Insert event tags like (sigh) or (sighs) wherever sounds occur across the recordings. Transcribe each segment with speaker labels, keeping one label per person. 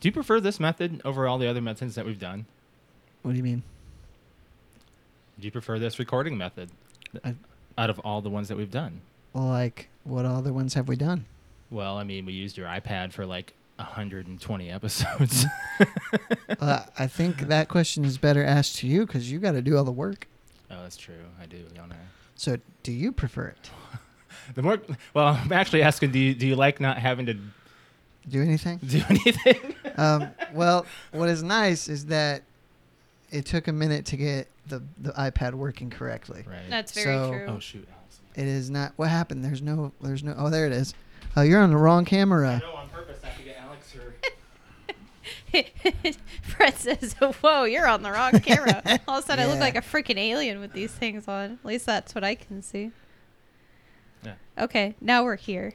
Speaker 1: Do you prefer this method over all the other methods that we've done?
Speaker 2: What do you mean?
Speaker 1: Do you prefer this recording method
Speaker 2: I-
Speaker 1: out of all the ones that we've done?
Speaker 2: Like, what other ones have we done?
Speaker 1: Well, I mean, we used your iPad for like 120 (laughs) episodes.
Speaker 2: uh, I think (laughs) that question is better asked to you because you got to do all the work.
Speaker 1: oh, that's true. I do, don't I?
Speaker 2: So, do you prefer it?
Speaker 1: The more, well, I'm actually asking, do you, do you like not having to
Speaker 2: Do anything?
Speaker 1: do (laughs) anything?
Speaker 2: (laughs) um, well, what is nice is that it took a minute to get the, the iPad working correctly.
Speaker 1: right.
Speaker 3: That's
Speaker 2: very So- true.
Speaker 1: oh shoot, Alex.
Speaker 2: It is not. What happened? There's no. There's no. Oh, there it is. Oh, you're on the wrong (laughs) camera.
Speaker 1: No, on purpose. I could get Alex or
Speaker 2: Oh.
Speaker 3: (laughs) Fred says, "Whoa, you're on the wrong
Speaker 2: (laughs)
Speaker 3: camera." All of a sudden, I look
Speaker 2: Yeah.
Speaker 3: like a freaking alien with these things on. At least that's what I can see.
Speaker 1: Yeah.
Speaker 3: Okay, now we're
Speaker 2: (laughs)
Speaker 3: here.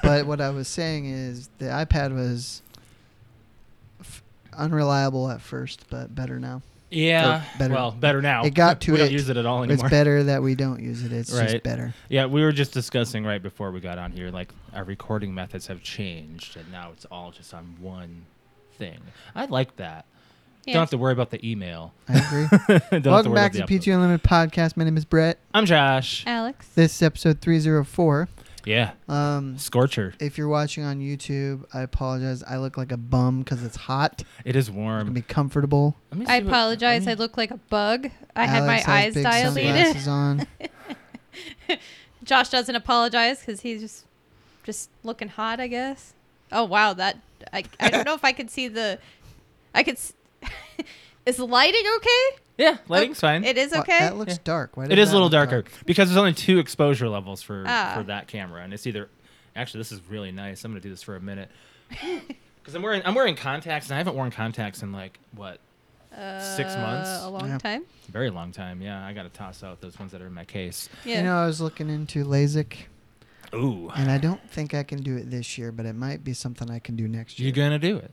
Speaker 2: but what I was saying is the iPad was f- unreliable at first, but better now.
Speaker 1: (laughs) yeah.
Speaker 2: Oh, better.
Speaker 1: Well, better now.
Speaker 2: It got to
Speaker 1: we
Speaker 2: it.
Speaker 1: don't use it at all anymore.
Speaker 2: It's better that we don't use it. It's
Speaker 1: Right.
Speaker 2: just better.
Speaker 1: Yeah, we were just discussing right before we got on here, like our recording methods have changed, and now it's all just on one thing. I like that.
Speaker 3: Yeah.
Speaker 1: Don't have to worry about the email. (laughs)
Speaker 2: I agree.
Speaker 1: Don't have to
Speaker 2: Welcome
Speaker 1: worry
Speaker 2: back to the
Speaker 1: about
Speaker 2: PTO
Speaker 1: upload.
Speaker 2: Unlimited podcast. My name is Brett.
Speaker 1: I'm Josh.
Speaker 3: Alex,
Speaker 2: This is episode 304.
Speaker 1: Yeah,
Speaker 2: Um,
Speaker 1: Scorcher.
Speaker 2: if you're watching on YouTube, I apologize. I look like a bum because it's hot.
Speaker 1: It is
Speaker 2: It's going
Speaker 1: warm.
Speaker 2: to be comfortable.
Speaker 1: Let me
Speaker 3: I
Speaker 1: see what-
Speaker 3: apologize. I
Speaker 1: let me-
Speaker 3: look like a bug. I had
Speaker 2: Alex
Speaker 3: my
Speaker 2: has
Speaker 3: eyes
Speaker 2: big
Speaker 3: dilated.
Speaker 2: sunglasses on.
Speaker 3: (laughs) Josh doesn't apologize because he's just just looking hot, I guess. Oh wow, that I I don't know if I could see the I could. S- (laughs) is the lighting okay?
Speaker 1: yeah, lighting's fine.
Speaker 3: It is
Speaker 2: Wha-
Speaker 3: okay.
Speaker 2: That looks
Speaker 1: Yeah.
Speaker 2: dark. Why does
Speaker 1: it is
Speaker 2: that
Speaker 1: a little
Speaker 2: look
Speaker 1: darker
Speaker 2: dark?
Speaker 1: because there's only two exposure levels for
Speaker 3: Ah.
Speaker 1: for that camera, and it's either. Actually, this is really nice. I'm gonna do this for a minute. (laughs) Because I'm wearing I'm wearing contacts, and I haven't worn contacts in like what Six months?
Speaker 3: Uh, A long
Speaker 2: Yeah.
Speaker 3: time.
Speaker 1: Very long time, yeah. I gotta toss out those ones that are in my case.
Speaker 3: Yeah.
Speaker 2: You know, I was looking into LASIK,
Speaker 1: Ooh,
Speaker 2: and I don't think I can do it this year, but it might be something I can do next year.
Speaker 1: you gonna do it?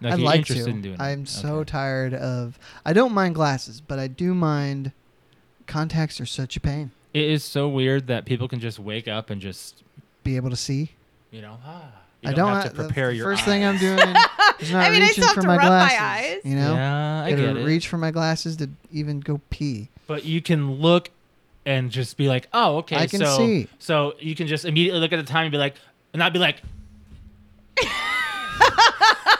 Speaker 1: Like,
Speaker 2: I'd
Speaker 1: you
Speaker 2: like
Speaker 1: interested
Speaker 2: to.
Speaker 1: in doing it?
Speaker 2: I'm so
Speaker 1: Okay.
Speaker 2: tired of. I don't mind glasses, but I do mind. Contacts are such a pain.
Speaker 1: it is so weird that people can just wake up and just
Speaker 2: Be able to see.
Speaker 1: you know. Ah, you
Speaker 2: I
Speaker 1: don't,
Speaker 2: don't
Speaker 1: have to
Speaker 2: the
Speaker 1: prepare your
Speaker 2: first thing I'm
Speaker 1: eyes.
Speaker 2: doing
Speaker 1: (laughs)
Speaker 2: is not
Speaker 3: I mean, I
Speaker 2: reaching
Speaker 3: still have
Speaker 2: for
Speaker 3: to
Speaker 2: my
Speaker 3: rub my
Speaker 2: glasses.
Speaker 3: eyes.
Speaker 2: You know,
Speaker 1: Yeah, I
Speaker 2: Gotta
Speaker 1: get it.
Speaker 2: reach for my glasses to even go pee.
Speaker 1: But you can look and just be like, oh, okay.
Speaker 2: I can
Speaker 1: so,
Speaker 2: see.
Speaker 1: So you can just immediately look at the time and be like, and not
Speaker 2: (laughs)
Speaker 1: be like,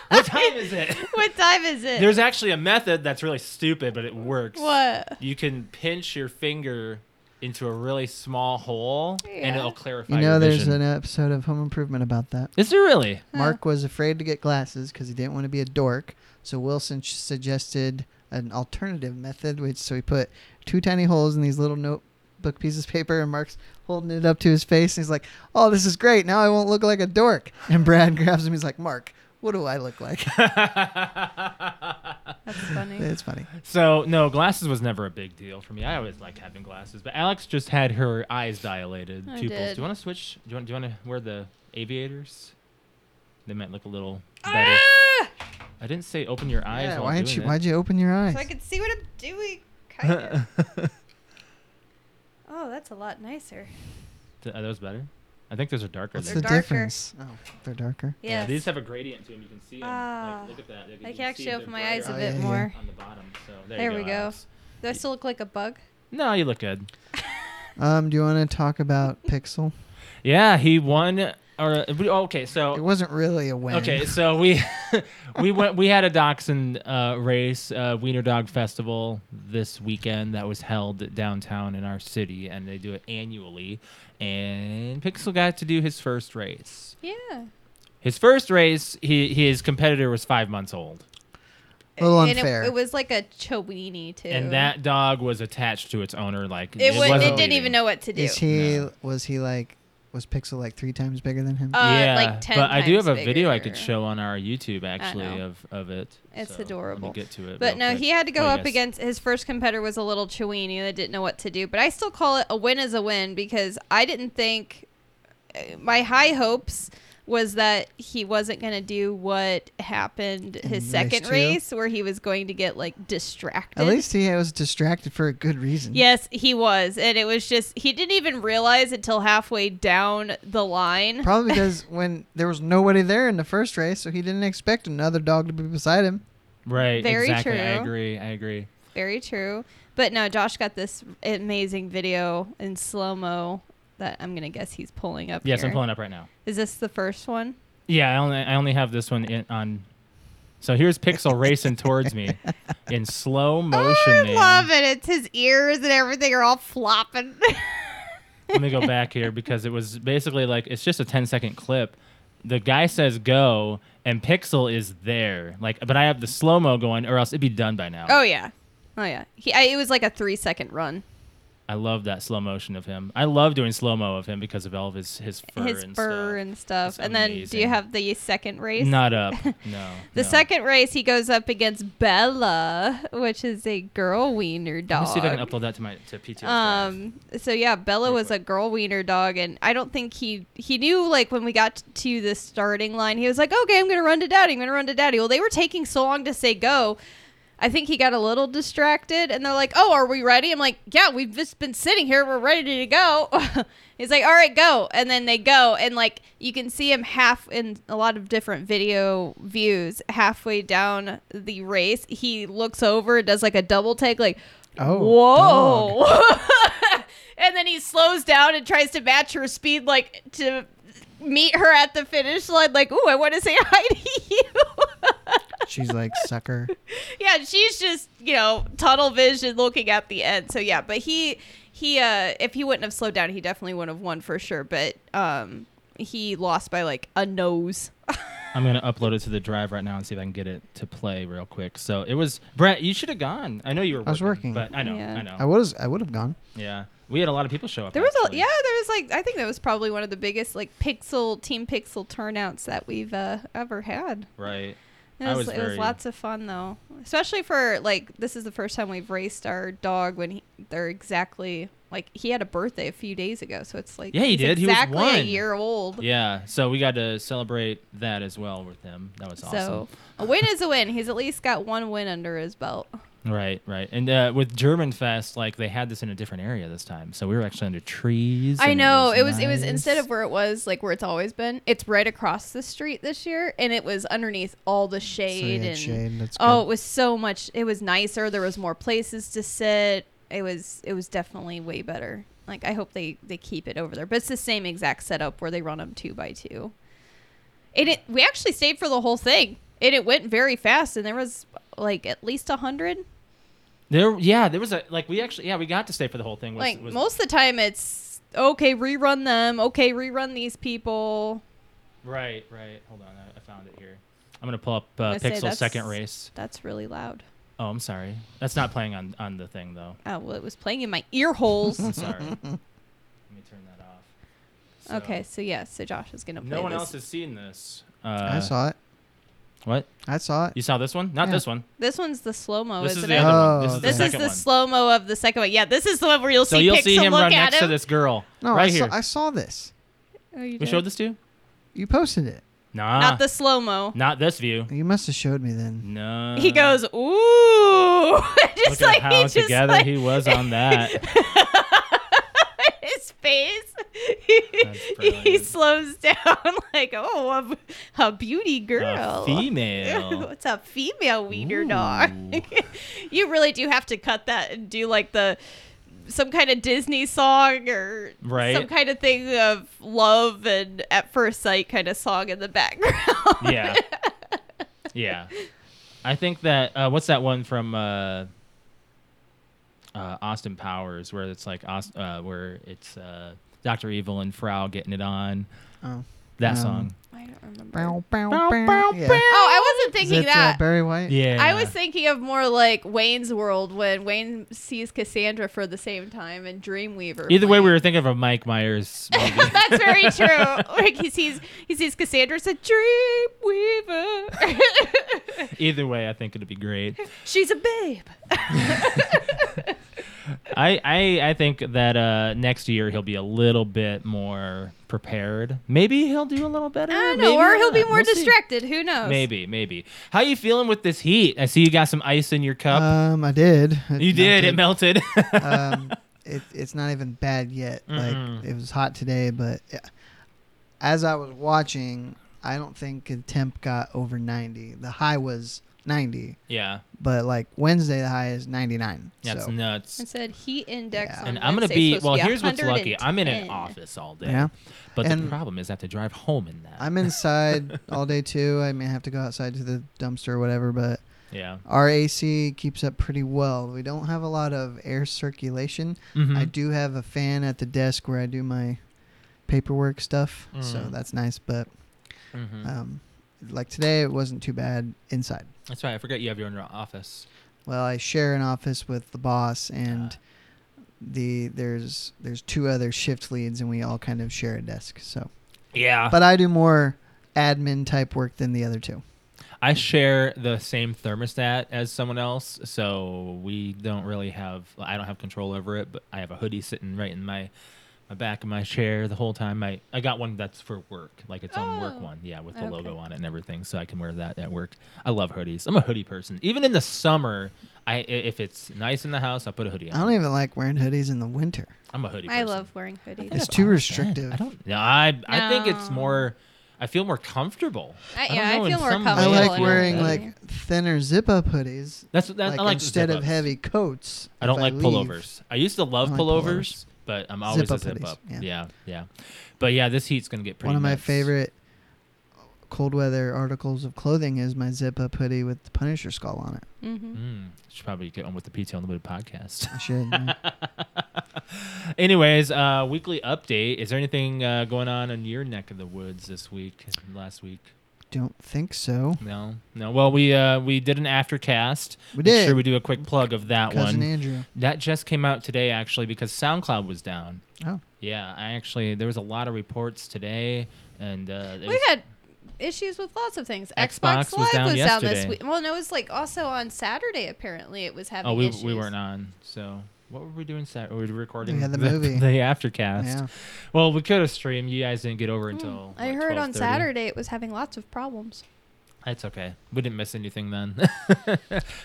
Speaker 1: what time is it?
Speaker 3: (laughs) What time is it?
Speaker 1: There's actually a method that's really stupid, but it works.
Speaker 3: what?
Speaker 1: you can pinch your finger into a really small hole and
Speaker 3: Yeah.
Speaker 1: it'll clarify
Speaker 2: You know,
Speaker 1: your
Speaker 2: there's
Speaker 1: vision.
Speaker 2: an episode of Home Improvement about that.
Speaker 1: is
Speaker 2: (laughs)
Speaker 1: there really
Speaker 2: Mark was afraid to get glasses because he didn't want to be a dork. So Wilson sh- suggested an alternative method, which so he put two tiny holes in these little notebook pieces of paper, and Mark's holding it up to his face, and he's like, "Oh, this is great! Now I won't look like a dork." And Brad (laughs) grabs him. He's like, "Mark, what do I look like?" (laughs)
Speaker 3: That's funny.
Speaker 2: it's funny.
Speaker 1: so no glasses was never a big deal for me i always like having glasses but alex just had her eyes dilated
Speaker 3: I
Speaker 1: pupils
Speaker 3: did.
Speaker 1: do you want to switch do you want, do you want to wear the aviators they might look a little better
Speaker 3: Ah!
Speaker 1: i didn't say open your eyes
Speaker 2: Yeah,
Speaker 1: while
Speaker 2: why didn't
Speaker 1: doing
Speaker 2: you?
Speaker 1: it.
Speaker 2: Why'd you open your eyes?
Speaker 3: So I can see what I'm doing. Kind
Speaker 1: (laughs)
Speaker 3: of. oh, that's a lot nicer.
Speaker 1: Th- are those better i think those are darker
Speaker 2: What's
Speaker 1: than-
Speaker 3: They're darker.
Speaker 2: the difference? Oh, they're darker.
Speaker 1: yeah
Speaker 3: Yes.
Speaker 1: these have a gradient to them you can see them
Speaker 3: Ah.
Speaker 1: like, look at that Like, you
Speaker 3: I can
Speaker 1: see
Speaker 3: actually
Speaker 1: they're
Speaker 3: open my eyes a
Speaker 1: brighter
Speaker 2: yeah,
Speaker 3: bit
Speaker 2: yeah.
Speaker 3: more.
Speaker 1: on the bottom so there,
Speaker 3: There
Speaker 1: you
Speaker 3: we go.
Speaker 1: Alex.
Speaker 3: Do I still look like a bug?
Speaker 1: no you look good
Speaker 2: Um, do you want to
Speaker 3: (laughs)
Speaker 2: talk about Pixel?
Speaker 1: Yeah, he won. Or we- okay,
Speaker 2: It
Speaker 1: so
Speaker 2: wasn't really a win.
Speaker 1: okay, so we (laughs) we went we had a dachshund uh, race, uh, Wiener Dog Festival this weekend that was held downtown in our city, and they do it annually. And Pixel got to do his first race.
Speaker 3: Yeah.
Speaker 1: His first race, he, his competitor was five months old.
Speaker 2: A little
Speaker 3: and it-
Speaker 2: unfair.
Speaker 3: It, was like a Chiweenie too.
Speaker 1: And that dog was attached to its owner, like
Speaker 3: it, was,
Speaker 1: wasn't
Speaker 3: it didn't
Speaker 1: leaving.
Speaker 3: even know what to do.
Speaker 2: Is he
Speaker 1: No.
Speaker 2: was he like was Pixel like three times bigger than him?
Speaker 3: Uh,
Speaker 1: yeah,
Speaker 3: like 10
Speaker 1: but I do have
Speaker 3: times
Speaker 1: a video I could
Speaker 3: bigger.
Speaker 1: show on our YouTube actually
Speaker 3: know.
Speaker 1: of, of it.
Speaker 3: It's
Speaker 1: so
Speaker 3: adorable.
Speaker 1: Let me get to it.
Speaker 3: But
Speaker 1: real
Speaker 3: no,
Speaker 1: quick.
Speaker 3: he had to go
Speaker 1: Oh,
Speaker 3: up
Speaker 1: yes.
Speaker 3: against his first competitor was a little Chiweenie that didn't know what to do. But I still call it a win is a win because I didn't think uh, my high hopes was that he wasn't going to do what happened
Speaker 2: In
Speaker 3: his
Speaker 2: race
Speaker 3: second
Speaker 2: two?
Speaker 3: race where he was going to get like distracted.
Speaker 2: At least he was distracted for a good reason.
Speaker 3: Yes, he was. And it was just he didn't even realize until halfway down the line.
Speaker 2: (laughs) Probably because when there was nobody there in the first race, so he didn't expect another dog to be beside him.
Speaker 1: Right.
Speaker 3: Very
Speaker 1: exactly. I
Speaker 3: true.
Speaker 1: agree. I agree.
Speaker 3: Very true. But no, Josh got this amazing video in slow mo that I'm gonna guess he's pulling up.
Speaker 1: Yes,
Speaker 3: here.
Speaker 1: I'm pulling up right now.
Speaker 3: Is this the first one?
Speaker 1: Yeah, I only I only have this one in, on. So here's Pixel racing
Speaker 3: (laughs)
Speaker 1: towards me in slow motion.
Speaker 3: Oh, I
Speaker 1: man.
Speaker 3: love it. It's his ears and everything are all flopping. (laughs)
Speaker 1: Let me go back here because it was basically like it's just a 10 second clip. The guy says go, and Pixel is there. Like, but I have the slow mo going, or else it'd be done by now.
Speaker 3: oh yeah, oh yeah. He I, it was like a three second run.
Speaker 1: I love that slow motion of him. I love doing slow mo of him because of all of his his fur
Speaker 3: his
Speaker 1: and
Speaker 3: fur
Speaker 1: stuff.
Speaker 3: and stuff.
Speaker 1: It's
Speaker 3: and then do you
Speaker 1: amazing.
Speaker 3: have the second race? (laughs)
Speaker 1: Not up. No.
Speaker 3: The
Speaker 1: no.
Speaker 3: second race, he goes up against Bella, which is a girl wiener
Speaker 1: Let
Speaker 3: dog.
Speaker 1: me see if I can upload that to my to PTO. drive.
Speaker 3: Um. So yeah, Bella
Speaker 1: Real
Speaker 3: was a
Speaker 1: quick.
Speaker 3: girl wiener dog, and I don't think he he knew like when we got to the starting line, he was like, "Okay, I'm gonna run to daddy. I'm gonna run to daddy." Well, they were taking so long to say go. I think he got a little distracted, and they're like, "Oh, are we ready?" I'm like, "Yeah, we've just been sitting here. We're ready to go." (laughs) He's like, "All right, go!" And then they go, and like you can see him half in a lot of different video views. Halfway down the race, he looks over, does like a double take, like,
Speaker 2: Oh,
Speaker 3: Whoa. (laughs) and then he slows down and tries to match her speed, like to meet her at the finish line. Like, ooh, I want to say (laughs) hi to you. (laughs)
Speaker 2: She's like sucker.
Speaker 3: yeah, she's just you know tunnel vision, looking at the end. So yeah, but he he uh if he wouldn't have slowed down, he definitely would have won for sure. But um he lost by like a nose. (laughs)
Speaker 1: I'm gonna upload it to the drive right now and see if I can get it to play real quick. So it was Brett. You should have gone. I know you were. Working,
Speaker 2: I was working.
Speaker 1: but I know.
Speaker 3: Yeah.
Speaker 1: I know.
Speaker 2: I was I would have gone.
Speaker 1: yeah, we had a lot of people show up.
Speaker 3: There was a
Speaker 1: actually.
Speaker 3: yeah, there was like I think that was probably one of the biggest like pixel team pixel turnouts that we've uh, ever had.
Speaker 1: Right.
Speaker 3: It
Speaker 1: I
Speaker 3: was,
Speaker 1: was
Speaker 3: it was
Speaker 1: very-
Speaker 3: lots of fun though, especially for like this is the first time we've raced our dog when he, they're exactly like he had a birthday a few days ago, so it's like
Speaker 1: Yeah, he
Speaker 3: he's
Speaker 1: did. He was
Speaker 3: exactly a
Speaker 1: one.
Speaker 3: year old.
Speaker 1: Yeah. So we got to celebrate that as well with them. That was awesome.
Speaker 3: So a win is a win. He's at least got one win under his belt.
Speaker 1: Right, right. And uh, with German Fest, like they had this in a different area this time. So we were actually under trees.
Speaker 3: I
Speaker 1: and
Speaker 3: know it was it was
Speaker 1: nice.
Speaker 3: instead of where it was like where it's always been. It's right across the street this year, and it was underneath all the
Speaker 2: So
Speaker 3: shade
Speaker 2: he had
Speaker 3: and
Speaker 2: shade. That's
Speaker 3: Oh, it
Speaker 2: good.
Speaker 3: was so much. It was nicer. There was more places to sit. It was it was definitely way better. Like I hope they they keep it over there. But it's the same exact setup where they run them two by two. And it we actually stayed for the whole thing, and it went very fast. And there was like at least a hundred.
Speaker 1: there. Yeah, there was a like we actually yeah we got to stay for the whole thing. Was,
Speaker 3: Like
Speaker 1: was-
Speaker 3: most of the time, it's okay rerun them. Okay rerun these people.
Speaker 1: Right, right. Hold on, I, I found it here. I'm gonna pull up uh,
Speaker 3: I say
Speaker 1: Pixel's
Speaker 3: that's-
Speaker 1: second race.
Speaker 3: That's really loud.
Speaker 1: Oh, I'm sorry. That's not playing on on the
Speaker 2: (laughs)
Speaker 1: thing though.
Speaker 3: Oh well, it was playing in my ear
Speaker 1: (laughs)
Speaker 3: holes.
Speaker 1: I'm sorry. Let me turn that off. So,
Speaker 3: okay, so yeah, so Josh is gonna. Play
Speaker 1: No one
Speaker 3: this.
Speaker 1: else has seen this. Uh,
Speaker 2: I saw it.
Speaker 1: What?
Speaker 2: I saw it.
Speaker 1: You saw this one? Not
Speaker 2: Yeah.
Speaker 1: this one.
Speaker 3: This one's the slow mo,
Speaker 1: This
Speaker 3: isn't
Speaker 1: is
Speaker 3: it?
Speaker 1: the other one. This
Speaker 2: Oh,
Speaker 1: is the
Speaker 3: This is
Speaker 1: second
Speaker 3: the
Speaker 1: one.
Speaker 3: slow mo of the second one. Yeah, this is the one where you'll
Speaker 1: so
Speaker 3: see
Speaker 1: you'll
Speaker 3: Pixel
Speaker 1: see him
Speaker 3: look
Speaker 1: run
Speaker 3: at
Speaker 1: next
Speaker 3: him.
Speaker 1: to this girl.
Speaker 2: No, I,
Speaker 1: right here.
Speaker 2: Saw, I saw this.
Speaker 3: Oh, you
Speaker 1: we
Speaker 3: did?
Speaker 1: showed this to you?
Speaker 2: You posted it.
Speaker 1: Nah.
Speaker 3: Not the slow mo.
Speaker 1: Not this view.
Speaker 2: You must have showed me then.
Speaker 1: No.
Speaker 3: he goes, ooh, (laughs) just
Speaker 1: Look
Speaker 3: like
Speaker 1: at how
Speaker 3: he just
Speaker 1: together
Speaker 3: like,
Speaker 1: he was on that.
Speaker 3: (laughs)
Speaker 1: uh,
Speaker 3: his face. (laughs)
Speaker 1: That's
Speaker 3: he
Speaker 1: brilliant.
Speaker 3: slows (laughs) down like, oh, a, a beauty
Speaker 1: A
Speaker 3: girl.
Speaker 1: female.
Speaker 3: (laughs) What's a female wiener dog? (laughs) you really do have to cut that and do like the some kind of Disney song or
Speaker 1: Right.
Speaker 3: some kind of thing of love and at first sight kind of song in the background. (laughs)
Speaker 1: yeah. Yeah. I think that uh, what's that one from uh, uh, Austin Powers where it's like Aust- uh, where it's uh, Doctor Evil and Frau getting it on
Speaker 2: Oh.
Speaker 1: that
Speaker 2: Um,
Speaker 1: song.
Speaker 3: I don't remember.
Speaker 2: Bow, bow,
Speaker 1: Bow,
Speaker 2: bow.
Speaker 1: bow,
Speaker 2: Yeah.
Speaker 1: bow.
Speaker 3: Oh, I wasn't thinking
Speaker 2: Is it, uh,
Speaker 3: that.
Speaker 2: Barry White?
Speaker 1: Yeah.
Speaker 3: I was thinking of more like Wayne's World when Wayne sees Cassandra for the same time and Dreamweaver.
Speaker 1: Either way,
Speaker 3: playing. (laughs)
Speaker 1: we were thinking of a Mike Myers movie.
Speaker 3: That's very true. (laughs) Like he sees he sees Cassandra said Dreamweaver. (laughs)
Speaker 1: Either way, I think it'd be great.
Speaker 3: She's a babe.
Speaker 1: I, I, I think that uh, next year he'll be a little bit more prepared. Maybe he'll do a little better.
Speaker 3: I don't know,
Speaker 1: maybe
Speaker 3: or he'll be
Speaker 1: not.
Speaker 3: more
Speaker 1: We'll see.
Speaker 3: distracted. Who knows?
Speaker 1: Maybe, maybe. How you feeling with this heat? I see you got some ice in your cup.
Speaker 2: Um, I did. It
Speaker 1: you did. It melted.
Speaker 2: (laughs)
Speaker 1: (laughs)
Speaker 2: um, it, it's not even bad yet.
Speaker 1: Mm-mm.
Speaker 2: Like it was hot today, but yeah. as I was watching, I don't think the temp got over 90. The high was 90,
Speaker 1: yeah,
Speaker 2: but like Wednesday the high is 99.
Speaker 1: that's
Speaker 2: so
Speaker 1: nuts.
Speaker 3: I said heat index.
Speaker 2: Yeah.
Speaker 3: on
Speaker 1: and I'm gonna
Speaker 3: Wednesday's
Speaker 1: be
Speaker 3: supposed to
Speaker 1: well.
Speaker 3: be
Speaker 1: here's what's lucky. I'm in an
Speaker 3: 110.
Speaker 1: office all day.
Speaker 2: yeah,
Speaker 1: But the
Speaker 2: And-
Speaker 1: problem is I have to drive home in that.
Speaker 2: I'm
Speaker 1: (laughs)
Speaker 2: inside all day too. I may have to go outside to the dumpster or whatever, but
Speaker 1: yeah.
Speaker 2: our AC keeps up pretty well. We don't have a lot of air circulation.
Speaker 1: Mhm.
Speaker 2: I do have a fan at the desk where I do my paperwork stuff, so
Speaker 1: Mm.
Speaker 2: that's nice. But
Speaker 1: Mhm.
Speaker 2: um, like today, it wasn't too bad inside.
Speaker 1: That's right. I forget you have your own office.
Speaker 2: Well, I share an office with the boss, and the there's there's two other shift leads, and we all kind of share a desk. So,
Speaker 1: Yeah.
Speaker 2: but I do more admin type work than the other two.
Speaker 1: I share the same thermostat as someone else, so we don't really have. I don't have control over it, but I have a hoodie sitting right in my my back of my chair the whole time. I I got one that's for work, like its own work
Speaker 3: Oh.
Speaker 1: one, yeah, with the
Speaker 3: Okay.
Speaker 1: logo on it and everything, so I can wear that at work. I love hoodies. I'm a hoodie person. Even in the summer, I i- if it's nice in the house, I put a hoodie
Speaker 2: I don't
Speaker 1: on.
Speaker 2: even like wearing hoodies in the winter.
Speaker 1: I'm a hoodie.
Speaker 3: I
Speaker 1: person.
Speaker 3: love wearing hoodies.
Speaker 2: It's
Speaker 1: I've
Speaker 2: too
Speaker 1: always been.
Speaker 2: restrictive.
Speaker 1: I don't. No, I I think it's
Speaker 3: No.
Speaker 1: more. I feel more comfortable.
Speaker 3: I,
Speaker 1: don't
Speaker 3: yeah,
Speaker 1: know,
Speaker 3: I
Speaker 1: in
Speaker 3: feel more
Speaker 1: some
Speaker 3: comfortable.
Speaker 2: I
Speaker 1: ways
Speaker 2: like
Speaker 3: in a
Speaker 1: feel
Speaker 2: wearing
Speaker 1: better.
Speaker 3: hoodie.
Speaker 2: like thinner zip up hoodies.
Speaker 1: That's that.
Speaker 2: like,
Speaker 1: I like
Speaker 2: instead of
Speaker 1: zip-ups.
Speaker 2: heavy coats.
Speaker 1: I
Speaker 2: if
Speaker 1: don't like
Speaker 2: leave.
Speaker 1: pullovers. I used to love
Speaker 2: like
Speaker 1: pullovers,
Speaker 2: pullovers.
Speaker 1: but I'm always
Speaker 2: Zip-up
Speaker 1: a zip
Speaker 2: hoodies,
Speaker 1: up. Yeah.
Speaker 2: yeah.
Speaker 1: yeah, But yeah, this heat's gonna get pretty.
Speaker 2: One of my
Speaker 1: nuts.
Speaker 2: favorite cold weather articles of clothing is my zip up hoodie with the Punisher skull on it.
Speaker 3: Mhm.
Speaker 1: Mm, should probably get on with the PT on the Mood podcast. (laughs)
Speaker 2: I should. yeah.
Speaker 1: Anyways, uh, weekly update. Is there anything uh, going on in your neck of the woods this week? Last week?
Speaker 2: don't think so.
Speaker 1: No, no. Well, we uh, we did an aftercast.
Speaker 2: We
Speaker 1: Make
Speaker 2: did.
Speaker 1: Sure, we do a quick plug of that
Speaker 2: Cousin
Speaker 1: one.
Speaker 2: Andrew.
Speaker 1: That just came out today, actually, because SoundCloud was down.
Speaker 2: Oh.
Speaker 1: Yeah, I actually there was a lot of reports today, and uh, it
Speaker 3: We
Speaker 1: was-
Speaker 3: had issues with lots of things.
Speaker 1: Xbox
Speaker 3: Xbox,
Speaker 1: was
Speaker 3: Live was
Speaker 1: down
Speaker 3: down,
Speaker 1: yesterday.
Speaker 3: this week. Well, no, it was like also on Saturday. Apparently, it was having.
Speaker 1: Oh, we,
Speaker 3: issues.
Speaker 1: we weren't on. So what were we doing Saturday? We were recording
Speaker 2: had the movie.
Speaker 1: (laughs) the aftercast.
Speaker 2: Yeah.
Speaker 1: Well, we could have streamed. You guys didn't get over until.
Speaker 3: Mm, I
Speaker 1: what,
Speaker 3: heard on
Speaker 1: 12:30?
Speaker 3: Saturday it was having lots of problems.
Speaker 1: That's okay. We didn't miss anything then. (laughs)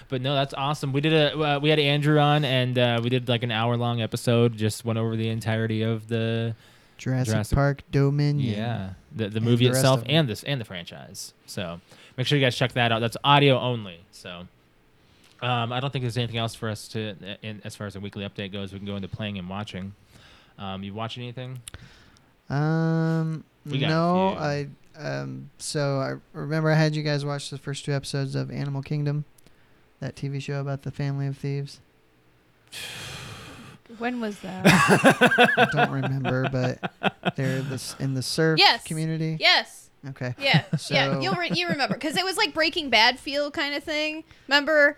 Speaker 1: but no, that's awesome. We did a uh, we had Andrew on and uh, we did like an hour long episode. Just went over the entirety of the
Speaker 2: Jurassic,
Speaker 1: Jurassic-
Speaker 2: Park Dominion.
Speaker 1: yeah the, the
Speaker 2: And
Speaker 1: movie
Speaker 2: the rest
Speaker 1: itself
Speaker 2: of 'em.
Speaker 1: and this and the franchise. So make sure you guys check that out. That's audio only. So. Um, I don't think there's anything else for us to, in, as far as a weekly update goes. We can go into playing and watching. Um, you watch anything?
Speaker 2: Um
Speaker 1: We got a
Speaker 2: no,
Speaker 1: few.
Speaker 2: I um so I remember I had you guys watch the first two episodes of Animal Kingdom, that TV show about the family of thieves.
Speaker 3: When was that?
Speaker 2: I don't remember, but they're this in the surf
Speaker 3: Yes.
Speaker 2: community.
Speaker 3: (laughs) yes.
Speaker 2: Okay. (laughs)
Speaker 3: Yeah. Yeah.
Speaker 2: So-
Speaker 3: You'll re- you remember because it was like Breaking Bad feel kind of thing. Remember,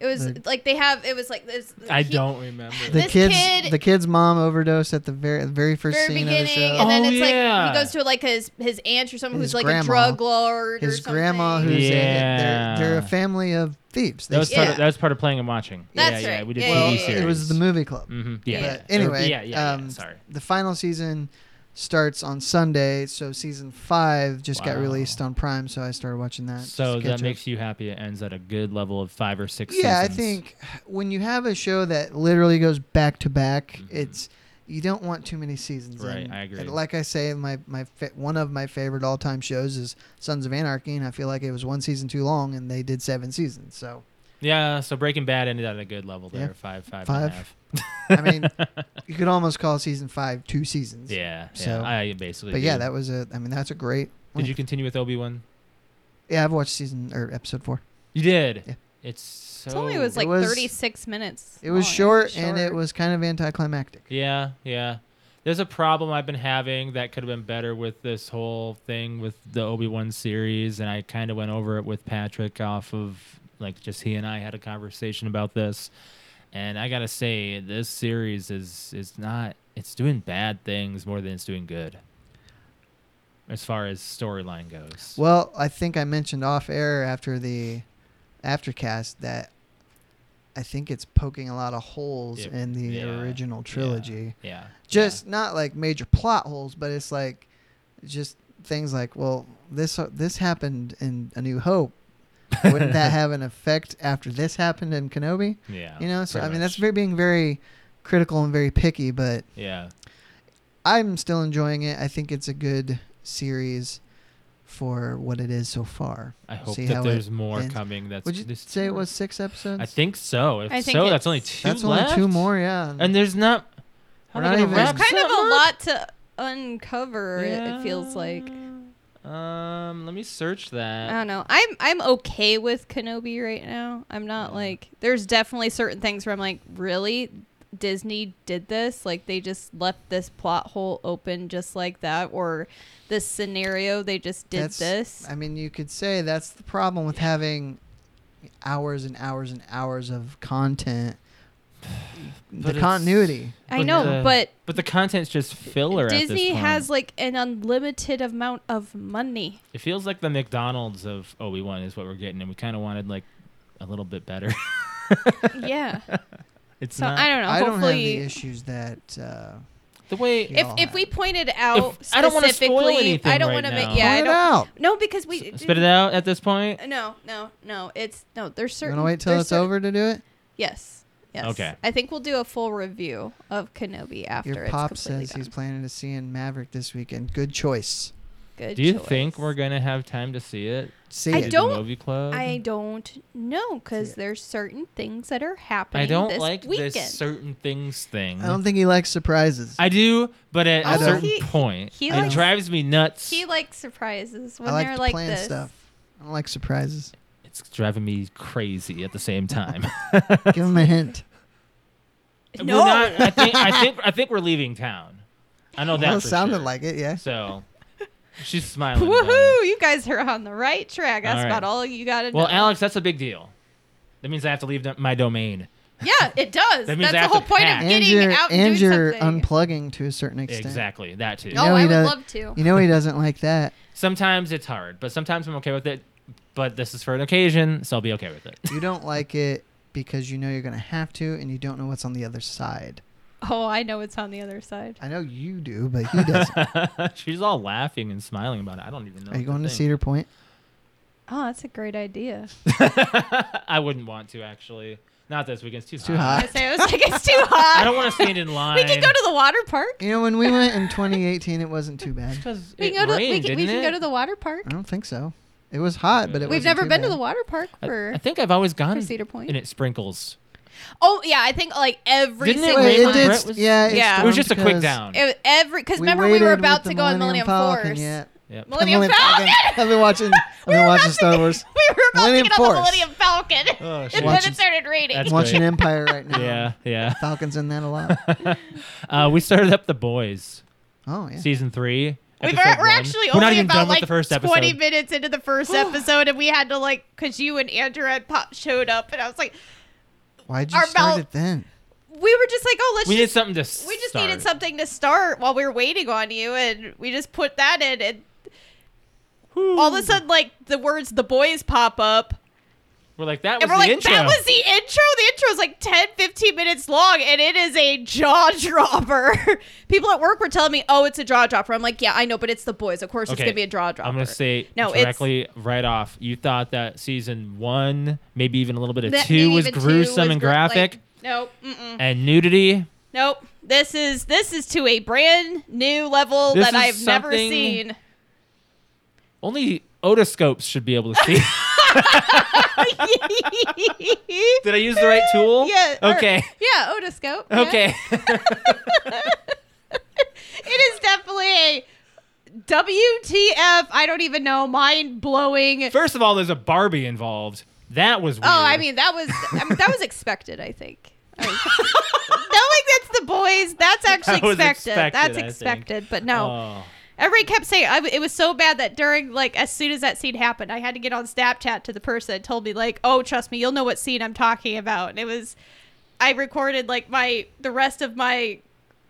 Speaker 3: it was
Speaker 2: The-
Speaker 3: like they have it was like this.
Speaker 1: I
Speaker 3: he-
Speaker 1: don't remember.
Speaker 2: the
Speaker 3: This
Speaker 2: kids
Speaker 3: kid-
Speaker 2: the kid's mom overdosed at the very very first
Speaker 3: Very
Speaker 2: scene
Speaker 3: beginning,
Speaker 2: of the show.
Speaker 3: and then
Speaker 1: Oh,
Speaker 3: it's
Speaker 1: yeah.
Speaker 3: like he goes to like his his aunt or someone
Speaker 2: His
Speaker 3: who's like
Speaker 2: grandma.
Speaker 3: a drug lord. or
Speaker 2: his
Speaker 3: something.
Speaker 2: grandma, who's a,
Speaker 1: Yeah.
Speaker 2: they're, they're a family of thieves. They
Speaker 1: that was
Speaker 2: steal-
Speaker 1: part of, that was part of playing and watching.
Speaker 3: That's
Speaker 1: yeah, yeah,
Speaker 3: right.
Speaker 1: we did
Speaker 3: Yeah,
Speaker 1: TV
Speaker 3: yeah, yeah.
Speaker 1: series.
Speaker 2: It was the movie club.
Speaker 1: Mm-hmm. Yeah.
Speaker 3: But
Speaker 1: yeah. Or-
Speaker 2: anyway,
Speaker 1: yeah, yeah, yeah,
Speaker 2: um,
Speaker 1: Sorry.
Speaker 2: The final season starts on Sunday, so season five just got
Speaker 1: Wow.
Speaker 2: released on Prime, so I started watching that. just
Speaker 1: So
Speaker 2: to catch
Speaker 1: that
Speaker 2: up.
Speaker 1: makes you happy. It ends at a good level of five or six.
Speaker 2: yeah, I
Speaker 1: seasons.
Speaker 2: think when you have a show that literally goes back to back,
Speaker 1: Mhm.
Speaker 2: it's you don't want too many seasons.
Speaker 1: Right,
Speaker 2: and-
Speaker 1: I agree.
Speaker 2: and like I say, my my fa- one of my favorite all time shows is Sons of Anarchy, and I feel like it was one season too long, and they did seven seasons. So
Speaker 1: Yeah. So Breaking Bad ended at a good level there.
Speaker 2: Yeah.
Speaker 1: Five, five and a
Speaker 2: Five.
Speaker 1: half.
Speaker 2: I
Speaker 1: (laughs)
Speaker 2: mean, you could almost call season five two seasons.
Speaker 1: Yeah. Yeah.
Speaker 2: So-
Speaker 1: I basically.
Speaker 2: But yeah,
Speaker 1: do.
Speaker 2: that was a. I mean, that's a great.
Speaker 1: Did you continue with Obi Wan?
Speaker 2: Yeah, I've watched season or episode four.
Speaker 1: You did.
Speaker 2: Yeah.
Speaker 1: It's so.
Speaker 3: It's only was
Speaker 2: It
Speaker 3: like
Speaker 2: was-
Speaker 3: 36 minutes.
Speaker 2: It was
Speaker 1: Oh,
Speaker 3: long.
Speaker 2: short, and it was kind of anticlimactic.
Speaker 1: Yeah. Yeah. There's a problem I've been having that could have been better with this whole thing with the Obi Wan series, and I kind of went over it with Patrick off of like just he and I had a conversation about this, and I gotta say this series is is not it's doing bad things more than it's doing good, as far as storyline goes.
Speaker 2: Well, I think I mentioned off air after the aftercast that I think it's poking a lot of holes
Speaker 1: It-
Speaker 2: in the
Speaker 1: yeah,
Speaker 2: original trilogy.
Speaker 1: yeah,
Speaker 2: Just not like major plot holes, but it's like just things like, well, this uh, this happened in A New Hope. Wouldn't
Speaker 1: (laughs)
Speaker 2: that have an effect after this happened in Kenobi?
Speaker 1: yeah, yeah
Speaker 2: You know, so
Speaker 1: pretty
Speaker 2: I mean that's
Speaker 1: much.
Speaker 2: very being very critical and very picky, but
Speaker 1: yeah.
Speaker 2: I'm still enjoying it. I think it's a good series for what it is so far.
Speaker 1: I hope
Speaker 2: See
Speaker 1: that
Speaker 2: how it
Speaker 1: there's more
Speaker 2: ends.
Speaker 1: coming. That's
Speaker 2: Would you
Speaker 1: this-
Speaker 2: say it was six episodes?
Speaker 1: I think so. If
Speaker 3: I think
Speaker 1: so,
Speaker 3: it's-
Speaker 1: that's only two
Speaker 2: that's
Speaker 1: left.
Speaker 2: only two more. Yeah,
Speaker 1: And there's not.
Speaker 2: We're not
Speaker 1: How not
Speaker 2: even-
Speaker 1: even
Speaker 2: There's
Speaker 3: There's kind of a lot to uncover. It, it feels like Uh,
Speaker 1: Um, let me search
Speaker 3: I
Speaker 1: that.
Speaker 3: don't know. I'm I'm okay with Kenobi right now. I'm not
Speaker 1: Yeah.
Speaker 3: like there's definitely certain things where I'm like, really, Disney did this? Like they just left this plot hole open just like that, or this scenario they just did
Speaker 2: That's-
Speaker 3: this.
Speaker 2: I mean, you could say that's the problem with having hours and hours and hours of
Speaker 1: (sighs)
Speaker 2: content.
Speaker 1: But
Speaker 2: the
Speaker 1: it's-
Speaker 2: continuity.
Speaker 3: I
Speaker 1: but
Speaker 3: know,
Speaker 1: the-
Speaker 2: uh,
Speaker 3: but
Speaker 1: But the content's just filler.
Speaker 3: Disney
Speaker 1: at this point.
Speaker 3: has like an unlimited amount of
Speaker 2: (laughs)
Speaker 3: money.
Speaker 1: It feels like the McDonald's of Obi Wan is what we're getting, and we kind of wanted like a little bit better. (laughs)
Speaker 3: yeah.
Speaker 1: it's
Speaker 3: So
Speaker 1: not
Speaker 3: I don't know.
Speaker 2: I don't have
Speaker 3: Hopefully,
Speaker 2: the issues that. Uh,
Speaker 1: the way.
Speaker 2: Yeah.
Speaker 3: if
Speaker 2: all
Speaker 3: if
Speaker 2: have
Speaker 3: we pointed out
Speaker 1: If- I don't wanna spoil
Speaker 3: specifically,
Speaker 1: anything
Speaker 3: I don't
Speaker 1: right
Speaker 3: want to
Speaker 1: now.
Speaker 3: make. Yeah, I
Speaker 2: point it
Speaker 3: don't.
Speaker 2: out.
Speaker 3: No, because we
Speaker 1: S- spit it out at this point.
Speaker 3: Uh, No, no, no. It's no. There's
Speaker 2: You
Speaker 3: certain.
Speaker 2: want to wait till
Speaker 3: there's
Speaker 2: it's
Speaker 3: certain-
Speaker 2: over to do it?
Speaker 3: Yes. Yes.
Speaker 1: Okay.
Speaker 3: I think we'll do a full review of Kenobi after
Speaker 2: Your
Speaker 3: it's
Speaker 2: pop
Speaker 3: completely
Speaker 2: says he's
Speaker 3: done.
Speaker 2: planning to see in Maverick this weekend. Good choice.
Speaker 3: Good
Speaker 1: Do you
Speaker 3: choice.
Speaker 1: think we're gonna have time to see it?
Speaker 2: See
Speaker 3: I
Speaker 2: it.
Speaker 1: at
Speaker 3: don't-
Speaker 1: The movie club.
Speaker 3: I don't know because
Speaker 2: Yeah.
Speaker 3: there's certain things that are happening.
Speaker 1: I don't
Speaker 3: this
Speaker 1: like
Speaker 3: weekend.
Speaker 1: this certain things thing.
Speaker 2: I don't think he likes surprises.
Speaker 1: I do, but at
Speaker 2: I
Speaker 1: a
Speaker 2: don't-
Speaker 1: certain
Speaker 3: He-
Speaker 1: point,
Speaker 3: he
Speaker 1: it
Speaker 3: likes-
Speaker 1: drives me nuts.
Speaker 3: He likes surprises when
Speaker 2: I like
Speaker 3: they're
Speaker 2: to
Speaker 3: like
Speaker 2: plan
Speaker 3: this.
Speaker 2: stuff. I don't like surprises.
Speaker 1: (laughs) it's driving me crazy at the
Speaker 3: (laughs)
Speaker 1: same time.
Speaker 2: Give him a hint.
Speaker 1: We're
Speaker 3: No.
Speaker 1: not- I think I think I think we're leaving town. I know that.
Speaker 2: Well, it
Speaker 1: for
Speaker 2: sounded
Speaker 1: sure.
Speaker 2: like it, yeah.
Speaker 1: So she's smiling. about it.
Speaker 3: (laughs) Woohoo! You guys are on the right track. That's
Speaker 1: All right.
Speaker 3: about all you got to
Speaker 1: Well,
Speaker 3: know.
Speaker 1: Alex, that's a big deal. That means I have to leave th- my domain.
Speaker 3: yeah, it does.
Speaker 1: That
Speaker 3: That's
Speaker 1: means I
Speaker 3: the
Speaker 1: have
Speaker 3: whole
Speaker 1: to
Speaker 3: point
Speaker 1: pack.
Speaker 3: of getting
Speaker 2: you're,
Speaker 3: out and, doing
Speaker 2: you're
Speaker 3: something.
Speaker 2: unplugging to a certain extent.
Speaker 1: Exactly that too.
Speaker 2: You
Speaker 3: oh,
Speaker 2: know
Speaker 3: I
Speaker 2: he
Speaker 3: would
Speaker 2: does-
Speaker 3: love to.
Speaker 2: You know he doesn't like that.
Speaker 3: (laughs)
Speaker 1: Sometimes it's hard, but sometimes I'm okay with it. But this is for an occasion, so I'll be okay with it.
Speaker 2: You don't like it because you know you're gonna have to, and you don't know what's on the other side.
Speaker 3: Oh, I know it's on the other side.
Speaker 2: I know you do, but he
Speaker 1: (laughs)
Speaker 2: doesn't.
Speaker 1: she's all laughing and smiling about it. I don't even know.
Speaker 2: Are you
Speaker 1: what
Speaker 2: going to
Speaker 1: think.
Speaker 2: Cedar Point?
Speaker 3: Oh, that's a great idea.
Speaker 1: I wouldn't want to actually. Not this weekend. It's too,
Speaker 2: too
Speaker 3: I
Speaker 2: hot.
Speaker 3: say I was like, it's too hot.
Speaker 1: I don't want to stand in
Speaker 3: (laughs)
Speaker 1: line.
Speaker 3: We can go to the water park.
Speaker 2: You know, when we went
Speaker 3: (laughs)
Speaker 2: in 2018, it wasn't too bad.
Speaker 1: Because
Speaker 3: We
Speaker 1: it
Speaker 3: can go to we
Speaker 1: rained,
Speaker 3: can, we
Speaker 1: didn't
Speaker 3: can
Speaker 1: it?
Speaker 3: go to the water park.
Speaker 2: I don't think so. It was hot, but it
Speaker 3: We've
Speaker 2: wasn't
Speaker 3: never
Speaker 2: too
Speaker 3: been to the
Speaker 2: bad.
Speaker 3: water park for,
Speaker 1: I, I think I've always
Speaker 3: for
Speaker 1: gone
Speaker 3: Cedar Point.
Speaker 1: and it sprinkles.
Speaker 3: oh yeah, I think like every
Speaker 1: Didn't it
Speaker 3: single
Speaker 1: rain
Speaker 2: Wait, it
Speaker 1: Brett
Speaker 2: did.
Speaker 3: time.
Speaker 1: was-
Speaker 2: st- yeah,
Speaker 3: Yeah.
Speaker 1: It was
Speaker 2: stormed
Speaker 1: just a quick
Speaker 2: because
Speaker 1: down.
Speaker 3: It- every because remember we
Speaker 2: waited
Speaker 3: were
Speaker 2: with
Speaker 3: about
Speaker 2: the
Speaker 3: to go on Millennium
Speaker 2: Falcon,
Speaker 3: Force.
Speaker 2: yeah.
Speaker 1: Yep.
Speaker 3: Millennium Falcon.
Speaker 2: I've
Speaker 3: (laughs)
Speaker 2: been watching. I've
Speaker 3: We
Speaker 2: been
Speaker 3: were
Speaker 2: watching
Speaker 3: about
Speaker 2: Star
Speaker 3: to-
Speaker 2: Wars.
Speaker 3: (laughs) We were about
Speaker 2: Millennium
Speaker 3: to get on
Speaker 2: Force.
Speaker 3: the Millennium Falcon, (laughs)
Speaker 1: Oh,
Speaker 3: and then
Speaker 2: Watching-
Speaker 3: it started raining.
Speaker 1: That's
Speaker 2: I'm watching
Speaker 1: great.
Speaker 2: Empire right now.
Speaker 1: (laughs) Yeah, yeah.
Speaker 2: Falcons in that a
Speaker 1: (laughs)
Speaker 2: lot.
Speaker 1: Uh, we started up the boys
Speaker 2: Oh yeah.
Speaker 1: season three.
Speaker 3: We've
Speaker 1: episode
Speaker 3: are, we're
Speaker 1: one.
Speaker 3: actually
Speaker 1: we're
Speaker 3: only
Speaker 1: not even
Speaker 3: about
Speaker 1: done
Speaker 3: like
Speaker 1: with the first episode.
Speaker 3: twenty minutes into the
Speaker 1: (gasps)
Speaker 3: first episode, and we had to like because you and Andrew had pop showed up, and I was like,
Speaker 2: Why'd you
Speaker 3: Our
Speaker 2: start
Speaker 3: Mal-
Speaker 2: it then?
Speaker 3: we were just like, oh, let's
Speaker 1: we need
Speaker 3: just
Speaker 1: something to. s-
Speaker 3: we just
Speaker 1: start.
Speaker 3: needed something to start while we were waiting on you and we just put that in and all of a sudden like the words the boys pop up
Speaker 1: We're like that was
Speaker 3: and we're
Speaker 1: the
Speaker 3: like
Speaker 1: intro.
Speaker 3: that was the intro the intro is like 10 15 minutes long and it is a jaw (laughs) dropper people at work were telling me oh it's a jaw dropper i'm like yeah i know but it's the boys of course it's
Speaker 1: Okay,
Speaker 3: gonna be a jaw dropper
Speaker 1: I'm gonna say
Speaker 3: No, it's- (laughs)
Speaker 1: directly right off. You thought that season one, maybe even a little bit of
Speaker 3: That-
Speaker 1: two, was
Speaker 3: even
Speaker 1: gruesome
Speaker 3: was
Speaker 1: and
Speaker 3: gr- like,
Speaker 1: graphic
Speaker 3: nope mm-mm,
Speaker 1: and nudity.
Speaker 3: nope this is this is to a brand new level
Speaker 1: This
Speaker 3: that
Speaker 1: is
Speaker 3: i've never
Speaker 1: something-
Speaker 3: seen
Speaker 1: Only otoscopes should be able to
Speaker 3: (laughs)
Speaker 1: see. Did I use (laughs) the right tool?
Speaker 3: Yeah. or-
Speaker 1: Okay.
Speaker 3: yeah, otoscope. yeah.
Speaker 1: (laughs) Okay.
Speaker 3: It is definitely a WTF, I don't even know, mind blowing. Oh,
Speaker 1: (laughs) First of all, there's a Barbie involved. That was weird.
Speaker 3: I mean,
Speaker 1: (laughs)
Speaker 3: that was I mean, that was expected, I think. I- Knowing that's the boys, that's actually
Speaker 1: That was
Speaker 3: expected.
Speaker 1: expected,
Speaker 3: That's
Speaker 1: I think.
Speaker 3: expected. But no,
Speaker 1: Oh.
Speaker 3: Everybody kept saying I, it was so bad that during like as soon as that scene happened, I had to get on Snapchat to the person that told me like, "Oh, trust me, you'll know what scene I'm talking about." And it was, I recorded like my the rest of my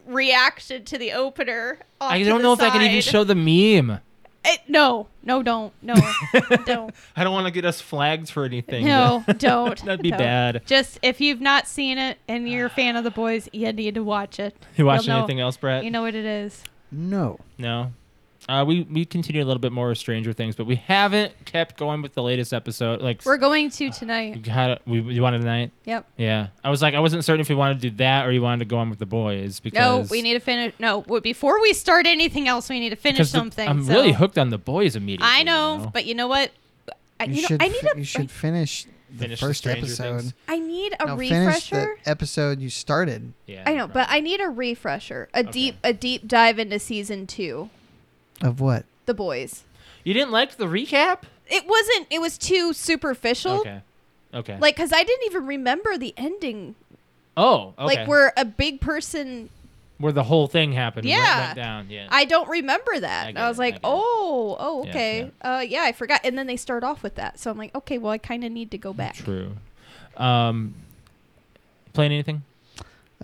Speaker 3: reaction to the opener. off
Speaker 1: I
Speaker 3: to
Speaker 1: don't
Speaker 3: the
Speaker 1: know if I can even
Speaker 3: side.
Speaker 1: show the meme.
Speaker 3: It, no, no, don't,
Speaker 1: (laughs)
Speaker 3: no, don't,
Speaker 1: I don't want to get us flagged for anything.
Speaker 3: no, don't.
Speaker 1: That'd be
Speaker 3: don't.
Speaker 1: bad.
Speaker 3: Just if you've not seen it and you're a fan of the boys, you need to watch it.
Speaker 1: You watching
Speaker 3: You'll know-
Speaker 1: anything else, Brett?
Speaker 3: You know what it is.
Speaker 2: No.
Speaker 1: No. Uh, we we continue a little bit more with Stranger Things, but we haven't kept going with the latest episode. Like
Speaker 3: We're going to
Speaker 1: we
Speaker 3: tonight.
Speaker 1: had we you wanted tonight.
Speaker 3: Yep.
Speaker 1: Yeah, I was like I wasn't certain if we wanted to do that or you wanted to go on with the boys
Speaker 3: No,
Speaker 1: because
Speaker 3: we need to finish. No, w- before we start anything else, we need to finish
Speaker 1: 'cause the-
Speaker 3: something.
Speaker 1: I'm
Speaker 3: so-
Speaker 1: really hooked on the boys immediately.
Speaker 3: I know,
Speaker 1: you
Speaker 3: but you know what? I,
Speaker 2: You,
Speaker 3: you, know,
Speaker 2: should
Speaker 3: I need
Speaker 2: fi-
Speaker 3: a,
Speaker 2: you should finish the
Speaker 1: Finish the
Speaker 2: first
Speaker 1: Stranger
Speaker 2: episode.
Speaker 1: Things.
Speaker 3: I need a
Speaker 2: No, finish the
Speaker 3: refresher.
Speaker 2: episode you started.
Speaker 1: yeah,
Speaker 3: I know, but
Speaker 1: probably.
Speaker 3: I need a refresher, a deep, a deep dive into season two,
Speaker 2: Of what?
Speaker 3: the boys.
Speaker 1: you didn't like the recap.
Speaker 3: It wasn't. It was too superficial.
Speaker 1: Okay, okay.
Speaker 3: Like, cause I didn't even remember the ending.
Speaker 1: oh, okay.
Speaker 3: Like, where a big person.
Speaker 1: where the whole thing happened. where it
Speaker 3: Yeah.
Speaker 1: went down. Yeah,
Speaker 3: I don't remember that.
Speaker 1: I
Speaker 3: And
Speaker 1: get
Speaker 3: I, was
Speaker 1: it, I
Speaker 3: like,
Speaker 1: get it.
Speaker 3: oh, oh,
Speaker 1: Yeah,
Speaker 3: okay, Uh, yeah, I forgot. And then they start off with that, so I'm like, okay, well, I kind of need to go back.
Speaker 1: true. Um, playing anything?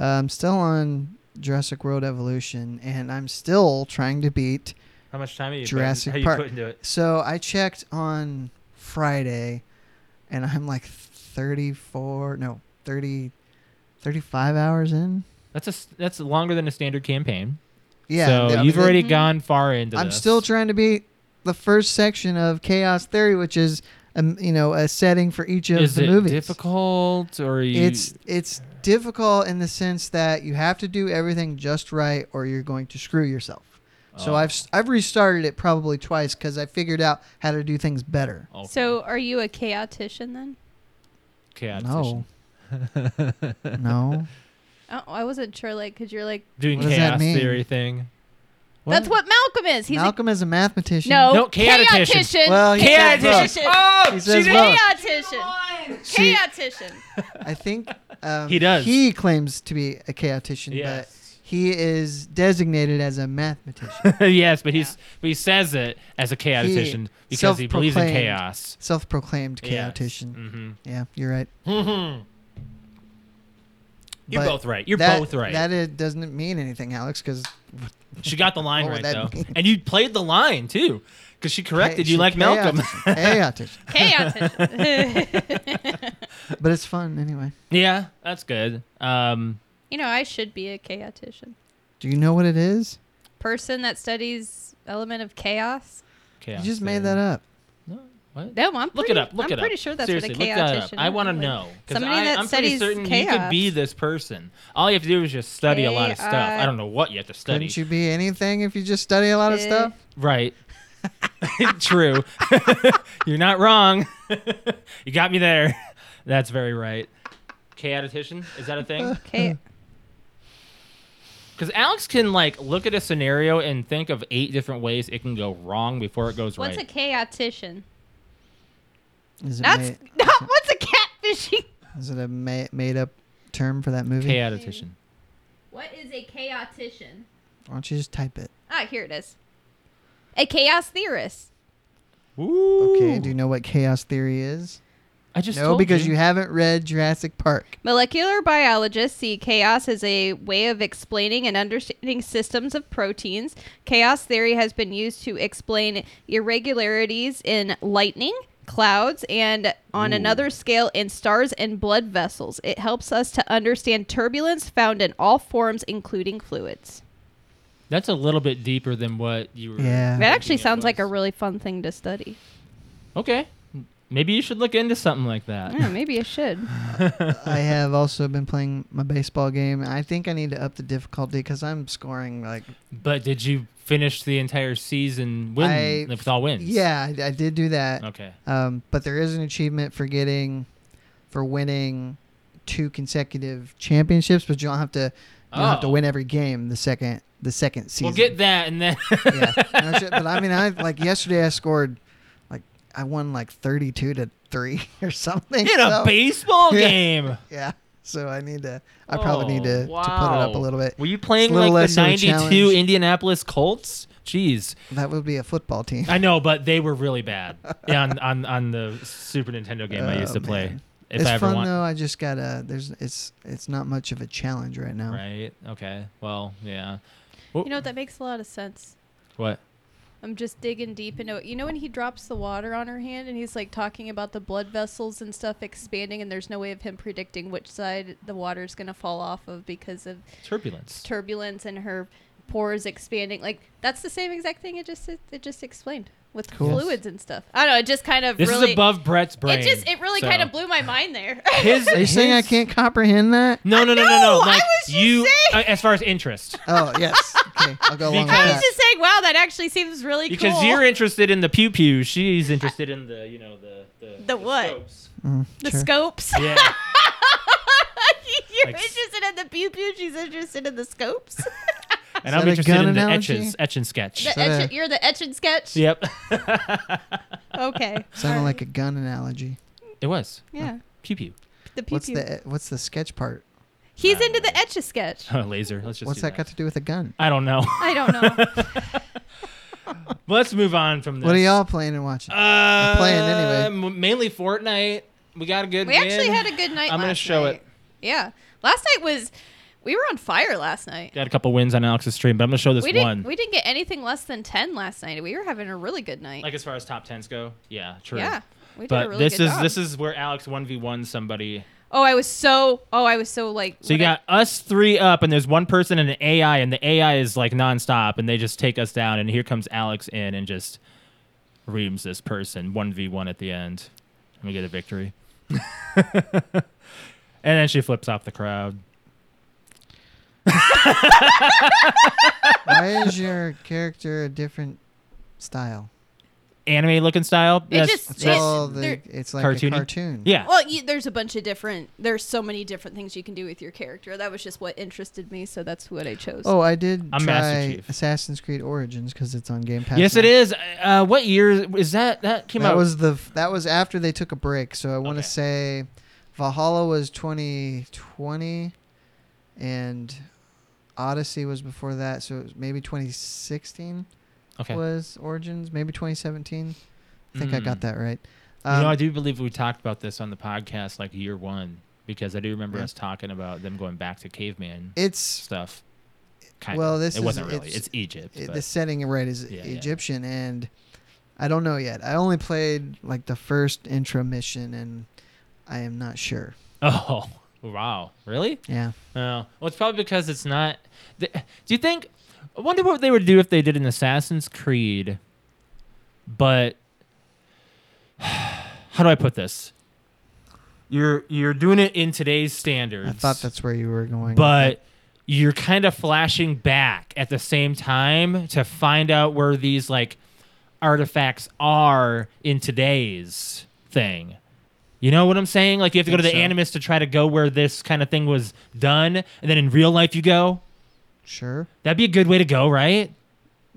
Speaker 2: Uh, I'm still on Jurassic World Evolution, and I'm still trying to beat.
Speaker 1: How much time are you?
Speaker 2: Jurassic
Speaker 1: how you
Speaker 2: Park.
Speaker 1: put into it?
Speaker 2: So I checked on Friday, and I'm like 34, no, 30, 35 hours in.
Speaker 1: That's a s- that's longer than a standard campaign.
Speaker 2: Yeah.
Speaker 1: So
Speaker 2: I mean,
Speaker 1: you've
Speaker 2: they-
Speaker 1: already
Speaker 3: Mhm.
Speaker 1: gone far into.
Speaker 2: I'm
Speaker 1: this.
Speaker 2: still trying to beat the first section of Chaos Theory, which is, um, you know, a setting for each of
Speaker 1: Is
Speaker 2: the
Speaker 1: it
Speaker 2: movies.
Speaker 1: difficult or are you?
Speaker 2: It's it's difficult in the sense that you have to do everything just right, or you're going to screw yourself. So
Speaker 1: Oh,
Speaker 2: I've s- I've restarted it probably twice because I figured out how to do things better.
Speaker 1: okay.
Speaker 3: So, are you a chaotician then?
Speaker 1: chaotic (laughs)
Speaker 2: no, no,
Speaker 3: Oh, I wasn't sure, like, because you're like,
Speaker 1: doing
Speaker 2: What does that
Speaker 1: chaos
Speaker 2: mean?
Speaker 1: theory thing.
Speaker 3: that's what Malcolm is. He's
Speaker 2: Malcolm is a
Speaker 3: a,
Speaker 2: mathematician.
Speaker 3: no,
Speaker 1: No, chaotician.
Speaker 3: chaotician.
Speaker 2: Well, he
Speaker 1: Chaotician.
Speaker 2: says
Speaker 3: Chaotician.
Speaker 1: Oh,
Speaker 2: He
Speaker 1: she
Speaker 2: says
Speaker 1: did-
Speaker 2: both.
Speaker 3: Chaotician.
Speaker 2: She-
Speaker 3: Chaotician.
Speaker 2: I think um,
Speaker 1: He does.
Speaker 2: He claims to be a chaotician, but
Speaker 1: Yes. (laughs)
Speaker 2: he is designated as a mathematician,
Speaker 1: yes, but he's but he says it as a chaotician because he believes in
Speaker 2: self-proclaimed
Speaker 1: chaos.
Speaker 2: self-proclaimed
Speaker 1: Yes.
Speaker 2: chaotician.
Speaker 1: Mhm.
Speaker 2: Yeah, you're right.
Speaker 1: You're
Speaker 2: But
Speaker 1: both right. You're
Speaker 2: That-
Speaker 1: both right.
Speaker 2: That it doesn't mean anything, Alex, because
Speaker 1: she got the
Speaker 2: (laughs)
Speaker 1: line
Speaker 2: What
Speaker 1: right
Speaker 2: would
Speaker 1: though,
Speaker 2: that mean?
Speaker 1: and you played the line too, because she corrected you like Malcolm.
Speaker 2: chaotician.
Speaker 3: Chaotician. (laughs)
Speaker 2: but it's fun anyway.
Speaker 1: (laughs) yeah, that's good. Um,
Speaker 3: you know, I should be a chaotician.
Speaker 2: Do you know what it is?
Speaker 3: Person that studies element of chaos.
Speaker 1: chaos
Speaker 2: you just
Speaker 1: theory.
Speaker 2: made that up.
Speaker 1: No, what?
Speaker 3: No, I'm
Speaker 1: Look
Speaker 3: pretty,
Speaker 1: it up. Look
Speaker 3: I'm
Speaker 1: it up.
Speaker 3: pretty sure that's
Speaker 1: Seriously,
Speaker 3: what a
Speaker 1: look that up.
Speaker 3: chaotician
Speaker 1: I want to
Speaker 3: is.
Speaker 1: know because
Speaker 3: Somebody that
Speaker 1: I'm pretty
Speaker 3: studies
Speaker 1: certain you could be
Speaker 3: chaos.
Speaker 1: this person. All you have to do is just study a lot of stuff. I
Speaker 3: AI.
Speaker 1: don't know what you have to study.
Speaker 2: Couldn't you be anything if you just study a lot of
Speaker 3: Eh.
Speaker 2: stuff? (laughs)
Speaker 1: Right. (laughs) True. (laughs) You're not wrong. (laughs) you got me there. (laughs) That's very right. Chaotician? Is that
Speaker 2: (laughs)
Speaker 1: a thing? (laughs)
Speaker 3: Okay.
Speaker 1: Because Alex can like look at a scenario and think of eight different ways it can go wrong before it goes
Speaker 3: What's a
Speaker 1: right.
Speaker 3: chaotician?
Speaker 2: Is it,
Speaker 3: That's (laughs)
Speaker 2: ma-
Speaker 3: not what's a catfishing.
Speaker 2: is it a ma- made-up term for that movie?
Speaker 1: Chaotician.
Speaker 3: What is a chaotician?
Speaker 2: Why don't you just type it?
Speaker 3: Ah, here it is. A chaos theorist.
Speaker 1: Ooh.
Speaker 2: Okay. Do you know what chaos theory is?
Speaker 1: I just
Speaker 2: no,
Speaker 1: told
Speaker 2: because
Speaker 1: you.
Speaker 2: you haven't read Jurassic
Speaker 1: (laughs)
Speaker 2: Park.
Speaker 3: Molecular biologists see chaos as a way of explaining and understanding systems of proteins. Chaos theory has been used to explain irregularities in lightning, clouds, and on
Speaker 1: Ooh.
Speaker 3: another scale in stars and blood vessels. It helps us to understand turbulence found in all forms, including fluids.
Speaker 1: That's a little bit deeper than what you were.
Speaker 2: Yeah.
Speaker 3: That actually
Speaker 1: thinking it
Speaker 3: sounds like a
Speaker 1: was.
Speaker 3: really fun thing to study.
Speaker 1: Okay. Maybe you should look into something like that.
Speaker 3: Yeah, maybe I should.
Speaker 2: I have also been playing my baseball game. I think I need to up the difficulty because I'm scoring like.
Speaker 1: But did you finish the entire season win
Speaker 2: I-
Speaker 1: with all wins?
Speaker 2: Yeah, I, I did do that.
Speaker 1: Okay.
Speaker 2: Um, but there is an achievement for getting, for winning, two consecutive championships. But you don't have to. You don't have to
Speaker 1: Oh.
Speaker 2: win every game. The second. The second season.
Speaker 1: Well, get that and then. (laughs)
Speaker 2: yeah. No shit, but I mean, I like yesterday. I scored, like, I won like thirty-two to three (laughs) or something.
Speaker 1: (laughs) in a
Speaker 2: so-
Speaker 1: baseball
Speaker 2: Yeah.
Speaker 1: game.
Speaker 2: Yeah. So I need to. I probably need to,
Speaker 1: Oh,
Speaker 2: to put it up a
Speaker 1: wow.
Speaker 2: little bit.
Speaker 1: Were you playing
Speaker 2: a little
Speaker 1: like
Speaker 2: less
Speaker 1: the
Speaker 2: of a challenge.
Speaker 1: '92 Indianapolis Colts? Jeez,
Speaker 2: That would be a football team.
Speaker 1: I know, but they were
Speaker 2: (laughs)
Speaker 1: really bad. Yeah, on on, on the Super Nintendo game I used
Speaker 2: Oh,
Speaker 1: to play.
Speaker 2: man.
Speaker 1: If
Speaker 2: it's
Speaker 1: I ever
Speaker 2: fun
Speaker 1: want,
Speaker 2: though. I just gotta. There's. It's. It's not much of a challenge right now.
Speaker 1: right? Okay. Well, yeah.
Speaker 3: You know, that makes a lot of sense.
Speaker 1: Oh. What?
Speaker 3: I'm just digging deep into it. You know when he drops the water on her hand and he's like talking about the blood vessels and stuff expanding and there's no way of him predicting which side the water's going to fall off of because of
Speaker 1: Turbulence.
Speaker 3: turbulence and her pores expanding. Like that's the same exact thing it just it, just explained with
Speaker 2: Cool.
Speaker 3: fluids and stuff. I don't know, it just kind of
Speaker 1: This
Speaker 3: really
Speaker 1: is above Brett's brain.
Speaker 3: it just it really
Speaker 1: so-
Speaker 3: kind of blew my mind
Speaker 1: (laughs)
Speaker 3: there.
Speaker 1: His,
Speaker 2: Are you
Speaker 1: his,
Speaker 2: saying I can't comprehend that?
Speaker 1: No, no, no, no,
Speaker 3: No,
Speaker 1: no.
Speaker 3: I
Speaker 1: Like,
Speaker 3: was just
Speaker 1: you,
Speaker 3: saying-
Speaker 1: uh, as far
Speaker 3: (laughs)
Speaker 1: as interest,
Speaker 2: Oh yes. Okay. I'll go along
Speaker 3: (laughs)
Speaker 2: with
Speaker 3: I was
Speaker 2: that.
Speaker 3: just saying, wow, that actually seems really
Speaker 1: because
Speaker 3: cool.
Speaker 1: you're interested in the pew pew, she's interested in the, you know, the the,
Speaker 3: what?
Speaker 1: scopes.
Speaker 2: Mm,
Speaker 3: the
Speaker 2: sure.
Speaker 3: scopes.
Speaker 1: Yeah.
Speaker 3: (laughs) you're
Speaker 1: Like s-
Speaker 3: interested in the pew pew. She's interested in the
Speaker 2: (laughs)
Speaker 3: scopes.
Speaker 1: And
Speaker 2: that
Speaker 1: I'm
Speaker 2: a
Speaker 1: interested
Speaker 2: gun
Speaker 1: in the
Speaker 2: analogy?
Speaker 1: etches, etch and sketch.
Speaker 3: The
Speaker 2: Shut
Speaker 3: etch-
Speaker 2: up.
Speaker 3: you're the etch and sketch.
Speaker 1: Yep.
Speaker 3: (laughs)
Speaker 1: (laughs)
Speaker 2: (laughs)
Speaker 3: Okay.
Speaker 2: Sounded
Speaker 3: All
Speaker 2: like
Speaker 3: right.
Speaker 2: a gun analogy.
Speaker 1: it was
Speaker 3: yeah.
Speaker 1: pew pew. (laughs)
Speaker 3: The pew
Speaker 2: What's
Speaker 3: pew.
Speaker 2: the e-, What's the sketch part?
Speaker 3: He's into the etch a sketch.
Speaker 1: Laser. Let's just.
Speaker 2: What's
Speaker 1: do
Speaker 2: that got to do with a gun?
Speaker 1: I don't know.
Speaker 3: I don't know.
Speaker 1: (laughs) Let's move on from this.
Speaker 2: What are y'all playing and watching?
Speaker 1: Uh,
Speaker 2: playing anyway.
Speaker 1: m- mainly Fortnite. We got a good.
Speaker 3: We actually
Speaker 1: win.
Speaker 3: had a good night.
Speaker 1: I'm gonna
Speaker 3: last
Speaker 1: show
Speaker 3: night.
Speaker 1: it.
Speaker 3: Yeah, last night was we were on fire last night.
Speaker 1: got a couple wins on Alex's stream, but I'm gonna show this
Speaker 3: we didn't
Speaker 1: one.
Speaker 3: we didn't get anything less than ten last night. We were having a really good night.
Speaker 1: Like as far as top tens go, yeah, true.
Speaker 3: yeah, we did a
Speaker 1: But
Speaker 3: really
Speaker 1: this
Speaker 3: good
Speaker 1: is
Speaker 3: job.
Speaker 1: this is where Alex one v one somebody.
Speaker 3: Oh, I was so oh I was so like.
Speaker 1: So you
Speaker 3: what I-
Speaker 1: got us three up, and there's one person and an AI, and the AI is like nonstop, and they just take us down. And here comes Alex in and just reams this person one v one at the end, and we get a victory. (laughs) and then she flips off the crowd.
Speaker 2: Why is your character a different style?
Speaker 1: Anime looking style.
Speaker 3: It
Speaker 1: Yes.
Speaker 3: just-
Speaker 2: It's
Speaker 3: Yes,
Speaker 2: all the.
Speaker 3: they're-
Speaker 2: It's like
Speaker 1: Cartoony?
Speaker 2: a cartoon.
Speaker 1: yeah.
Speaker 3: Well, you, there's a bunch of different. There's so many different things you can do with your character. That was just what interested me, so that's what I chose.
Speaker 2: Oh, I did
Speaker 1: I'm Master
Speaker 2: try
Speaker 1: Chief.
Speaker 2: Assassin's Creed Origins because it's on Game Pass.
Speaker 1: Yes,
Speaker 2: now.
Speaker 1: it is. Uh, what year is that? That came
Speaker 2: That
Speaker 1: out.
Speaker 2: was the f- that was after they took a break. So I want to
Speaker 1: Okay.
Speaker 2: say Valhalla was 2020, and Odyssey was before that. So it was maybe 2016
Speaker 1: okay.
Speaker 2: was Origins, maybe 2017. I think I got
Speaker 1: Mm.
Speaker 2: that right.
Speaker 1: you know, I
Speaker 2: Um,
Speaker 1: do believe we talked about this on the podcast like year one because I do remember
Speaker 2: Yeah.
Speaker 1: us talking about them going back to caveman
Speaker 2: it's
Speaker 1: stuff. Kind
Speaker 2: Well,
Speaker 1: of.
Speaker 2: this
Speaker 1: it
Speaker 2: is-
Speaker 1: wasn't really.
Speaker 2: it's-
Speaker 1: It's, Egypt.
Speaker 2: it,
Speaker 1: but-
Speaker 2: the setting right is
Speaker 1: Yeah, yeah.
Speaker 2: Egyptian, and I don't know yet. I only played like the first intro mission, and I am not sure.
Speaker 1: (laughs) oh wow, really?
Speaker 2: Yeah,
Speaker 1: Oh, well, it's probably because it's not. th- Do you think? I wonder what they would do if they did an Assassin's Creed, but (sighs) how do I put this? You're you're doing it in today's standards.
Speaker 2: I thought that's where you were going.
Speaker 1: but you're kind of flashing back at the same time to find out where these like artifacts are in today's thing. You know what I'm saying? Like you have to go to the
Speaker 2: Think so.
Speaker 1: animus to try to go where this kind of thing was done, and then in real life you go.
Speaker 2: sure.
Speaker 1: That'd be a good way to go, right?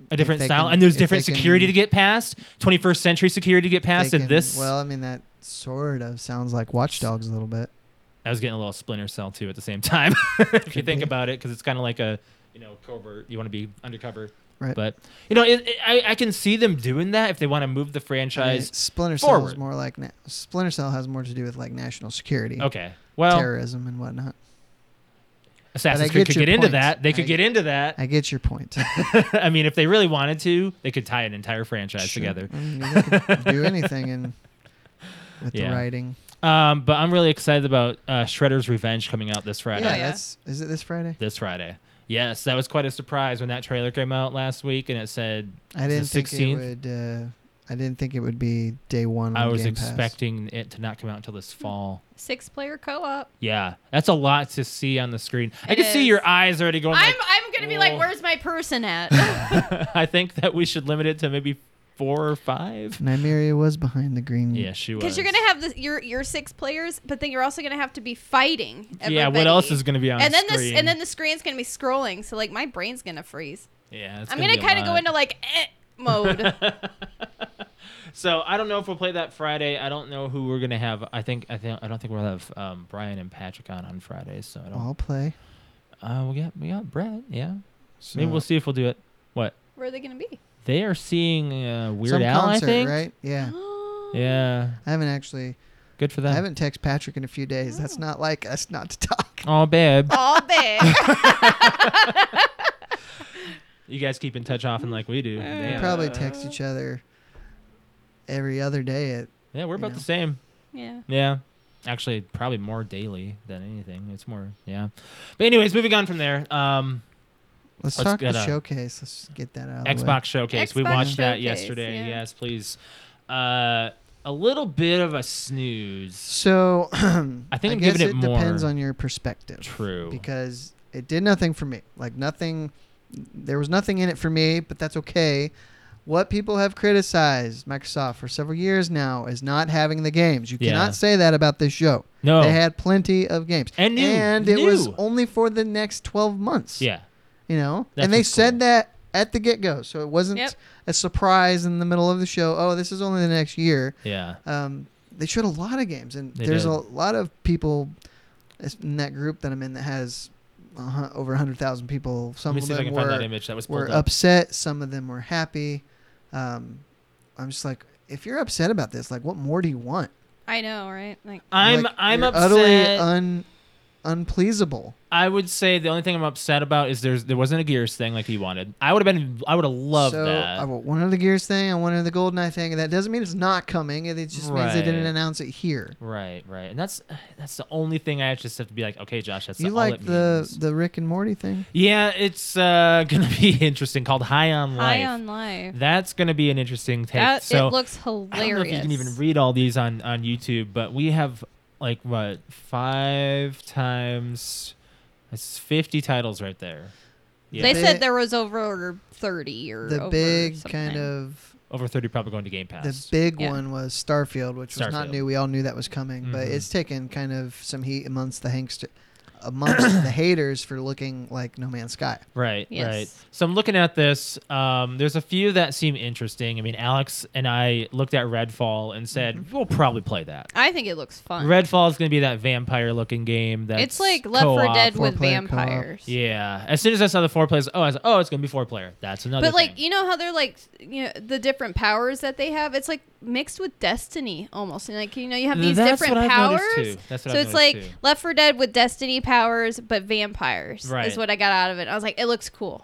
Speaker 1: A different
Speaker 2: they
Speaker 1: style,
Speaker 2: can-
Speaker 1: and there's
Speaker 2: if they
Speaker 1: different security
Speaker 2: can-
Speaker 1: to get past. 21st century security to get past,
Speaker 2: they
Speaker 1: and
Speaker 2: can-
Speaker 1: this.
Speaker 2: Well, I mean that sort of sounds like Watch Dogs a little bit.
Speaker 1: I was getting a little Splinter Cell too at the same time, (laughs) if you
Speaker 2: Could
Speaker 1: think
Speaker 2: be.
Speaker 1: about it, because it's kind of like a, you know, covert. You want to be undercover,
Speaker 2: Right.
Speaker 1: But you know, it, it, I I can see them doing that if they want to move
Speaker 2: I
Speaker 1: the
Speaker 2: mean,
Speaker 1: franchise.
Speaker 2: Splinter Cell is
Speaker 1: forward.
Speaker 2: more like na- Splinter Cell has more to do with like national security,
Speaker 1: okay, well,
Speaker 2: terrorism and whatnot.
Speaker 1: Assassin's
Speaker 2: I get
Speaker 1: Creed could
Speaker 2: your
Speaker 1: get into
Speaker 2: point.
Speaker 1: that. They could
Speaker 2: I-
Speaker 1: get into that.
Speaker 2: (laughs) I get your point.
Speaker 1: (laughs) I mean, if they really wanted to, they could tie an entire
Speaker 2: (laughs)
Speaker 1: franchise
Speaker 2: Sure.
Speaker 1: together.
Speaker 2: I mean, they could do anything
Speaker 1: (laughs)
Speaker 2: and with
Speaker 1: Yeah.
Speaker 2: the writing.
Speaker 1: Um, but I'm really excited about uh, Shredder's Revenge coming out this Friday.
Speaker 2: Yeah,
Speaker 3: Yeah.
Speaker 2: that's is it this Friday?
Speaker 1: This Friday. Yes, that was quite a surprise when that trailer came out last week, and it said
Speaker 2: I
Speaker 1: It's
Speaker 2: didn't
Speaker 1: the
Speaker 2: think it would. Uh, I didn't think it would be day one.
Speaker 1: I
Speaker 2: on
Speaker 1: was
Speaker 2: Game Pass.
Speaker 1: expecting it to not come out until this fall.
Speaker 3: Six player co-op.
Speaker 1: Yeah, that's a lot to see on the screen. I
Speaker 3: It
Speaker 1: can see
Speaker 3: is.
Speaker 1: your eyes already going.
Speaker 3: I'm
Speaker 1: Like,
Speaker 3: I'm gonna be like,
Speaker 1: Whoa.
Speaker 3: where's my person at?
Speaker 1: (laughs) I think that we should limit it to maybe four or five.
Speaker 2: Nymeria was behind the green.
Speaker 1: Yeah, she was.
Speaker 3: Because you're gonna have this, your your six players, but then you're also gonna have to be fighting. Everybody.
Speaker 1: Yeah, what else is gonna be on?
Speaker 3: and
Speaker 1: the
Speaker 3: then
Speaker 1: screen?
Speaker 3: this and then the screen's gonna be scrolling, so like my brain's gonna freeze.
Speaker 1: yeah, it's
Speaker 3: I'm gonna
Speaker 1: be a
Speaker 3: kind of
Speaker 1: (laughs) lot.
Speaker 3: go into like eh, mode.
Speaker 1: So I don't know if we'll play that Friday. I don't know who we're gonna have. I think I think I don't think we'll have um, Brian and Patrick on on Friday. So I don't.
Speaker 2: I'll play.
Speaker 1: Uh, we got we got Brett. Yeah.
Speaker 2: So,
Speaker 1: Maybe we'll see if we'll do it. What
Speaker 3: Where are they gonna be?
Speaker 1: they are seeing uh, Weird
Speaker 2: some
Speaker 1: Al.
Speaker 2: concert,
Speaker 1: I think.
Speaker 2: right? Yeah.
Speaker 1: Yeah.
Speaker 2: I haven't actually.
Speaker 1: Good for
Speaker 2: I
Speaker 1: them.
Speaker 2: haven't texted Patrick in a few days. That's not like us not to talk.
Speaker 1: Oh, babe.
Speaker 3: (gasps) All
Speaker 1: (laughs)
Speaker 3: big.
Speaker 1: You guys keep in touch often like we do.
Speaker 3: Mm.
Speaker 2: We
Speaker 1: Damn.
Speaker 2: probably text each other every other day. At,
Speaker 1: yeah, we're about
Speaker 2: you know.
Speaker 1: the same.
Speaker 3: yeah.
Speaker 1: Yeah. Actually, probably more daily than anything. It's more, yeah. But anyways, moving on from there. Um,
Speaker 2: let's,
Speaker 1: Let's
Speaker 2: talk
Speaker 1: get
Speaker 2: the
Speaker 1: a-
Speaker 2: showcase. Let's get that out. of the way.
Speaker 1: Xbox Showcase. we
Speaker 3: Xbox
Speaker 1: watched that
Speaker 3: Showcase,
Speaker 1: yesterday.
Speaker 3: yeah.
Speaker 1: Yes, please. Uh, a little bit of a snooze.
Speaker 2: So (clears throat)
Speaker 1: I think I'm
Speaker 2: guess
Speaker 1: giving it more-
Speaker 2: depends on your perspective.
Speaker 1: True.
Speaker 2: Because it did nothing for me. Like nothing. There was nothing in it for me, but that's okay. What people have criticized Microsoft for several years now is not having the games. You
Speaker 1: Yeah.
Speaker 2: cannot say that about this show.
Speaker 1: no.
Speaker 2: They had plenty of games.
Speaker 1: Oh. And new-
Speaker 2: and it was
Speaker 1: new.
Speaker 2: only for the next 12 months.
Speaker 1: yeah.
Speaker 2: You know?
Speaker 1: That's
Speaker 2: and they
Speaker 1: what's
Speaker 2: said
Speaker 1: cool.
Speaker 2: that at the get go. So it wasn't
Speaker 3: Yep.
Speaker 2: a surprise in the middle of the show. Oh, this is only the next year.
Speaker 1: Yeah.
Speaker 2: Um, they showed a lot of games. And
Speaker 1: They
Speaker 2: there's
Speaker 1: did.
Speaker 2: a lot of people in that group that I'm in that has uh, hu- over 100,000 people.
Speaker 1: Let
Speaker 2: Some
Speaker 1: me
Speaker 2: of
Speaker 1: see if I
Speaker 2: them
Speaker 1: can find that
Speaker 2: were,
Speaker 1: image that was
Speaker 2: were
Speaker 1: pulled up.
Speaker 2: upset. Some of them were happy. Um, I'm just like, if you're upset about this, like, what more do you want?
Speaker 3: I know, right? Like
Speaker 1: I'm
Speaker 2: Like,
Speaker 1: I'm
Speaker 2: you're
Speaker 1: upset.
Speaker 2: Utterly un, unpleasable.
Speaker 1: I would say the only thing I'm upset about is there's there wasn't a Gears thing like he wanted. I would have been I would have loved
Speaker 2: so,
Speaker 1: that.
Speaker 2: I want one of the Gears thing, I wanted the Goldeneye thing, and that doesn't mean it's not coming. It it just means they didn't
Speaker 1: Right.
Speaker 2: announce it here.
Speaker 1: Right, right, and that's that's the only thing I just have to be like, okay, Josh, that's
Speaker 2: you
Speaker 1: all
Speaker 2: like
Speaker 1: it
Speaker 2: the
Speaker 1: means.
Speaker 2: the Rick and Morty thing?
Speaker 1: yeah, it's uh, (laughs) gonna be interesting. Called High on Life.
Speaker 3: high on life.
Speaker 1: that's gonna be an interesting take.
Speaker 3: That
Speaker 1: so
Speaker 3: it looks
Speaker 1: I
Speaker 3: hilarious.
Speaker 1: don't know if you can even read all these on on YouTube, but we have like what five times that's fifty titles right there. Yeah,
Speaker 3: They
Speaker 2: The
Speaker 3: said
Speaker 2: big-
Speaker 3: there was over thirty or
Speaker 2: The
Speaker 3: over
Speaker 2: big
Speaker 3: something.
Speaker 2: kind of
Speaker 1: over thirty probably going to Game Pass.
Speaker 2: the big
Speaker 3: Yeah.
Speaker 2: one was Starfield, which was not
Speaker 1: Starfield.
Speaker 2: new. We all knew that was coming, but
Speaker 1: Mhm.
Speaker 2: it's taken kind of some heat amongst the hangster, amongst
Speaker 1: (coughs)
Speaker 2: the haters for looking like No Man's Sky.
Speaker 1: Right,
Speaker 3: Yes.
Speaker 1: right. So I'm looking at this. Um, there's a few that seem interesting. I mean, Alex and I looked at Redfall and said we'll probably play that.
Speaker 3: I think it looks Mm-hmm. fun.
Speaker 1: Redfall is going to be that vampire-looking game. That's
Speaker 3: it's like Left
Speaker 1: co-op.
Speaker 3: 4 Dead with
Speaker 2: Four-player co-op.
Speaker 3: vampires.
Speaker 1: Yeah. As soon as I saw the four players, oh, I was like, oh, it's going to be four player. That's another.
Speaker 3: But like
Speaker 1: thing.
Speaker 3: you know how they're like you know the different powers that they have. It's like mixed with Destiny almost, and like you know you have these
Speaker 1: That's
Speaker 3: different
Speaker 1: what I've
Speaker 3: powers.
Speaker 1: noticed, too. That's what
Speaker 3: so
Speaker 1: I've
Speaker 3: it's like
Speaker 1: noticed, too.
Speaker 3: Left for Dead with Destiny powers, but vampires
Speaker 1: Right.
Speaker 3: is what I got out of it. I was like, it looks cool.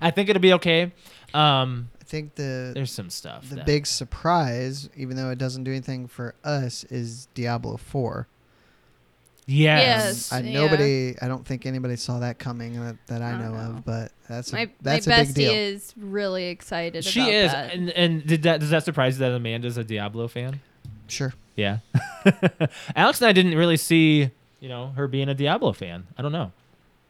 Speaker 1: I think it'll be okay. Um,
Speaker 2: I think the
Speaker 1: there's some stuff.
Speaker 2: the
Speaker 1: that-
Speaker 2: big surprise, even though it doesn't do anything for us, is Diablo Four. Um,
Speaker 1: Yes.
Speaker 3: Yes.
Speaker 2: I,
Speaker 3: Yeah.
Speaker 2: Nobody, I don't think anybody saw that coming that, that I
Speaker 3: I
Speaker 2: know
Speaker 3: don't know.
Speaker 2: of. But that's a,
Speaker 3: my
Speaker 2: that's
Speaker 3: my
Speaker 2: a
Speaker 3: bestie
Speaker 2: big deal.
Speaker 3: is really excited.
Speaker 1: She
Speaker 3: about
Speaker 1: is.
Speaker 3: that.
Speaker 1: And and did that does that surprise you that Amanda's a Diablo fan?
Speaker 2: Sure,
Speaker 1: Yeah. (laughs) Alex and I didn't really see, you know, her being a Diablo fan. I don't know.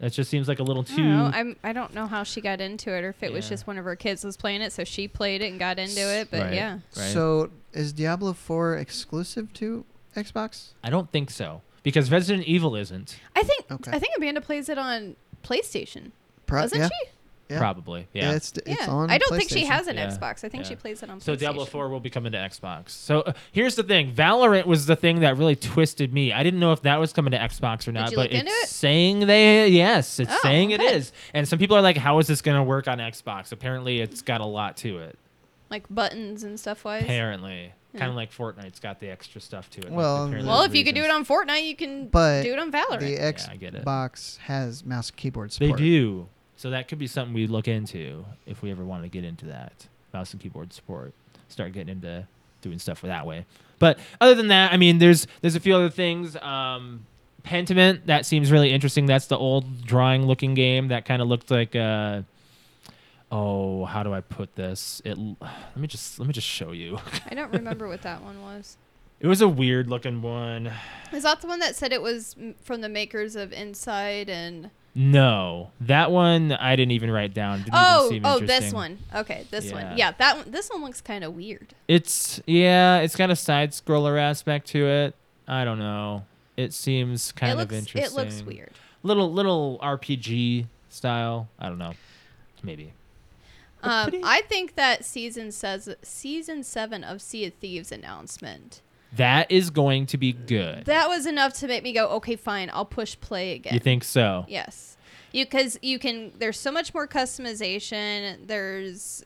Speaker 1: That just seems like a little
Speaker 3: I
Speaker 1: too.
Speaker 3: don't, know. I'm, I don't know how she got into it or if it was
Speaker 1: Yeah.
Speaker 3: just one of her kids was playing it, so she played it and got into it. But
Speaker 1: Right.
Speaker 3: yeah,
Speaker 1: Right.
Speaker 2: So is Diablo Four exclusive to Xbox?
Speaker 1: I don't think so because Resident Evil isn't
Speaker 3: I think
Speaker 2: Okay.
Speaker 3: I think Amanda plays it on PlayStation,
Speaker 2: Pro-
Speaker 3: doesn't
Speaker 2: yeah.
Speaker 3: she?
Speaker 2: Yeah.
Speaker 1: probably.
Speaker 2: Yeah,
Speaker 1: Yeah.
Speaker 2: it's, d- it's
Speaker 3: yeah,
Speaker 2: on.
Speaker 3: I don't think she
Speaker 2: PlayStation.
Speaker 3: has an
Speaker 1: Yeah.
Speaker 3: Xbox. I think she
Speaker 1: Yeah.
Speaker 3: plays it on.
Speaker 1: so Diablo
Speaker 3: PlayStation.
Speaker 1: 4 will be coming to Xbox. So uh, here's the thing: Valorant was the thing that really twisted me. I didn't know if that was coming to Xbox or not,
Speaker 3: you
Speaker 1: but
Speaker 3: look into
Speaker 1: it's
Speaker 3: it?
Speaker 1: saying they yes, it's
Speaker 3: Oh,
Speaker 1: saying it
Speaker 3: okay.
Speaker 1: is. And some people are like, "How is this going to work on Xbox?" Apparently, it's got a lot to it.
Speaker 3: like buttons and stuff wise.
Speaker 1: Apparently,
Speaker 3: Yeah.
Speaker 1: kind of like Fortnite's got the extra stuff to it. like,
Speaker 2: Well,
Speaker 1: apparently
Speaker 3: Hmm. Well,
Speaker 1: there's
Speaker 3: if you can do it
Speaker 1: reasons-
Speaker 3: on Fortnite, you can
Speaker 2: But
Speaker 3: do it on Valorant.
Speaker 2: The
Speaker 1: Yeah, I get it.
Speaker 2: Xbox has mouse and keyboard
Speaker 1: they
Speaker 2: support.
Speaker 1: do. So that could be something we look into if we ever want to get into that mouse and keyboard support. Start getting into doing stuff that way. But other than that, I mean, there's there's a few other things. Um, Pentiment that seems really interesting. That's the old drawing looking game that kind of looked like. Uh, oh, how do I put this? It l- let me just let me just show you. (laughs)
Speaker 3: I don't remember what that one
Speaker 2: (laughs)
Speaker 3: was.
Speaker 1: It was a weird looking one.
Speaker 3: Is that the one that said it was m- from the makers of Inside and
Speaker 1: No, that one I didn't even write down. Didn't even
Speaker 3: Oh,
Speaker 1: seem
Speaker 3: oh,
Speaker 1: interesting.
Speaker 3: this one. Okay, this
Speaker 1: Yeah.
Speaker 3: one. Yeah, that one. This one looks kind of weird.
Speaker 1: It's yeah, it's got a side scroller aspect to it. I don't know. It seems kind
Speaker 3: it looks,
Speaker 1: of interesting.
Speaker 3: It looks weird.
Speaker 1: Little little RPG style. I don't know. Maybe.
Speaker 3: Um,
Speaker 1: pretty-
Speaker 3: I think that season says season seven of Sea of Thieves announcement.
Speaker 1: That is going to be good.
Speaker 3: That was enough to make me go, okay, fine, I'll push play again.
Speaker 1: You think so?
Speaker 3: Yes. You cuz you can there's so much more customization. There's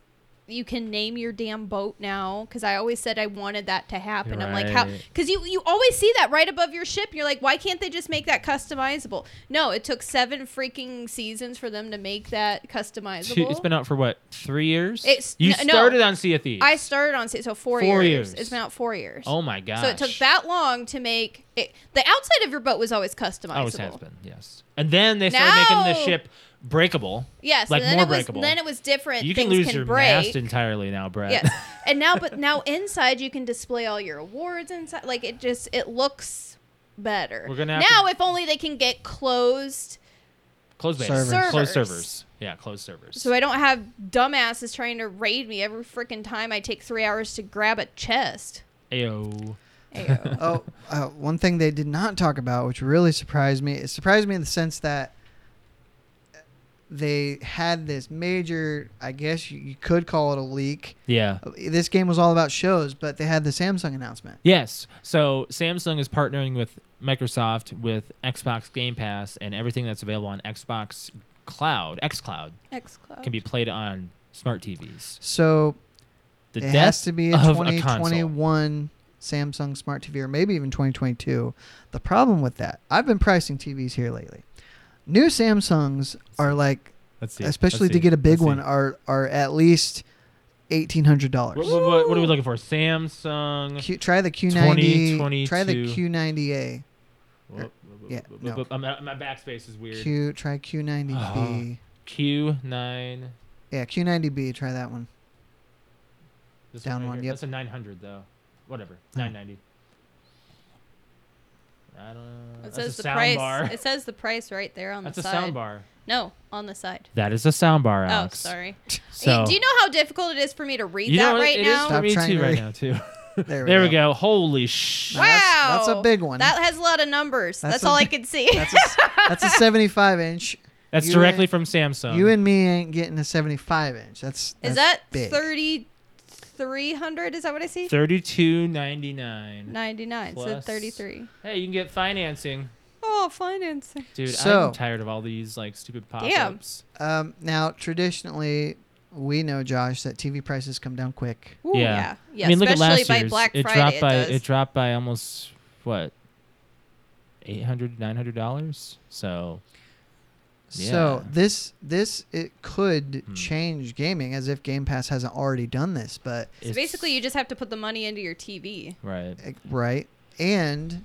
Speaker 3: you can name your damn boat now cuz I always said I wanted that to happen. I'm like how
Speaker 1: Right.
Speaker 3: cuz you you always see that right above your ship. You're like, why can't they just make that customizable? No, it took 7 freaking seasons for them to make that customizable.
Speaker 1: Two, it's been out for what three years?
Speaker 3: It's-
Speaker 1: you
Speaker 3: n- no.
Speaker 1: started on Sea of Thieves.
Speaker 3: I started on se- so 4,
Speaker 1: Four
Speaker 3: years.
Speaker 1: years.
Speaker 3: It's been out 4 years.
Speaker 1: oh my gosh!
Speaker 3: So it took that long to make it. The outside of your boat was always customizable.
Speaker 1: Always has been. Yes. And then they started making the
Speaker 3: No.
Speaker 1: ship breakable.
Speaker 3: Yes,
Speaker 1: Like,
Speaker 3: and then
Speaker 1: more
Speaker 3: it was,
Speaker 1: breakable.
Speaker 3: Then it was different.
Speaker 1: You
Speaker 3: Things
Speaker 1: can lose
Speaker 3: can
Speaker 1: your
Speaker 3: break.
Speaker 1: mast entirely now, Brad. (laughs)
Speaker 3: yes, and now, but now inside you can display all your awards inside. Like it just it looks better.
Speaker 1: We're gonna have
Speaker 3: now
Speaker 1: to-
Speaker 3: if only they can get closed,
Speaker 1: closed beta.
Speaker 2: Servers.
Speaker 1: Closed
Speaker 3: Servers.
Speaker 1: servers. Yeah, closed servers.
Speaker 3: so I don't have dumbasses trying to raid me every freaking time I take three hours to grab a chest.
Speaker 1: Ayo.
Speaker 3: (laughs) Ayo.
Speaker 2: oh, uh, one thing they did not talk about, which really surprised me, it surprised me in the sense that they had this major, I guess you, you could call it a leak.
Speaker 1: Yeah.
Speaker 2: This game was all about shows, but they had the Samsung announcement.
Speaker 1: Yes. So Samsung is partnering with Microsoft with Xbox Game Pass and everything that's available on Xbox Cloud, XCloud,
Speaker 3: XCloud.
Speaker 1: can be played on smart TVs.
Speaker 2: So
Speaker 1: The
Speaker 2: it
Speaker 1: death
Speaker 2: has to be a
Speaker 1: of a console.
Speaker 2: 2021 Samsung Smart TV or maybe even 2022. The problem with that, I've been pricing TVs here lately. New Samsungs are like,
Speaker 1: Let's see.
Speaker 2: especially to get a big one, are are at least eighteen hundred
Speaker 1: What,
Speaker 2: dollars.
Speaker 1: what- what- what are we looking for? Samsung.
Speaker 2: Q, try the Q90. Try the
Speaker 1: 2022.
Speaker 2: Q90A.
Speaker 1: Whoop,
Speaker 2: Yeah,
Speaker 1: whoop,
Speaker 2: no.
Speaker 1: whoop, whoop. My my backspace is weird. Uh-huh.
Speaker 2: Q. Try Q90B.
Speaker 1: Q nine.
Speaker 2: Yeah, Q90B. Try that
Speaker 1: (laughs)
Speaker 2: one.
Speaker 1: This
Speaker 2: Down
Speaker 1: right
Speaker 2: one,
Speaker 1: here.
Speaker 2: yep.
Speaker 1: That's a 900 though. Whatever. 990. I don't know.
Speaker 3: it
Speaker 1: That's
Speaker 3: says
Speaker 1: a
Speaker 3: the
Speaker 1: sound
Speaker 3: price.
Speaker 1: bar.
Speaker 3: It says the price right there on
Speaker 1: That's
Speaker 3: the
Speaker 1: a
Speaker 3: side.
Speaker 1: sound bar.
Speaker 3: No, on the side.
Speaker 1: That is a sound bar, Alex.
Speaker 3: Oh, sorry.
Speaker 1: So,
Speaker 3: Do you know how difficult it is for me to read
Speaker 1: you know
Speaker 3: that
Speaker 1: what?
Speaker 3: right
Speaker 1: It is
Speaker 3: now?
Speaker 2: Stop
Speaker 1: for
Speaker 2: trying
Speaker 1: me too
Speaker 2: to
Speaker 1: right
Speaker 2: read.
Speaker 1: now too.
Speaker 2: There we
Speaker 1: there
Speaker 2: go.
Speaker 1: we go. Holy sh.
Speaker 2: Now That's, that's
Speaker 3: Wow.
Speaker 2: a big one.
Speaker 3: That has a lot of numbers.
Speaker 2: That's
Speaker 3: That's,
Speaker 2: a
Speaker 3: all I
Speaker 2: big-
Speaker 3: can see.
Speaker 2: (laughs) that's a, s- that's a 75
Speaker 1: (laughs)
Speaker 2: inch.
Speaker 1: That's
Speaker 2: You
Speaker 1: directly
Speaker 2: and-
Speaker 1: from Samsung.
Speaker 2: You and me ain't getting a 75 inch. That's,
Speaker 3: is
Speaker 2: that's
Speaker 3: that
Speaker 2: big.
Speaker 3: thirty three hundred? Is that what I see?
Speaker 1: 32.99.
Speaker 3: Ninety nine. So
Speaker 1: Plus-
Speaker 3: thirty three.
Speaker 1: Hey, you can get financing.
Speaker 3: Oh, financing.
Speaker 1: Dude,
Speaker 2: So-
Speaker 1: I'm tired of all these like stupid
Speaker 3: Damn.
Speaker 1: pop-ups.
Speaker 2: Um, now, traditionally, we know Josh that TV prices come down quick.
Speaker 3: Ooh,
Speaker 1: Yeah.
Speaker 3: yeah. yeah.
Speaker 1: I mean, look at
Speaker 3: Especially
Speaker 1: last
Speaker 3: by
Speaker 1: year's.
Speaker 3: Black
Speaker 1: it
Speaker 3: Friday,
Speaker 1: dropped
Speaker 3: it
Speaker 1: by
Speaker 3: does.
Speaker 1: it dropped by almost what 800 900 dollars. So
Speaker 2: So
Speaker 1: Yeah.
Speaker 2: this this it could
Speaker 1: Hmm.
Speaker 2: change gaming as if Game Pass hasn't already done this, but
Speaker 3: so basically, you just have to put the money into your TV.
Speaker 1: right.
Speaker 2: eh, right and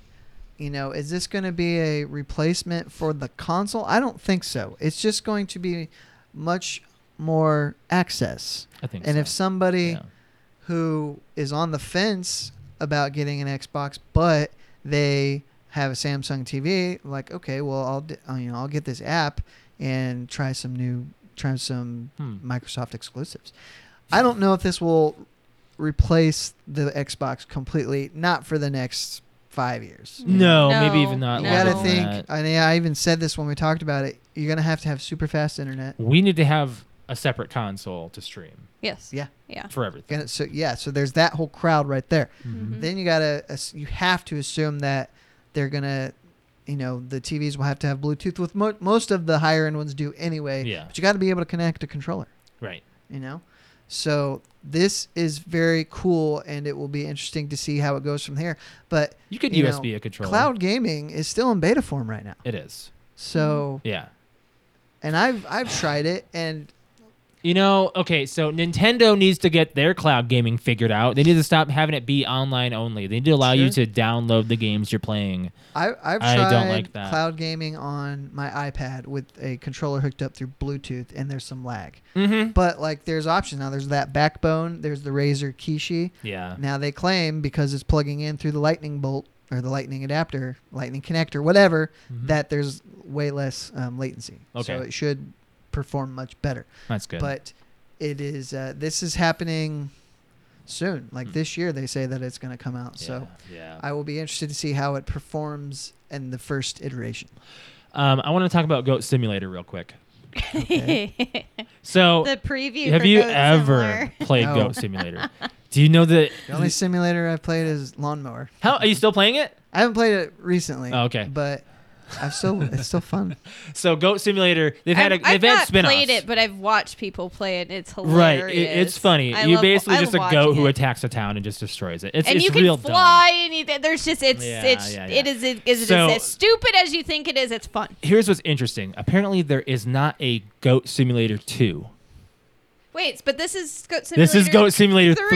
Speaker 2: you know is this going to be a replacement for the console? I don't think so. It's just going to be much more access.
Speaker 1: I think.
Speaker 2: And
Speaker 1: so.
Speaker 2: if somebody
Speaker 1: Yeah.
Speaker 2: who is on the fence about getting an Xbox, but they have a Samsung TV, like okay, well I'll d- uh, you know I'll get this app and try some new try some
Speaker 1: Hmm.
Speaker 2: Microsoft exclusives. I don't know if this will replace the Xbox completely, not for the next five years.
Speaker 1: No, maybe
Speaker 3: No,
Speaker 1: even not.
Speaker 2: You
Speaker 3: no.
Speaker 1: longer
Speaker 2: gotta
Speaker 1: than
Speaker 2: think,
Speaker 1: that.
Speaker 2: and yeah, I even said this when we talked about it. You're gonna have to have super fast internet.
Speaker 1: We need to have a separate console to stream
Speaker 3: Yes.
Speaker 2: Yeah.
Speaker 3: Yeah.
Speaker 1: for everything.
Speaker 2: Gonna, so yeah, so there's that whole crowd right there.
Speaker 3: Mhm.
Speaker 1: Mm-hmm.
Speaker 2: then you gotta ass- you have to assume that they're gonna you know the tvs will have to have bluetooth with mo- most of the higher end ones do anyway
Speaker 1: Yeah.
Speaker 2: but you gotta be able to connect a controller
Speaker 1: Right.
Speaker 2: you know so this is very cool and it will be interesting to see how it goes from here but
Speaker 1: You could
Speaker 2: You know,
Speaker 1: USB a controller.
Speaker 2: cloud gaming is still in beta form right now
Speaker 1: It is.
Speaker 2: so
Speaker 1: Yeah.
Speaker 2: and i've i've tried it and
Speaker 1: You know, okay, so Nintendo needs to get their cloud gaming figured out. They need to stop having it be online only. They need to allow you
Speaker 2: Sure.
Speaker 1: to download the games you're playing.
Speaker 2: I, I've
Speaker 1: I
Speaker 2: tried
Speaker 1: don't like that.
Speaker 2: cloud gaming on my iPad with a controller hooked up through Bluetooth, and there's some lag.
Speaker 1: Mm-hmm.
Speaker 2: But like, there's options now. There's that backbone. There's the Razer Kishi.
Speaker 1: Yeah.
Speaker 2: Now they claim because it's plugging in through the lightning bolt or the lightning adapter, lightning connector, whatever,
Speaker 1: Mhm.
Speaker 2: that there's way less um, latency. So
Speaker 1: Okay.
Speaker 2: it should perform much better.
Speaker 1: That's good.
Speaker 2: But it is. Uh, this is happening soon. Like
Speaker 1: Hmm.
Speaker 2: this year, they say that it's going to come out. So
Speaker 1: yeah.
Speaker 2: I will be interested to see how it performs in the first iteration.
Speaker 1: Um, I want to talk about Goat Simulator real quick. So
Speaker 3: (laughs) the preview.
Speaker 1: have
Speaker 3: for
Speaker 1: you
Speaker 3: Goat
Speaker 1: ever
Speaker 3: Simulator.
Speaker 1: (laughs) played
Speaker 2: No.
Speaker 1: Goat Simulator? Do you know that?
Speaker 2: The only simulator I've played is lawnmower.
Speaker 1: How are you still playing it?
Speaker 2: I haven't played it recently.
Speaker 1: Oh, okay.
Speaker 2: But I've still it's still fun.
Speaker 1: So Goat Simulator, they've had a,
Speaker 3: I've, I've
Speaker 1: they've had
Speaker 3: not
Speaker 1: spin-offs.
Speaker 3: played it, but I've watched people play it. It's
Speaker 1: Right,
Speaker 3: hilarious.
Speaker 1: it- it's funny.
Speaker 3: I
Speaker 1: You're
Speaker 3: love-
Speaker 1: basically
Speaker 3: I
Speaker 1: just a
Speaker 3: love
Speaker 1: goat
Speaker 3: watching
Speaker 1: who
Speaker 3: it.
Speaker 1: attacks a town and just destroys it. It's,
Speaker 3: and
Speaker 1: it's
Speaker 3: you can
Speaker 1: real dumb.
Speaker 3: fly anything. There's just it's
Speaker 1: Yeah,
Speaker 3: it's
Speaker 1: yeah,
Speaker 3: it
Speaker 1: yeah.
Speaker 3: is it is
Speaker 1: So-
Speaker 3: as stupid as you think it is. It's fun.
Speaker 1: Here's what's interesting. Apparently, there is not a Goat Simulator two.
Speaker 3: Wait, but this is Goat Simulator.
Speaker 1: This is Goat Simulator
Speaker 3: three.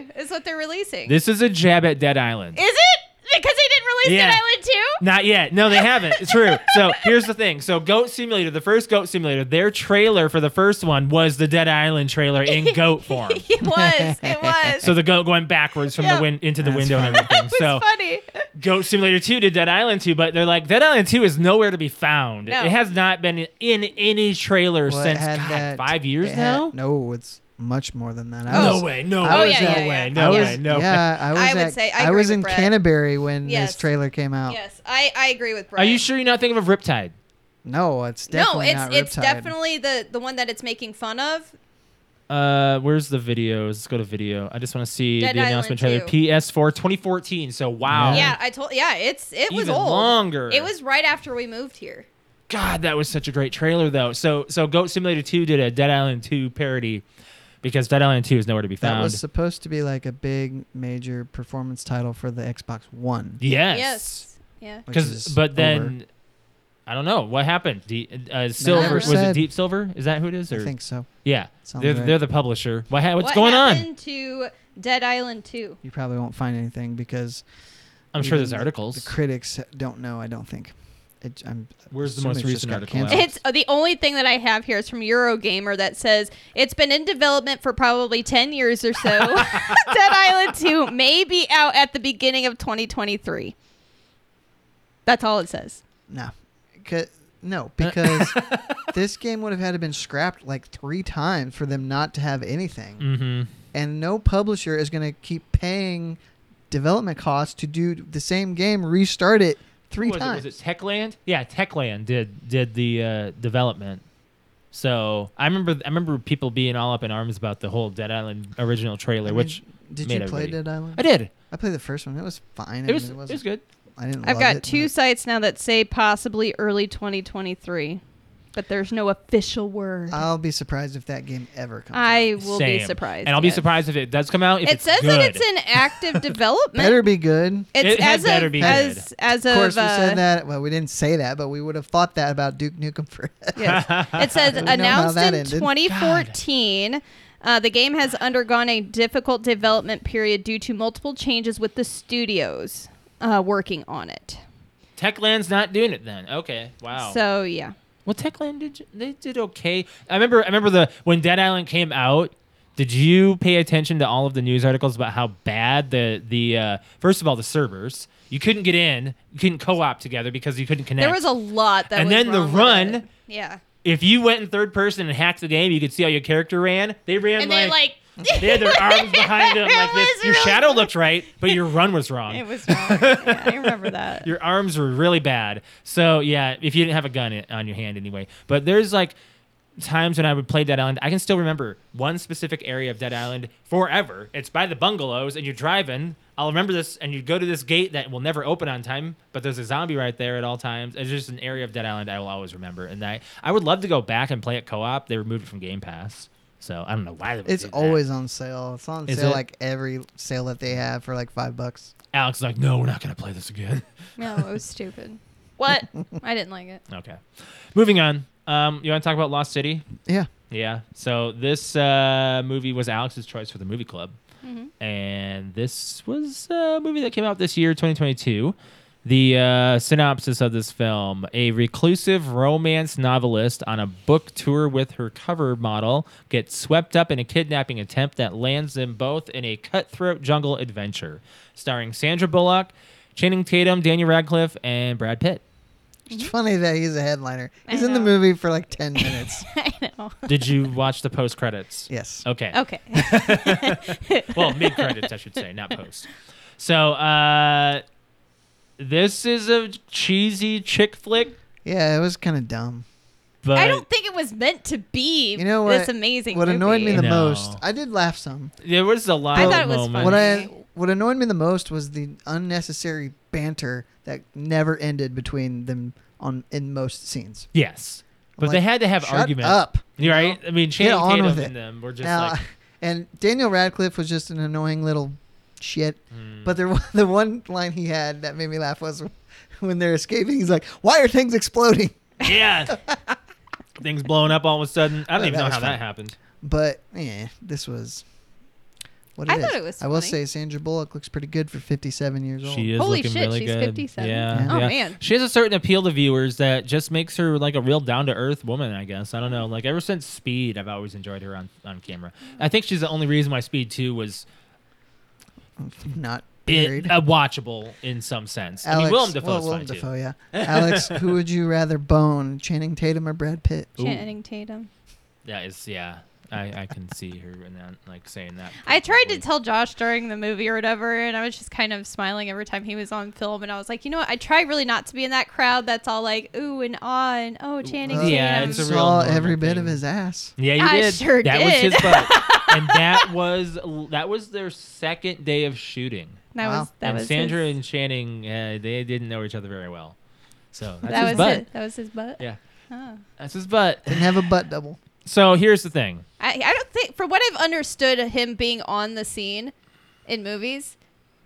Speaker 1: three.
Speaker 3: Is what they're releasing.
Speaker 1: This is a jab at Dead Island.
Speaker 3: is it because they didn't release
Speaker 1: Yeah.
Speaker 3: Dead Island two.
Speaker 1: Not yet. No, they haven't. It's true. So here's the thing. So Goat Simulator, the first Goat Simulator, their trailer for the first one was the Dead Island
Speaker 3: (laughs)
Speaker 1: trailer in goat form. (laughs)
Speaker 3: It was. It was.
Speaker 1: So the goat going backwards from
Speaker 3: Yeah.
Speaker 1: the win- into the
Speaker 2: That's
Speaker 1: window and
Speaker 2: funny.
Speaker 1: everything.
Speaker 3: (laughs) it was
Speaker 1: So
Speaker 3: funny.
Speaker 1: Goat Simulator 2 did Dead Island 2, but they're like Dead Island 2 is nowhere to be found.
Speaker 3: No.
Speaker 1: It has not been in any trailer
Speaker 2: Well, it
Speaker 1: since
Speaker 2: had
Speaker 1: God,
Speaker 2: that-
Speaker 1: five years
Speaker 2: it had-
Speaker 1: now.
Speaker 2: no, it's much more than that. I
Speaker 3: Oh.
Speaker 1: no
Speaker 2: was,
Speaker 1: way. No
Speaker 2: I
Speaker 1: way.
Speaker 2: was
Speaker 3: yeah,
Speaker 2: at-
Speaker 3: yeah,
Speaker 1: no way.
Speaker 3: yeah.
Speaker 1: No
Speaker 2: I
Speaker 1: way.
Speaker 2: was,
Speaker 1: No way.
Speaker 2: yeah, I was.
Speaker 3: I would
Speaker 2: at-
Speaker 3: say- I
Speaker 2: I
Speaker 3: agree
Speaker 2: was
Speaker 3: with
Speaker 2: in
Speaker 3: Brett.
Speaker 2: Canterbury when
Speaker 3: Yes.
Speaker 2: this trailer came out.
Speaker 3: Yes, I I agree with Brett.
Speaker 1: Are you sure you're not thinking of Riptide?
Speaker 2: No, it's
Speaker 3: No,
Speaker 2: definitely
Speaker 3: it's
Speaker 2: not
Speaker 3: it's
Speaker 2: Riptide.
Speaker 3: definitely the the one that it's making fun of.
Speaker 1: Uh, where's the videos? Let's go to video. I just want to see
Speaker 3: Dead
Speaker 1: the
Speaker 3: Island
Speaker 1: announcement trailer.
Speaker 3: 2.
Speaker 1: PS4 2014. So wow.
Speaker 3: Yeah, I told. Yeah, it's it was
Speaker 1: Oh. Even
Speaker 3: old.
Speaker 1: longer.
Speaker 3: It was right after we moved here.
Speaker 1: God, that was such a great trailer though. So so Goat Simulator 2 did a Dead Island 2 parody because Dead Island 2 is nowhere to be
Speaker 2: That
Speaker 1: found.
Speaker 2: was supposed to be like a big major performance title for the Xbox One.
Speaker 1: yes.
Speaker 3: Yeah.
Speaker 2: which
Speaker 1: Because
Speaker 2: is
Speaker 1: but then
Speaker 2: over.
Speaker 1: I don't know what happened. D- uh, Silver was it
Speaker 2: said.
Speaker 1: Deep Silver? Is that who it is? Or
Speaker 2: I think so.
Speaker 1: yeah,
Speaker 2: Sounds
Speaker 1: they're,
Speaker 2: right.
Speaker 1: they're the publisher. What ha- what's
Speaker 3: what
Speaker 1: going on?
Speaker 3: happened to Dead Island 2?
Speaker 2: You probably won't find anything because
Speaker 1: I'm sure
Speaker 2: even
Speaker 1: there's
Speaker 2: the-
Speaker 1: articles.
Speaker 2: The critics don't know. I don't think. It, I'm
Speaker 1: Where's the
Speaker 2: assuming
Speaker 1: most
Speaker 2: it's just
Speaker 1: recent
Speaker 2: got
Speaker 1: article
Speaker 2: canceled.
Speaker 1: out?
Speaker 3: It's uh, the only thing that I have here is from Eurogamer that says it's been in development for probably 10 years or
Speaker 2: (laughs)
Speaker 3: so. (laughs) Dead Island 2 may be out at the beginning of 2023. That's all it says.
Speaker 2: No, 'Ca- no,
Speaker 1: (laughs)
Speaker 2: because this game would have had to been scrapped like three times for them not to have anything,
Speaker 1: mm-hmm.
Speaker 2: and no publisher is going to keep paying development costs to do the same game, restart it three
Speaker 1: Who was
Speaker 2: times.
Speaker 1: It? Was it Techland? Yeah, Techland did did the uh, development. So I remember I remember people being all up in arms about the whole Dead Island original
Speaker 2: I
Speaker 1: trailer,
Speaker 2: mean,
Speaker 1: which
Speaker 2: did
Speaker 1: made
Speaker 2: you play
Speaker 1: everybody-
Speaker 2: Dead Island?
Speaker 1: I did.
Speaker 2: I played the first one. It was fine. I
Speaker 1: It was
Speaker 2: mean,
Speaker 1: it
Speaker 2: wasn't-
Speaker 1: was good.
Speaker 2: I didn't.
Speaker 3: I've
Speaker 2: love
Speaker 3: got
Speaker 2: it,
Speaker 3: two
Speaker 2: but-
Speaker 3: sites now that say possibly early 2023, but there's no official word.
Speaker 2: I'll be surprised if that game ever comes. out.
Speaker 3: I will be
Speaker 1: Same.
Speaker 3: surprised.
Speaker 1: and I'll be
Speaker 3: yes.
Speaker 1: surprised if it does come out. If
Speaker 3: It
Speaker 1: it's
Speaker 3: says
Speaker 1: good.
Speaker 3: that it's in
Speaker 2: (laughs)
Speaker 3: active development.
Speaker 2: Better be good.
Speaker 3: It's
Speaker 1: It had
Speaker 3: as
Speaker 1: better
Speaker 3: of,
Speaker 1: be
Speaker 3: as, as
Speaker 2: Of course,
Speaker 3: of,
Speaker 2: we
Speaker 3: uh,
Speaker 2: said that. Well, we didn't say that, but we would have thought that about Duke Nukem (laughs) Forever.
Speaker 3: Yes.
Speaker 1: (laughs)
Speaker 3: It says
Speaker 2: (laughs) We know how
Speaker 3: announced
Speaker 2: that
Speaker 3: in
Speaker 2: ended.
Speaker 3: 2014. Uh, the game has undergone a difficult development period due to multiple changes with the studios uh, working on it.
Speaker 1: Techland's not doing it then. Okay. Wow.
Speaker 3: So yeah,
Speaker 1: Well, Techland did they did okay. I remember I remember the when Dead Island came out. Did you pay attention to all of the news articles about how bad the the uh, first of all the servers you couldn't get in, you couldn't co-op together because you couldn't connect.
Speaker 3: there was a lot that.
Speaker 1: And
Speaker 3: was
Speaker 1: then the
Speaker 3: wrong with
Speaker 1: run-
Speaker 3: it. Yeah.
Speaker 1: if you went in third person and hacked the game, you could see how your character ran. They ran
Speaker 3: And
Speaker 1: like,
Speaker 3: they like.
Speaker 1: they had their
Speaker 3: (laughs)
Speaker 1: arms behind them
Speaker 3: It
Speaker 1: like this.
Speaker 3: was
Speaker 1: Your
Speaker 3: really
Speaker 1: shadow looked right, but your run was
Speaker 3: (laughs)
Speaker 1: wrong.
Speaker 3: It was wrong. yeah, I remember that.
Speaker 1: (laughs) Your arms were really bad. So yeah, if you didn't have a gun i- on your hand anyway. But there's like times when I would play Dead Island. I can still remember one specific area of Dead Island forever. It's by the bungalows, and you're driving. I'll remember this, and you go to this gate that will never open on time, but there's a zombie right there at all times. It's just an area of Dead Island I will always remember, and I I would love to go back and play it co-op. They removed it from Game Pass, so I don't know why. They would
Speaker 2: It's
Speaker 1: do that.
Speaker 2: always on sale. It's on
Speaker 1: Is
Speaker 2: sale
Speaker 1: it?
Speaker 2: like every sale that they have for like five bucks.
Speaker 1: Alex is like, no, we're not gonna play this again. (laughs)
Speaker 3: No, it was stupid. What? I didn't like it.
Speaker 1: okay, moving on. Um, you want to talk about Lost City?
Speaker 2: Yeah.
Speaker 1: Yeah. So this uh, movie was Alex's choice for the movie club,
Speaker 3: Mhm.
Speaker 1: and this was a movie that came out this year, 2022. The uh, synopsis of this film: A reclusive romance novelist on a book tour with her cover model gets swept up in a kidnapping attempt that lands them both in a cutthroat jungle adventure, starring Sandra Bullock, Channing Tatum, Daniel Radcliffe, and Brad Pitt.
Speaker 2: It's funny that he's a headliner.
Speaker 3: I
Speaker 2: He's in the
Speaker 3: know.
Speaker 2: movie for like 10
Speaker 1: (laughs)
Speaker 2: minutes.
Speaker 3: (laughs) I know.
Speaker 1: Did you watch the post credits?
Speaker 2: yes.
Speaker 1: Okay.
Speaker 3: Okay.
Speaker 1: well, mid credits, I should say, not post. So, uh, this is a cheesy chick flick.
Speaker 2: Yeah, it was kind of dumb.
Speaker 1: But
Speaker 3: I don't think it was meant to be
Speaker 2: You know
Speaker 3: this
Speaker 2: what-
Speaker 3: amazing
Speaker 2: What annoyed me
Speaker 3: movie.
Speaker 2: the
Speaker 1: No.
Speaker 2: most, I did laugh some.
Speaker 1: there was a lot
Speaker 3: I
Speaker 1: of
Speaker 3: thought it was
Speaker 1: moments.
Speaker 3: funny.
Speaker 2: What I what annoyed me the most was the unnecessary banter that never ended between them on in most scenes.
Speaker 1: Yes. But
Speaker 2: I'm
Speaker 1: they
Speaker 2: like,
Speaker 1: had to have
Speaker 2: Shut
Speaker 1: arguments.
Speaker 2: up.
Speaker 1: You're right. I mean, Channing
Speaker 2: on
Speaker 1: Tatum
Speaker 2: with
Speaker 1: and
Speaker 2: it.
Speaker 1: them were just
Speaker 2: Now,
Speaker 1: (laughs) like,
Speaker 2: (laughs) and Daniel Radcliffe was just an annoying little shit.
Speaker 3: Mm-hmm.
Speaker 1: mm,
Speaker 2: But there, wa- (laughs) the one line he had that made me laugh was when they're escaping. He's like, "Why are things exploding?"
Speaker 1: yeah, (laughs) things blowing up all of a sudden. I don't
Speaker 2: Well,
Speaker 1: even
Speaker 2: that
Speaker 1: know
Speaker 2: was
Speaker 1: how that
Speaker 2: funny.
Speaker 1: happened.
Speaker 2: But yeah, this was. What
Speaker 3: I
Speaker 2: is.
Speaker 3: thought it was
Speaker 2: I will
Speaker 3: funny.
Speaker 2: say Sandra Bullock looks pretty good for 57 years old.
Speaker 1: She is
Speaker 3: Holy
Speaker 1: looking
Speaker 3: shit,
Speaker 1: really
Speaker 3: she's
Speaker 1: good.
Speaker 3: 57.
Speaker 1: Yeah,
Speaker 3: Oh,
Speaker 1: yeah.
Speaker 3: man.
Speaker 1: She has a certain appeal to viewers that just makes her like a real down to earth woman. I guess I don't know. Like ever since Speed, I've always enjoyed her on on camera. I think she's the only reason why Speed Two was
Speaker 2: Not
Speaker 1: it,
Speaker 2: buried.
Speaker 1: uh, watchable in some sense. I mean, Willem Dafoe's
Speaker 2: well, Willem
Speaker 1: fine too.
Speaker 2: Dafoe,
Speaker 1: (laughs)
Speaker 2: yeah. Alex, who would you rather bone, Channing Tatum or Brad Pitt?
Speaker 1: Ooh.
Speaker 3: Channing Tatum.
Speaker 1: That is, yeah. I, I can see her and then like saying that.
Speaker 3: I tried to
Speaker 1: probably.
Speaker 3: tell Josh during the movie or whatever, and I was just kind of smiling every time he was on film. And I was like, you know what? I try really not to be in that crowd that's all like, ooh and ah, and oh, Channing Tatum.
Speaker 1: Yeah, it's a real
Speaker 2: saw
Speaker 1: normal
Speaker 2: every bit
Speaker 1: thing.
Speaker 2: of his ass.
Speaker 1: Yeah, you
Speaker 3: I
Speaker 1: did.
Speaker 3: sure
Speaker 1: that
Speaker 3: did.
Speaker 1: was his butt,
Speaker 3: (laughs)
Speaker 1: and that was that was their second day of shooting.
Speaker 3: that
Speaker 2: Wow.
Speaker 3: was that
Speaker 1: and
Speaker 3: was
Speaker 1: Sandra
Speaker 3: His,
Speaker 1: and Channing, uh, they didn't know each other very well, so that's
Speaker 3: that
Speaker 1: his
Speaker 3: was
Speaker 1: butt.
Speaker 3: it. That was his butt.
Speaker 1: Yeah.
Speaker 3: Huh.
Speaker 1: That's his butt.
Speaker 2: Didn't have a butt double.
Speaker 1: So here's the thing.
Speaker 3: I, I don't think, from what I've understood of him being on the scene in movies,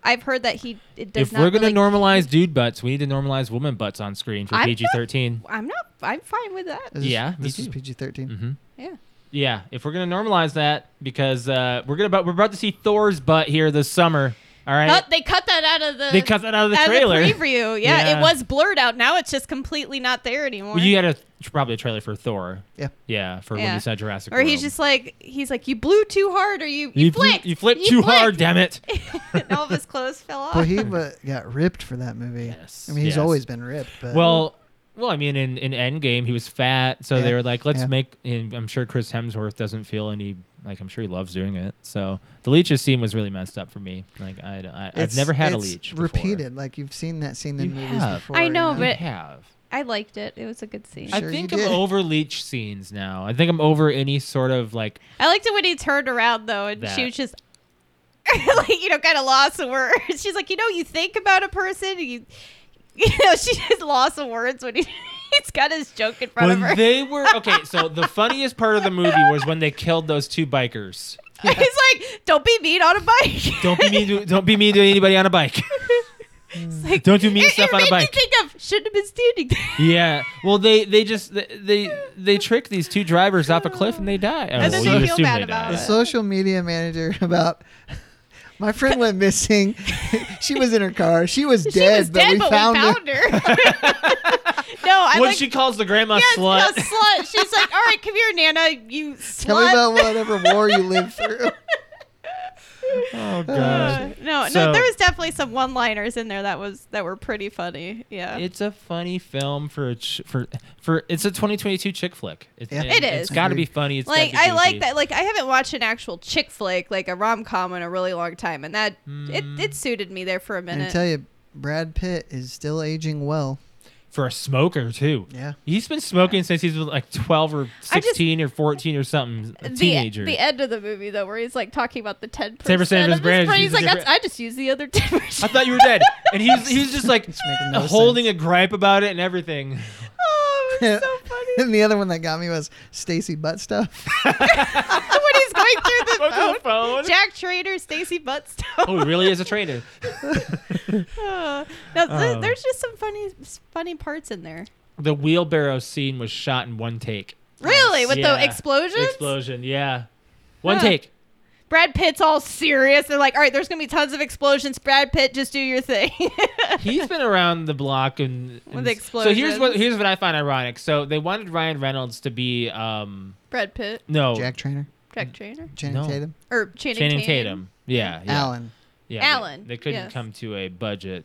Speaker 3: I've heard that he it does
Speaker 1: if
Speaker 3: not.
Speaker 1: we're gonna
Speaker 3: really-
Speaker 1: normalize dude butts, we need to normalize woman butts on screen for
Speaker 3: I'm
Speaker 1: PG thirteen.
Speaker 3: I'm not. I'm fine with that.
Speaker 2: This-
Speaker 1: Yeah, me
Speaker 2: this is
Speaker 1: too.
Speaker 2: PG 13.
Speaker 3: Mm.
Speaker 1: Mm-hmm.
Speaker 3: Yeah.
Speaker 1: Yeah, if we're gonna normalize that, because uh, we're gonna about, we're about to see Thor's butt here this summer. All right,
Speaker 3: Not- they cut that out of the.
Speaker 1: they cut that out of the
Speaker 3: out
Speaker 1: trailer.
Speaker 3: Of the preview. Yeah,
Speaker 1: Yeah.
Speaker 3: it was blurred out. Now it's just completely not there anymore.
Speaker 1: Well, you had a probably a trailer for Thor.
Speaker 2: Yeah.
Speaker 1: Yeah, for when
Speaker 3: Yeah.
Speaker 1: you saw Jurassic.
Speaker 3: or he's
Speaker 1: World.
Speaker 3: just like he's like you blew too hard or you you,
Speaker 1: you fl-
Speaker 3: flicked
Speaker 1: you flipped too hard. Damn it.
Speaker 3: (laughs) and all of his clothes fell off.
Speaker 2: But he
Speaker 1: (laughs)
Speaker 2: wa- got ripped for that movie.
Speaker 1: Yes,
Speaker 2: I mean, he's
Speaker 1: yes.
Speaker 2: always been ripped. But
Speaker 1: Well, well, I mean, in, in Endgame, he was fat, so they
Speaker 2: Yeah,
Speaker 1: were like, let's
Speaker 2: yeah.
Speaker 1: make. And I'm sure Chris Hemsworth doesn't feel any. Like I'm sure he loves doing it. So the leeches scene was really messed up for me. Like I, I I've
Speaker 2: It's-
Speaker 1: never had a
Speaker 2: it's
Speaker 1: leech. before.
Speaker 2: Repeated, like you've seen that scene in
Speaker 1: You
Speaker 2: movies
Speaker 1: have.
Speaker 2: before.
Speaker 3: I
Speaker 2: you
Speaker 3: know,
Speaker 1: You
Speaker 3: but-
Speaker 1: have.
Speaker 3: I liked it. It was a good scene.
Speaker 2: I
Speaker 3: I,
Speaker 2: Sure
Speaker 1: I
Speaker 2: you
Speaker 1: think I'm
Speaker 2: did.
Speaker 1: over leech scenes now. I think I'm over any sort of like
Speaker 3: liked it when he turned around though, and
Speaker 1: That.
Speaker 3: she was just. (laughs) like you know, kind of lost the words. (laughs) She's like, you know, you think about a person, and you, you (laughs) know, she just lost the words when he, (laughs) he's got his joke in front
Speaker 1: when
Speaker 3: of her.
Speaker 1: they were okay.
Speaker 3: (laughs)
Speaker 1: So the funniest part of the movie was when they killed those two bikers.
Speaker 3: (laughs) he's like, don't be mean on a bike.
Speaker 1: Don't be mean to don't be mean to anybody on a bike. (laughs)
Speaker 3: It's like-
Speaker 1: Don't do mean
Speaker 3: it,
Speaker 1: stuff
Speaker 3: it
Speaker 1: on a
Speaker 3: made
Speaker 1: bike.
Speaker 3: Me think of shouldn't have been standing there.
Speaker 1: Yeah. Well, they they just they they, they trick these two drivers off a cliff and they die. Oh,
Speaker 3: And
Speaker 2: then
Speaker 1: well,
Speaker 2: they
Speaker 1: you
Speaker 3: feel
Speaker 1: assume
Speaker 3: bad
Speaker 1: they
Speaker 3: about
Speaker 1: die.
Speaker 2: The
Speaker 3: it.
Speaker 2: social media manager (laughs) about my friend went missing. (laughs) she was in her car. She
Speaker 3: (laughs)
Speaker 2: was
Speaker 3: she
Speaker 2: dead,
Speaker 3: was
Speaker 2: but,
Speaker 3: dead,
Speaker 2: we,
Speaker 3: but
Speaker 2: found
Speaker 3: we found her.
Speaker 1: (laughs)
Speaker 3: (laughs) no, I
Speaker 1: When
Speaker 3: like.
Speaker 1: she calls the grandma
Speaker 3: yes,
Speaker 1: slut.
Speaker 3: no, slut. She's like, all right, come here, Nana, you slut.
Speaker 2: Tell me about whatever war you
Speaker 3: (laughs)
Speaker 2: lived through.
Speaker 1: (laughs) Oh
Speaker 3: Uh,
Speaker 1: god.
Speaker 3: no,
Speaker 1: So-
Speaker 3: no, there was definitely some one-liners in there that was that were pretty funny. Yeah,
Speaker 1: It's a funny film for a ch- for for it's a 2022 chick flick. It,
Speaker 2: Yeah.
Speaker 3: It
Speaker 1: It's
Speaker 3: is.
Speaker 1: got to be funny. It's
Speaker 3: like
Speaker 1: gotta be
Speaker 3: I like
Speaker 1: goofy.
Speaker 3: that. Like I haven't watched an actual chick flick, like a rom com, in a really long time, and that
Speaker 1: Mm.
Speaker 3: it, it suited me there for a
Speaker 2: And I
Speaker 3: minute.
Speaker 2: tell you, Brad Pitt is still aging well.
Speaker 1: for a smoker too.
Speaker 2: Yeah.
Speaker 1: He's been smoking since he's like 12 or
Speaker 3: I just-
Speaker 1: 16 or 14 or something. A
Speaker 3: the, e-,
Speaker 1: teenager.
Speaker 3: the end of the movie though, where he's like talking about the ten
Speaker 1: of his
Speaker 3: percent
Speaker 1: brand is
Speaker 3: He's
Speaker 1: used
Speaker 3: like,
Speaker 1: in
Speaker 3: "That's- I just used the other ten
Speaker 1: I
Speaker 3: percent.
Speaker 1: thought you were dead, and he was he was just (laughs) like
Speaker 2: It's making no
Speaker 1: holding
Speaker 2: sense.
Speaker 1: a gripe about it and everything.
Speaker 3: (laughs) Oh, it was
Speaker 1: (laughs)
Speaker 3: so funny.
Speaker 2: (laughs) And the other one that got me was Stacy Butt Stuff.
Speaker 3: when he's going through
Speaker 1: (laughs)
Speaker 3: the
Speaker 1: Over
Speaker 3: phone.
Speaker 1: the phone.
Speaker 3: Jack Trader, Stacy (laughs) Buttstow.
Speaker 1: Oh, he really is a trainer.
Speaker 3: Uh, no, th-
Speaker 1: Oh.
Speaker 3: there's just some funny, s- funny parts in there.
Speaker 1: The wheelbarrow scene was shot in one take.
Speaker 3: Really, with
Speaker 1: Yeah.
Speaker 3: the explosions.
Speaker 1: Explosion, yeah. One
Speaker 3: Huh. (laughs)
Speaker 1: take.
Speaker 3: Brad Pitt's all serious. They're like, "All right, there's gonna be tons of explosions. Brad Pitt, just do your thing." (laughs)
Speaker 1: He's been around the block and,
Speaker 3: With
Speaker 1: and- So here's what
Speaker 3: explosions.
Speaker 1: here's what I find ironic. So they wanted Ryan Reynolds to be um
Speaker 3: Brad Pitt,
Speaker 1: no
Speaker 2: Jack Trainer,
Speaker 3: Jack Trader,
Speaker 2: Channing
Speaker 1: No.
Speaker 2: Tatum,
Speaker 3: or Channing,
Speaker 1: Channing
Speaker 3: Tatum.
Speaker 1: Tatum. Yeah, yeah.
Speaker 2: Alan.
Speaker 1: Yeah, they-
Speaker 3: Alan,
Speaker 1: They, couldn't
Speaker 3: yes.
Speaker 1: come to a budget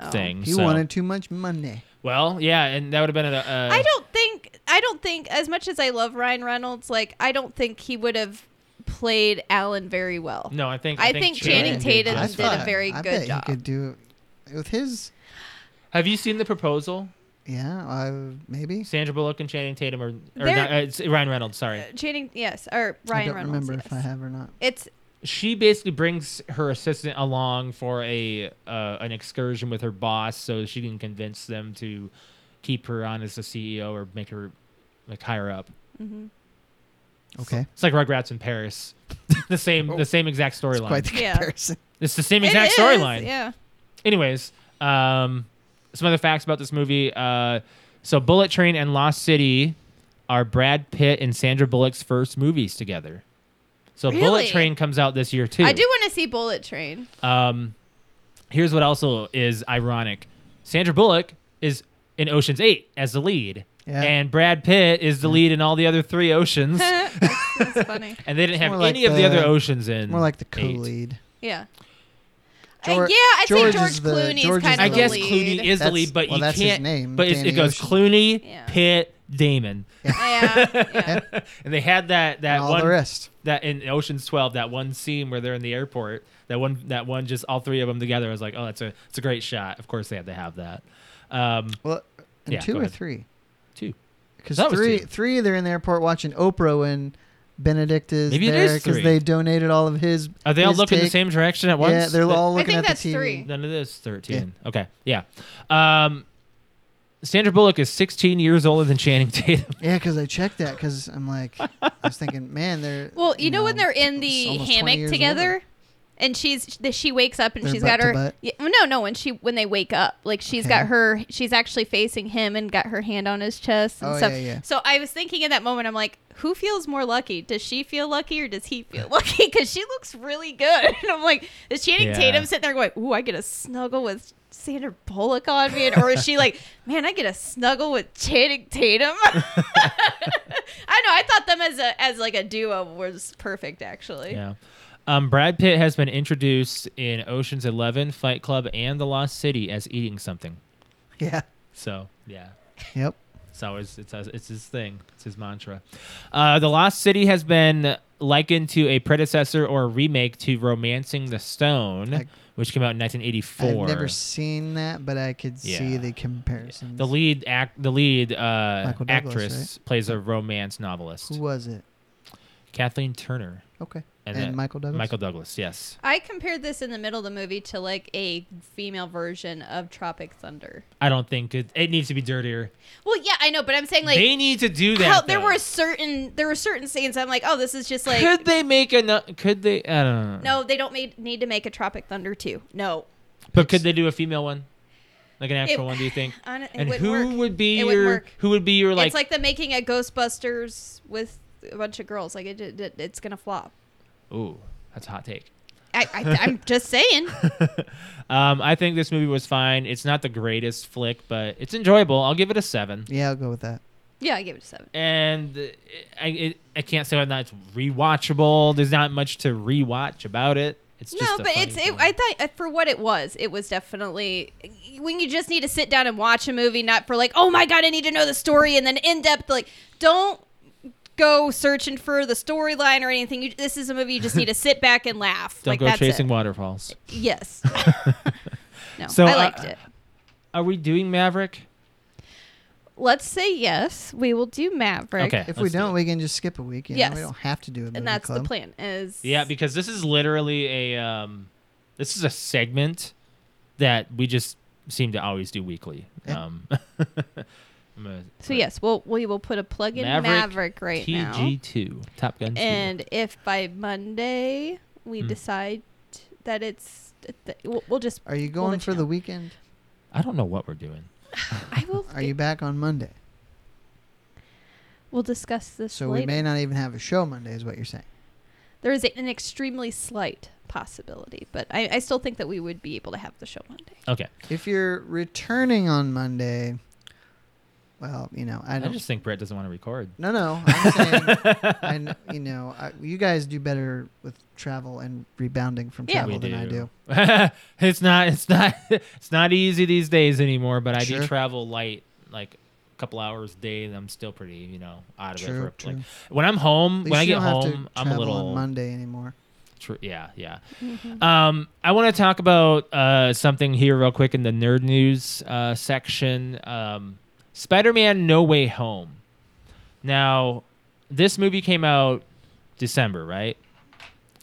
Speaker 3: Oh.
Speaker 1: thing.
Speaker 2: He
Speaker 1: so-
Speaker 2: wanted too much money.
Speaker 1: Well, yeah, and that would have been a. a
Speaker 3: I don't think I don't think as much as I love Ryan Reynolds, like I don't think he would have played Alan very well.
Speaker 1: No, I think.
Speaker 3: I think Channing Tatum
Speaker 1: Tatum just
Speaker 3: did a
Speaker 1: fine.
Speaker 3: very
Speaker 2: I
Speaker 3: good
Speaker 2: bet
Speaker 3: job.
Speaker 2: He could do with his.
Speaker 1: Have you seen the proposal?
Speaker 2: Yeah, uh, maybe.
Speaker 1: Sandra Bullock and Channing Tatum or, or
Speaker 3: They're-
Speaker 1: not, uh, it's Ryan Reynolds. Sorry,
Speaker 3: Uh, Channing, yes, or Ryan
Speaker 2: I don't
Speaker 3: Reynolds.
Speaker 2: remember
Speaker 3: yes.
Speaker 2: if I have or not.
Speaker 3: It's
Speaker 1: she basically brings her assistant along for a uh, an excursion with her boss, so she can convince them to keep her on as the CEO or make her like higher up. Mm-hmm.
Speaker 3: mhm.
Speaker 2: Okay,
Speaker 1: It's like Rugrats in Paris. (laughs) the same the same exact
Speaker 2: it's
Speaker 1: storyline.
Speaker 2: quite
Speaker 1: It's,
Speaker 2: the
Speaker 3: Yeah.
Speaker 2: comparison.
Speaker 1: the same
Speaker 3: Oh. It
Speaker 1: exact
Speaker 3: is,
Speaker 1: storyline.
Speaker 3: Yeah.
Speaker 1: Anyways, um, some other facts about this movie. Uh, so Bullet Train and Lost City are Brad Pitt and Sandra Bullock's first movies together. So
Speaker 3: Really?
Speaker 1: Bullet Train comes out this year too.
Speaker 3: I do want to see Bullet Train. (laughs)
Speaker 1: Um, here's what also is ironic: Sandra Bullock is in Ocean's Eight as the lead,
Speaker 2: Yeah.
Speaker 1: and Brad Pitt is the lead in all the other
Speaker 2: (laughs)
Speaker 1: three Oceans,
Speaker 3: That's
Speaker 1: (laughs)
Speaker 3: funny.
Speaker 1: and they didn't have
Speaker 2: More like
Speaker 1: any of the other
Speaker 2: the-
Speaker 1: Oceans in.
Speaker 2: More like the
Speaker 1: Eight.
Speaker 2: co-lead.
Speaker 3: Yeah. Uh,
Speaker 2: Geor-
Speaker 3: yeah, I'd
Speaker 2: George
Speaker 3: say
Speaker 2: is
Speaker 3: George
Speaker 2: the-
Speaker 3: Clooney
Speaker 2: George is
Speaker 3: is kind
Speaker 2: the-
Speaker 1: I
Speaker 3: of
Speaker 1: guess
Speaker 3: the
Speaker 1: Clooney
Speaker 3: lead.
Speaker 1: is the
Speaker 2: That's-
Speaker 1: lead, but
Speaker 2: well,
Speaker 1: you
Speaker 2: that's his
Speaker 1: can't.
Speaker 2: name,
Speaker 1: but it's, it
Speaker 2: Danny
Speaker 1: goes
Speaker 2: Ocean.
Speaker 1: Clooney,
Speaker 3: Yeah.
Speaker 1: Pitt, Damon,
Speaker 3: yeah.
Speaker 1: (laughs)
Speaker 3: yeah.
Speaker 1: and they had that that
Speaker 2: and all
Speaker 1: one
Speaker 2: the rest.
Speaker 1: that in Ocean's Twelve, that one scene where they're in the airport, that one, that one, just all three of them together. I was like, oh, that's a, it's a great shot. Of course, they had to have that. Um,
Speaker 2: Well, and
Speaker 1: Yeah,
Speaker 2: two
Speaker 1: go
Speaker 2: or
Speaker 1: ahead.
Speaker 2: three.
Speaker 1: two.
Speaker 2: Because
Speaker 1: That was
Speaker 2: three,
Speaker 1: two.
Speaker 2: three, they're in the airport watching Oprah when Benedict is
Speaker 1: Maybe it
Speaker 2: there
Speaker 1: is three.
Speaker 2: they donated all of his.
Speaker 1: Are they all
Speaker 2: his
Speaker 1: looking in the
Speaker 2: take.
Speaker 1: same direction at once?
Speaker 2: Yeah, they're
Speaker 1: Th-
Speaker 2: all
Speaker 3: I
Speaker 2: looking
Speaker 3: think
Speaker 2: at
Speaker 3: that's
Speaker 2: the TV.
Speaker 3: three.
Speaker 1: None of this. Thirteen. Okay. Yeah. Um, Sandra Bullock is 16 years older
Speaker 2: (laughs)
Speaker 1: than Channing Tatum.
Speaker 2: (laughs) Yeah, because I checked that because I'm like, I was thinking, man, they're.
Speaker 3: Well, you know, when they're in
Speaker 2: it's
Speaker 3: the
Speaker 2: almost 20
Speaker 3: hammock
Speaker 2: years
Speaker 3: together,
Speaker 2: older.
Speaker 3: and she's th- she wakes up and
Speaker 2: They're
Speaker 3: she's
Speaker 2: butt
Speaker 3: got
Speaker 2: to
Speaker 3: her
Speaker 2: butt?
Speaker 3: Yeah, well, no no when she when they wake up like she's got
Speaker 2: Okay.
Speaker 3: her she's actually facing him and got her hand on his chest and
Speaker 2: Oh,
Speaker 3: stuff.
Speaker 2: yeah, yeah.
Speaker 3: So I was thinking in that moment I'm like, who feels more lucky? Does she feel lucky or does he feel (laughs) lucky? Because she looks really good, (laughs) and I'm like, is Channing
Speaker 1: Yeah.
Speaker 3: Tatum sitting there going, ooh, I get a snuggle with. Sandra Bullock on me, and- or is
Speaker 1: (laughs)
Speaker 3: she like, man, I get a snuggle with Channing Tatum? (laughs) I know. I thought them as a as like a duo was perfect, actually.
Speaker 1: Yeah. Um, Brad Pitt has been introduced in Ocean's Eleven, Fight Club, and The Lost City as eating something.
Speaker 2: Yeah. (laughs)
Speaker 1: So yeah.
Speaker 2: Yep.
Speaker 1: It's always it's it's his thing. It's his mantra. Uh, the Lost City has been likened to a predecessor or a remake to *Romancing the Stone*,
Speaker 2: I-
Speaker 1: which came out in 1984.
Speaker 2: I've never seen that, but I could see
Speaker 1: Yeah.
Speaker 2: the comparisons.
Speaker 1: The lead act, the lead uh,
Speaker 2: Michael Douglas,
Speaker 1: actress plays a romance novelist,
Speaker 2: Who was it?
Speaker 1: Kathleen Turner,
Speaker 2: Okay.
Speaker 1: and,
Speaker 2: And,
Speaker 1: that-
Speaker 2: Michael Douglas.
Speaker 1: Michael Douglas. Yes,
Speaker 3: I compared this in the middle of the movie to like a female version of Tropic Thunder.
Speaker 1: I don't think it, it needs to be dirtier.
Speaker 3: Well, yeah, I know, but I'm saying like
Speaker 1: they need to do that.
Speaker 3: how there
Speaker 1: though.
Speaker 3: were certain there were certain scenes I'm like, oh, this is just like
Speaker 1: could they make a could they? I don't know.
Speaker 3: no, they don't made, need to make a Tropic Thunder too. No,
Speaker 1: but could they do a female one, like an actual
Speaker 3: It-
Speaker 1: one? Do you think?
Speaker 3: On, (sighs) it
Speaker 1: And
Speaker 3: wouldn't
Speaker 1: who
Speaker 3: work.
Speaker 1: would be
Speaker 3: It wouldn't
Speaker 1: your
Speaker 3: work.
Speaker 1: who would be your like?
Speaker 3: it's like the making a Ghostbusters with a bunch of girls. Like it, it it's gonna flop.
Speaker 1: ooh, that's a hot take.
Speaker 3: I, I I'm just
Speaker 1: (laughs)
Speaker 3: saying.
Speaker 1: Um, I think this movie was fine. It's not the greatest flick, but it's enjoyable. I'll give it a seven.
Speaker 2: Yeah, I'll go with
Speaker 1: (laughs)
Speaker 2: that.
Speaker 3: Yeah, I give it a seven.
Speaker 1: and uh, I it, I can't say whether or not it's rewatchable. There's not much to rewatch about it. It's just
Speaker 3: no,
Speaker 1: a
Speaker 3: but
Speaker 1: funny
Speaker 3: it's. It,
Speaker 1: thing.
Speaker 3: I thought uh, for what it was, it was definitely when you just need to sit down and watch a movie, not for like, oh my god, I need to know the story and then in depth. Like, don't go searching for the storyline or anything. You, this is a movie you just need to
Speaker 1: (laughs)
Speaker 3: sit back and laugh.
Speaker 1: don't
Speaker 3: like,
Speaker 1: go
Speaker 3: that's
Speaker 1: chasing
Speaker 3: It.
Speaker 1: waterfalls. (laughs)
Speaker 3: Yes. no,
Speaker 1: So,
Speaker 3: I
Speaker 1: uh,
Speaker 3: liked it.
Speaker 1: Are we doing Maverick?
Speaker 3: Let's say yes. We will do Maverick.
Speaker 1: Okay.
Speaker 2: If we
Speaker 1: let's do
Speaker 2: don't,
Speaker 1: it.
Speaker 2: we can just skip a week. Yeah.
Speaker 3: Yes.
Speaker 2: We don't have to do a movie
Speaker 3: And that's
Speaker 2: club.
Speaker 3: the plan. Is
Speaker 1: yeah, because this is literally a um, this is a segment that we just seem to always do weekly.
Speaker 2: Yeah.
Speaker 1: Um, (laughs) I'm a-
Speaker 3: so yes, we'll we will put a plug in
Speaker 1: Maverick,
Speaker 3: Maverick, right now.
Speaker 1: TG two Top Gun two.
Speaker 3: And if by Monday we
Speaker 2: Hmm.
Speaker 1: Mm.
Speaker 3: decide that it's, th- we'll, we'll
Speaker 2: (coughs)
Speaker 3: just.
Speaker 2: Are you
Speaker 3: We'll
Speaker 2: going
Speaker 3: let
Speaker 2: for
Speaker 3: you
Speaker 2: the
Speaker 3: know.
Speaker 2: weekend?
Speaker 1: I don't know what we're doing.
Speaker 3: I will.
Speaker 2: Are you back on Monday?
Speaker 3: We'll discuss this
Speaker 2: So
Speaker 3: later.
Speaker 2: we may not even have a show Monday, is what you're saying.
Speaker 3: there is a, an extremely slight possibility, but I, I still think that we would be able to have the show Monday.
Speaker 1: Okay,
Speaker 2: If you're returning on Monday, well, you know, I
Speaker 1: I,
Speaker 2: don't.
Speaker 1: just think Brett doesn't want to record.
Speaker 2: no, no. I'm
Speaker 1: (laughs)
Speaker 2: saying, I, kn- you know, I, you guys do better with travel and rebounding from
Speaker 3: Yeah.
Speaker 2: travel
Speaker 1: We
Speaker 2: than I do.
Speaker 1: do. (laughs) it's not it's not (laughs) it's not easy these days anymore but i
Speaker 2: Sure.
Speaker 1: do travel light like a couple hours a day and i'm still pretty you know out of
Speaker 2: True,
Speaker 1: it for like
Speaker 2: true.
Speaker 1: when i'm home
Speaker 2: At
Speaker 1: when i
Speaker 2: least you
Speaker 1: get
Speaker 2: don't have to
Speaker 1: home i'm a
Speaker 2: travel
Speaker 1: little
Speaker 2: on Monday anymore.
Speaker 1: tr- yeah yeah
Speaker 2: Uh,
Speaker 1: um i want to talk about uh something here real quick in the nerd news uh section um Spider-Man: No Way Home. Now, this movie came out December, right?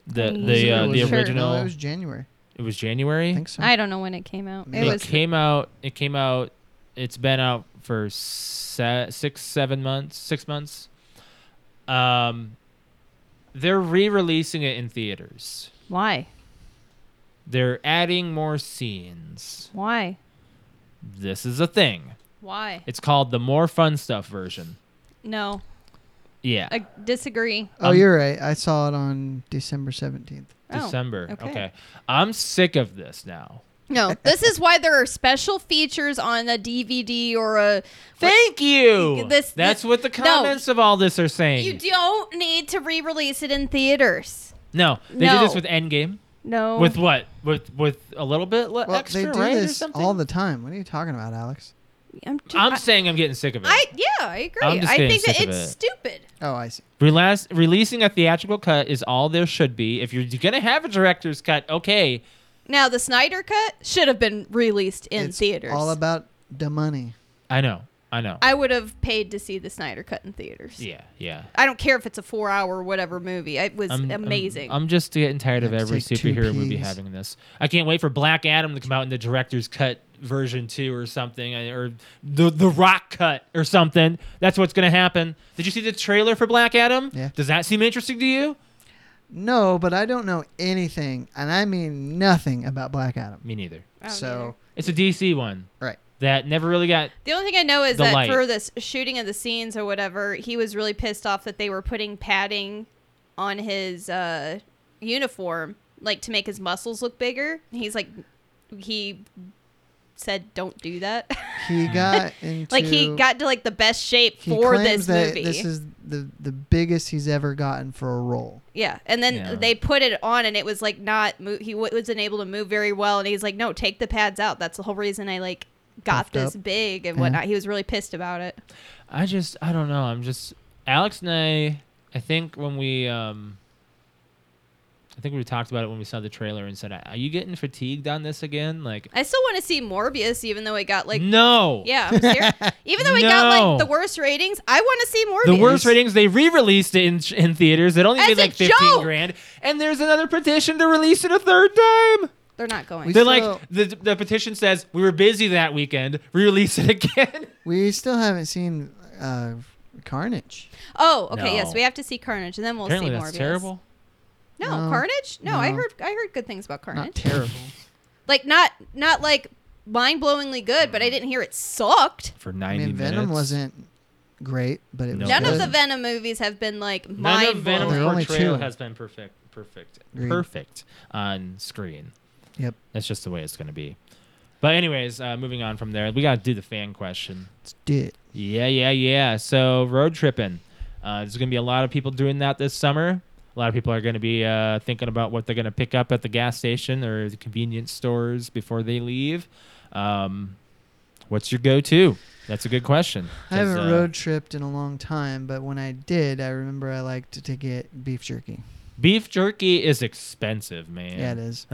Speaker 1: The
Speaker 3: Mm,
Speaker 1: the
Speaker 3: Sure,
Speaker 1: uh,
Speaker 3: it
Speaker 1: the
Speaker 3: was- Sure.
Speaker 1: original.
Speaker 2: No, it was January.
Speaker 1: it was January.
Speaker 2: I think so.
Speaker 3: I don't know when it came out. It
Speaker 2: It
Speaker 3: was
Speaker 1: came out. It came out. It's been out for se- six, seven months. Six months. Um, they're re-releasing it in theaters.
Speaker 3: why?
Speaker 1: They're adding more scenes.
Speaker 3: Why?
Speaker 1: This is a thing.
Speaker 3: Why?
Speaker 1: It's called the more fun stuff version.
Speaker 3: No,
Speaker 1: Yeah,
Speaker 3: I disagree.
Speaker 2: oh,
Speaker 1: um,
Speaker 2: you're right. I saw it on December 17th.
Speaker 3: Oh.
Speaker 1: December.
Speaker 3: okay.
Speaker 1: okay, I'm sick of this now.
Speaker 3: No, this is why there are special features on a DVD or a.
Speaker 1: Thank you.
Speaker 3: This-
Speaker 1: That's
Speaker 3: this-
Speaker 1: what the
Speaker 3: no.
Speaker 1: comments of all this are saying.
Speaker 3: You don't need to re-release it in theaters.
Speaker 1: no, they did
Speaker 3: No.
Speaker 1: this
Speaker 3: Oh.
Speaker 1: with Endgame.
Speaker 3: No.
Speaker 1: With what? With with a little bit le-
Speaker 2: Well,
Speaker 1: extra,
Speaker 2: they do
Speaker 1: right? or
Speaker 2: this
Speaker 1: something?
Speaker 2: all the time. What are you talking about, Alex?
Speaker 3: I'm. Just,
Speaker 1: I'm saying I'm getting sick of it.
Speaker 3: I yeah, I agree.
Speaker 1: I'm just
Speaker 3: I
Speaker 1: getting
Speaker 3: think that
Speaker 1: sick of
Speaker 3: it's
Speaker 1: it.
Speaker 3: stupid.
Speaker 2: Oh, I see.
Speaker 1: Relas- releasing a theatrical cut is all there should be. If you're gonna have a director's cut, okay.
Speaker 3: Now the Snyder cut should have been released in
Speaker 2: it's
Speaker 3: theaters.
Speaker 2: All about the money.
Speaker 1: I know, I know.
Speaker 3: I would have paid to see the Snyder cut in theaters.
Speaker 1: yeah, yeah.
Speaker 3: I don't care if it's a four-hour whatever movie. It was
Speaker 1: I'm- I'm-
Speaker 3: amazing.
Speaker 1: I'm, just getting tired of
Speaker 2: Have to
Speaker 1: every
Speaker 2: take two
Speaker 1: superhero movie
Speaker 2: Ps.
Speaker 1: having this. I can't wait for Black Adam to come out in the director's cut version two or something, I- or the the Rock cut or something. That's what's gonna happen. Did you see the trailer for Black Adam?
Speaker 2: Yeah.
Speaker 1: Does that seem interesting to you?
Speaker 2: No, but I don't know anything, and I mean nothing about Black Adam.
Speaker 1: Me neither.
Speaker 3: I don't
Speaker 2: So,
Speaker 1: It's a DC one
Speaker 2: right.
Speaker 1: that never really got
Speaker 3: The only thing I know is
Speaker 1: The
Speaker 3: that
Speaker 1: light.
Speaker 3: for this shooting of the scenes or whatever, he was really pissed off that they were putting padding on his uh, uniform, like to make his muscles look bigger. And he's like, he said, "Don't do that." (laughs)
Speaker 2: (laughs) He got into
Speaker 3: like he got to like the best shape
Speaker 2: he
Speaker 3: for
Speaker 2: claims
Speaker 3: this
Speaker 2: that
Speaker 3: movie.
Speaker 2: This is the the biggest he's ever gotten for a role.
Speaker 3: yeah, and then
Speaker 1: Yeah.
Speaker 3: they put it on, and it was like not mo- he w- wasn't able to move very well, and he's like, "No, take the pads out." That's the whole reason I like got
Speaker 2: Puffed
Speaker 3: this
Speaker 2: up.
Speaker 3: big and
Speaker 2: Yeah.
Speaker 3: whatnot. He was really pissed about it.
Speaker 1: I just I don't know. I'm just Alex and I. I think when we um, I think we talked about it when we saw the trailer and said, "Are you getting fatigued on this again?" Like,
Speaker 3: I still want to see Morbius, even though it got like
Speaker 1: no.
Speaker 3: Yeah, I'm
Speaker 2: (laughs)
Speaker 3: serious. Even though it got
Speaker 1: Mm. No.
Speaker 3: like the worst ratings, I want to see Morbius.
Speaker 1: The worst ratings. They re-released it in, in theaters. It only
Speaker 3: As
Speaker 1: made
Speaker 3: a
Speaker 1: like fifteen
Speaker 3: joke!
Speaker 1: grand, and there's another petition to release it a third time.
Speaker 3: They're not going.
Speaker 2: We
Speaker 1: They're
Speaker 2: still-
Speaker 1: like the the petition says we were busy that weekend. Re-release it again.
Speaker 2: We still haven't seen uh, Carnage.
Speaker 3: oh, okay.
Speaker 1: No.
Speaker 3: Yes, we have to see Carnage, and then we'll
Speaker 1: Apparently
Speaker 3: see
Speaker 1: that's
Speaker 3: Morbius.
Speaker 1: terrible.
Speaker 3: No,
Speaker 2: No.
Speaker 3: Carnage. No, I
Speaker 2: No.
Speaker 3: heard. I heard good things about Carnage.
Speaker 2: Not terrible.
Speaker 3: like not not like mind-blowingly good, but I
Speaker 1: Mm-hmm.
Speaker 3: didn't hear it sucked.
Speaker 1: For
Speaker 2: I
Speaker 1: ninety
Speaker 2: mean, Venom
Speaker 1: minutes.
Speaker 2: wasn't great, but it
Speaker 1: No.
Speaker 2: was
Speaker 3: None
Speaker 2: good.
Speaker 3: of the Venom movies have been like
Speaker 1: None of
Speaker 3: mind
Speaker 1: Venom's
Speaker 2: There
Speaker 3: blowing.
Speaker 2: are only
Speaker 1: portrayal
Speaker 2: two.
Speaker 1: has been perfect, perfect,
Speaker 2: Agreed.
Speaker 1: perfect on screen.
Speaker 2: Yep.
Speaker 1: That's just the way it's going to be. But anyways, uh, moving on from there, we got to do the fan question.
Speaker 2: It's did.
Speaker 1: Yeah, yeah, yeah. So road tripping. Uh, there's going to be a lot of people doing that this summer. A lot of people are going to be uh, thinking about what they're going to pick up at the gas station or the convenience stores before they leave. Um, what's your go-to? That's a good question.
Speaker 2: I haven't
Speaker 1: 'Cause, uh,
Speaker 2: road tripped in a long time, but when I did, I remember I liked to get beef jerky.
Speaker 1: Beef jerky is expensive, man.
Speaker 2: Yeah, it is.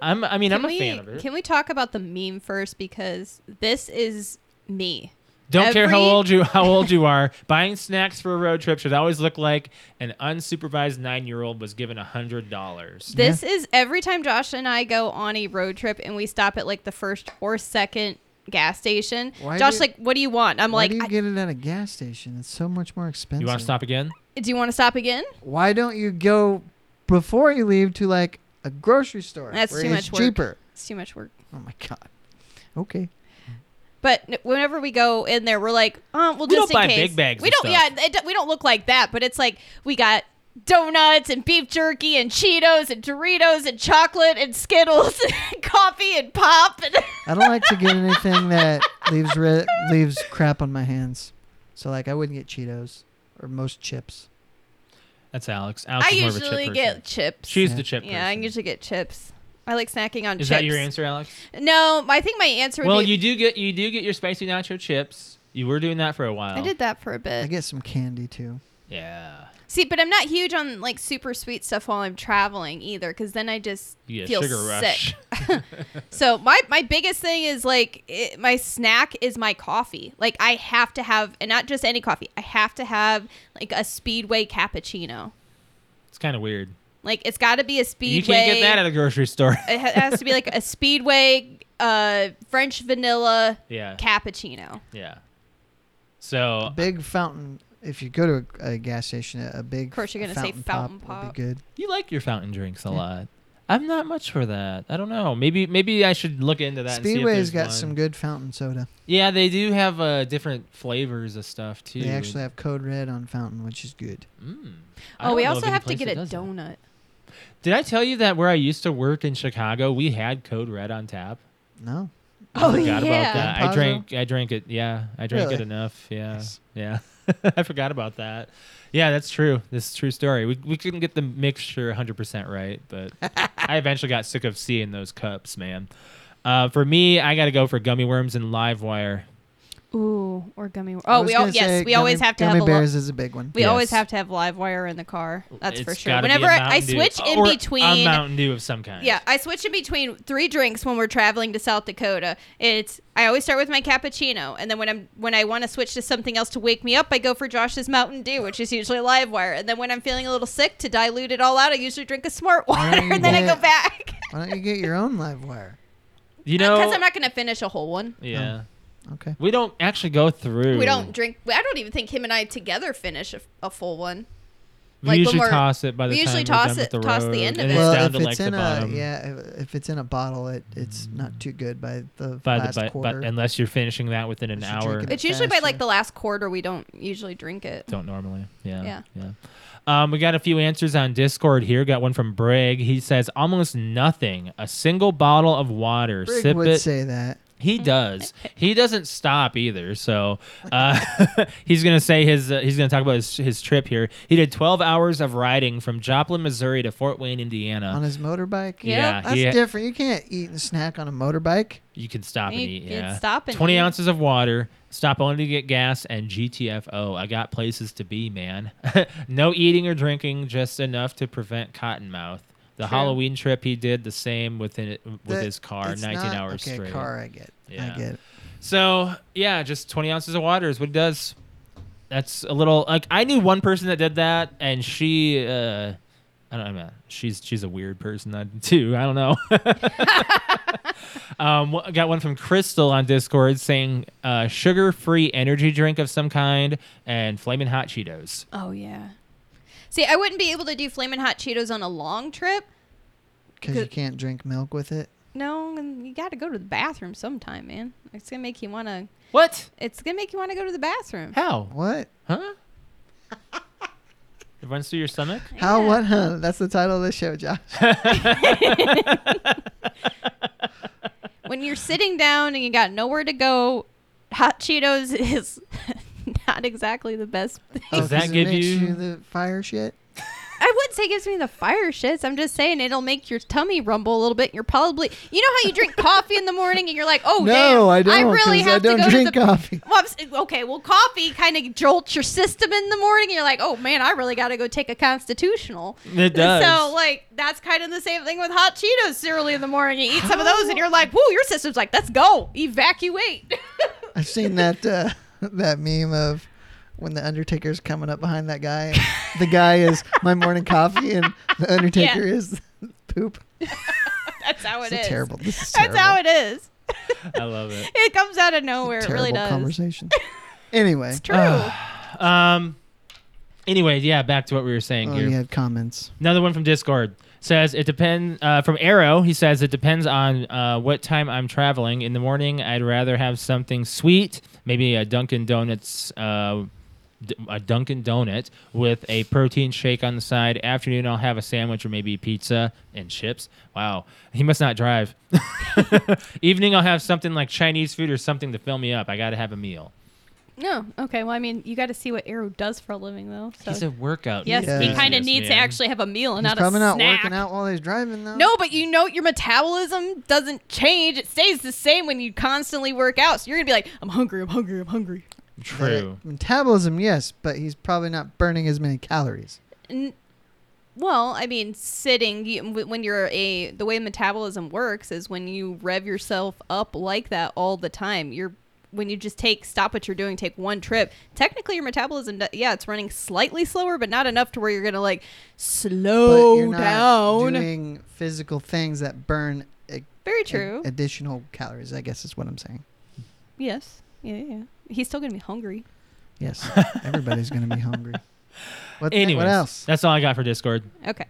Speaker 1: I'm. I mean,
Speaker 3: Can
Speaker 1: I'm a
Speaker 3: we
Speaker 1: fan of it.
Speaker 3: can we talk about the meme first because this is me.
Speaker 1: Don't care how
Speaker 3: Every-
Speaker 1: old you how
Speaker 3: (laughs)
Speaker 1: old you are. Buying snacks for a road trip should always look like an unsupervised nine year old was given a hundred dollars.
Speaker 3: This is every time Josh and I go on a road trip and we stop at like the first or second gas station.
Speaker 2: Why
Speaker 3: Josh,
Speaker 2: do-
Speaker 3: like, what do you want? I'm
Speaker 2: Why
Speaker 3: like,
Speaker 2: do you
Speaker 3: I-
Speaker 2: get it at a gas station? It's so much more expensive.
Speaker 1: You want to stop again?
Speaker 3: do you want to stop again?
Speaker 2: Why don't you go before you leave to like a grocery store?
Speaker 3: That's
Speaker 2: where
Speaker 3: too
Speaker 2: it's
Speaker 3: much work.
Speaker 2: cheaper.
Speaker 3: It's too much work.
Speaker 2: Oh my god. Okay.
Speaker 3: But n- whenever we go in there, we're like, oh, well,
Speaker 1: We
Speaker 3: just
Speaker 1: don't buy
Speaker 3: in case.
Speaker 1: big bags
Speaker 3: We
Speaker 1: of
Speaker 3: don't.
Speaker 1: stuff.
Speaker 3: Yeah, it, do- we don't look like that. But it's like we got donuts and beef jerky and Cheetos and Doritos and chocolate and Skittles (laughs) and coffee and pop. And
Speaker 2: I don't like to get anything that leaves re- leaves crap on my hands. So like I wouldn't get Cheetos or most chips.
Speaker 1: That's Alex. Alex
Speaker 3: (laughs) I
Speaker 1: is more of a chip
Speaker 3: usually
Speaker 1: person.
Speaker 3: get chips.
Speaker 1: She's
Speaker 2: Yeah.
Speaker 1: the chip.
Speaker 3: yeah, I
Speaker 1: person.
Speaker 3: usually get chips. I like snacking on chips.
Speaker 1: Is that your answer, Alex?
Speaker 3: No, I think my answer would
Speaker 1: Well,
Speaker 3: be.
Speaker 1: you do get you do get your spicy nacho chips. You were doing that for a while.
Speaker 3: I did that for a bit.
Speaker 2: I get some candy too.
Speaker 1: Yeah.
Speaker 3: See, but I'm not huge on like super sweet stuff while I'm traveling either, because then I just
Speaker 1: You get a
Speaker 3: feel
Speaker 1: sugar
Speaker 3: sick.
Speaker 1: rush.
Speaker 3: So my my biggest thing is like it, my snack is my coffee. Like I have to have, and not just any coffee. I have to have like a Speedway cappuccino.
Speaker 1: (laughs) It's kind of weird.
Speaker 3: Like it's got to be a Speedway.
Speaker 1: You can't get that at a
Speaker 3: (laughs)
Speaker 1: grocery store.
Speaker 3: it ha- has to be
Speaker 1: (laughs)
Speaker 3: like a Speedway uh, French vanilla
Speaker 1: yeah.
Speaker 3: cappuccino.
Speaker 1: Yeah. So
Speaker 2: Big fountain. If you go to a, a gas station, a, a big.
Speaker 3: Of course you're gonna say
Speaker 2: fountain
Speaker 3: fountain
Speaker 2: Would
Speaker 3: pop.
Speaker 2: be good.
Speaker 1: you like your fountain drinks a lot. I'm not much for that. I don't know. Maybe maybe I should look into that. and see if
Speaker 2: Speedway's
Speaker 1: there's
Speaker 2: got
Speaker 1: one.
Speaker 2: some good fountain soda.
Speaker 1: Yeah, they do have uh, different flavors of stuff too.
Speaker 2: They actually have Code Red on fountain, which is good.
Speaker 1: Mm. I
Speaker 3: Oh,
Speaker 1: don't
Speaker 3: we
Speaker 1: know of
Speaker 3: also
Speaker 1: any
Speaker 3: have to
Speaker 1: place
Speaker 3: get
Speaker 1: that
Speaker 3: a
Speaker 1: does that.
Speaker 3: donut.
Speaker 1: Did I tell you that where I used to work in Chicago, we had Code Red on tap?
Speaker 2: No.
Speaker 1: I
Speaker 3: Oh,
Speaker 1: forgot
Speaker 3: yeah.
Speaker 1: about that.
Speaker 2: Pazzo?
Speaker 1: I drank I drank it. Yeah, I drank it
Speaker 2: Really?
Speaker 1: enough. Yeah.
Speaker 2: Nice.
Speaker 1: Yeah. (laughs) I forgot about that. Yeah, that's true. This is a true story. We we couldn't get the mixture 100% right,
Speaker 3: (laughs)
Speaker 1: but I eventually got sick of seeing those cups, man. Uh, for me, I got to go for gummy worms and live wire.
Speaker 3: Ooh, or gummy.
Speaker 2: I
Speaker 3: Oh,
Speaker 2: was
Speaker 3: we
Speaker 2: gonna
Speaker 3: all yes,
Speaker 2: say
Speaker 3: we always
Speaker 2: gummy-
Speaker 3: have to
Speaker 2: gummy
Speaker 3: have a. Lo-
Speaker 2: bears is a big one.
Speaker 3: we always
Speaker 1: Yes.
Speaker 3: have to have live wire in the car. That's for
Speaker 1: It's
Speaker 3: sure.
Speaker 1: gotta be a
Speaker 3: Whenever I, I
Speaker 1: Mountain Dew. Uh,
Speaker 3: switch in
Speaker 1: Or a
Speaker 3: between,
Speaker 1: Mountain Dew of some kind.
Speaker 3: Yeah, I switch in between three drinks when we're traveling to South Dakota. It's I always start with my cappuccino, and then when I'm when I want to switch to something else to wake me up, I go for Josh's Mountain Dew, which is usually Live Wire. And then when I'm feeling a little sick to dilute it all out, I usually drink a Smart Water,
Speaker 2: don't you
Speaker 3: and then I
Speaker 2: get-
Speaker 3: go back
Speaker 2: Why don't you get your own live wire?
Speaker 1: You know
Speaker 3: because Uh, I'm not going to finish a whole one.
Speaker 1: Yeah.
Speaker 2: Okay.
Speaker 1: We don't actually go through.
Speaker 3: We don't drink. I don't even think him and I together finish a, a full one.
Speaker 1: We
Speaker 3: like, when
Speaker 1: usually
Speaker 3: we're-
Speaker 1: toss it by the
Speaker 3: we
Speaker 1: time
Speaker 3: usually
Speaker 1: we're
Speaker 3: toss
Speaker 1: done with
Speaker 3: it-
Speaker 1: the
Speaker 3: toss the
Speaker 1: road,
Speaker 3: end of
Speaker 1: and
Speaker 3: it.
Speaker 1: it's
Speaker 2: well,
Speaker 1: down
Speaker 2: if
Speaker 1: to
Speaker 2: it's
Speaker 1: like the
Speaker 2: in a
Speaker 1: bottom.
Speaker 2: yeah, if- if it's in a bottle, it it's not too good by the
Speaker 1: by
Speaker 2: last
Speaker 1: the by,
Speaker 2: quarter.
Speaker 1: but unless you're finishing that within an
Speaker 2: Unless you're
Speaker 1: hour.
Speaker 2: drinking
Speaker 3: It's usually by
Speaker 2: faster.
Speaker 3: like the last quarter. We don't usually drink it.
Speaker 1: Don't normally. Yeah.
Speaker 3: Yeah.
Speaker 1: Yeah. Um, we got a few answers on Discord here. Got one from Brig. He says almost nothing. A single bottle of water.
Speaker 2: Brig
Speaker 1: Sip
Speaker 2: would
Speaker 1: it.
Speaker 2: say that.
Speaker 1: He does. He doesn't stop either. So uh, (laughs) he's gonna say his. Uh, he's gonna talk about his, his trip here. He did 12 hours of riding from Joplin, Missouri, to Fort Wayne, Indiana.
Speaker 2: on his motorbike.
Speaker 1: Uh, Yeah,
Speaker 2: that's
Speaker 1: he-
Speaker 2: different. You can't eat and snack on a motorbike.
Speaker 1: You can stop and
Speaker 3: You
Speaker 1: eat.
Speaker 3: can
Speaker 1: Yeah,
Speaker 3: stop and
Speaker 1: twenty
Speaker 3: eat.
Speaker 1: ounces of water. Stop only to get gas and GTFO. I got places to be, man. (laughs) no eating or drinking, just enough to prevent cottonmouth. The
Speaker 3: True.
Speaker 1: Halloween trip he did the same with it, with
Speaker 2: That-
Speaker 1: his car,
Speaker 2: It's
Speaker 1: nineteen
Speaker 2: not-
Speaker 1: hours
Speaker 2: okay,
Speaker 1: straight.
Speaker 2: Car, I get.
Speaker 1: Yeah.
Speaker 2: I get. It.
Speaker 1: So yeah, just twenty ounces of water is what it does. That's a little like I knew one person that did that, and she, uh, I don't know, she's she's a weird person uh, (laughs) too. I don't know. um, wh- got one from Crystal on Discord saying uh, sugar-free energy drink of some kind and flaming hot Cheetos.
Speaker 3: Oh yeah. See, I wouldn't be able to do flaming hot Cheetos on a long trip.
Speaker 2: Because you
Speaker 3: Good.
Speaker 2: can't drink milk with it.
Speaker 3: No, and you got to go to the bathroom sometime, man. It's gonna make you wanna.
Speaker 1: What?
Speaker 3: It's gonna make you wanna go to the bathroom.
Speaker 1: How?
Speaker 2: What?
Speaker 1: Huh? (laughs) it runs through your stomach.
Speaker 2: How?
Speaker 3: Yeah.
Speaker 2: What? (laughs) Huh? That's the title of the show, Josh.
Speaker 3: When you're sitting down and you got nowhere to go, hot Cheetos (laughs) is not exactly the best. thing.
Speaker 2: Oh, 'cause
Speaker 1: that
Speaker 2: it
Speaker 1: give
Speaker 2: makes
Speaker 1: you-
Speaker 2: the fire shit?
Speaker 3: I wouldn't say it gives me the fire shits. I'm just saying it'll make your tummy rumble a little bit. You're probably, you know how you drink coffee in the morning and you're like, oh
Speaker 2: no,
Speaker 3: damn,
Speaker 2: I don't.
Speaker 3: really
Speaker 2: 'cause
Speaker 3: have
Speaker 2: I don't
Speaker 3: to go
Speaker 2: drink
Speaker 3: to the
Speaker 2: coffee.
Speaker 3: (laughs) Well, I'm s- okay. Well, coffee kind of jolts your system in the morning. And you're like, oh man, I really got to go take a constitutional.
Speaker 1: It does.
Speaker 3: So like that's kind of the same thing with hot Cheetos early in the morning. You eat some of those, and you're like, woo, your system's like, let's go, evacuate.
Speaker 2: (laughs)
Speaker 3: (laughs)
Speaker 2: I've seen that uh, that meme of when the Undertaker's coming up behind that guy.
Speaker 3: (laughs)
Speaker 2: And the guy is my morning coffee, and the Undertaker is (laughs) poop.
Speaker 3: that's how it
Speaker 2: It's
Speaker 3: is.
Speaker 2: terrible. This
Speaker 3: (laughs)
Speaker 2: is
Speaker 3: That's
Speaker 2: terrible.
Speaker 3: how it is.
Speaker 1: I love it.
Speaker 3: It comes out of nowhere. It really does. (laughs)
Speaker 2: terrible conversation. anyway,
Speaker 3: It's true.
Speaker 1: Um. Anyway, yeah, back to what we were saying
Speaker 2: oh,
Speaker 1: here.
Speaker 2: you had comments.
Speaker 1: Another one from Discord says it depends. Uh, from Arrow, he says it depends on uh, what time I'm traveling. In the morning, I'd rather have something sweet, maybe a Dunkin' Donuts. Uh, d- a Dunkin' Donut with a protein shake on the side. Afternoon, I'll have a sandwich or maybe pizza and chips. Wow, he must not drive. (laughs) Evening, I'll have something like Chinese food or something to fill me up. I got to have a meal.
Speaker 3: no, okay. Well, I mean, you got to see what Arrow does for a living, though. So.
Speaker 1: He's a workout.
Speaker 3: Yes, he
Speaker 2: Yeah.
Speaker 3: kind of needs to
Speaker 1: man.
Speaker 3: actually have a meal and
Speaker 2: He's
Speaker 3: not
Speaker 2: probably
Speaker 3: a
Speaker 2: not
Speaker 3: snack.
Speaker 2: working out while he's driving though.
Speaker 3: No, but you know your metabolism doesn't change. It stays the same when you constantly work out. So you're gonna be like, I'm hungry, I'm hungry, I'm hungry.
Speaker 1: True.
Speaker 2: Metabolism, yes, but he's probably not burning as many calories.
Speaker 3: N- well, I mean, sitting you, w- when you're a the way metabolism works is when you rev yourself up like that all the time. You're when you just take stop what you're doing, take one trip. Technically, your metabolism, do- yeah, it's running slightly slower, but not enough to where you're gonna like
Speaker 2: but
Speaker 3: slow
Speaker 2: you're
Speaker 3: down.
Speaker 2: not doing physical things that burn a-
Speaker 3: Very
Speaker 2: a-
Speaker 3: true.
Speaker 2: additional calories. I guess is what I'm saying.
Speaker 3: yes. Yeah, yeah. yeah. He's still gonna be hungry.
Speaker 2: Yes, (laughs) everybody's gonna be
Speaker 1: (laughs)
Speaker 2: hungry. What,
Speaker 1: Anyways,
Speaker 2: what else?
Speaker 1: That's all I got for Discord.
Speaker 3: Okay.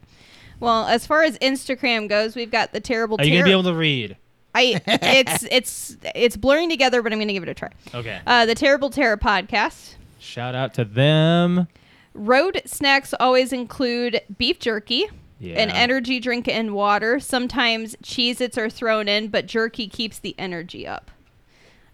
Speaker 3: Well, as far as Instagram goes, we've got the terrible.
Speaker 1: Are you gonna
Speaker 3: Terror-
Speaker 1: be able to read?
Speaker 3: I it's it's it's blurring together, but I'm gonna give it a try.
Speaker 1: Okay.
Speaker 3: Uh, the Terrible Terror podcast.
Speaker 1: Shout out to them.
Speaker 3: Road snacks always include beef jerky,
Speaker 1: Yeah.
Speaker 3: an energy drink, and water. Sometimes Cheez Its are thrown in, but jerky keeps the energy up.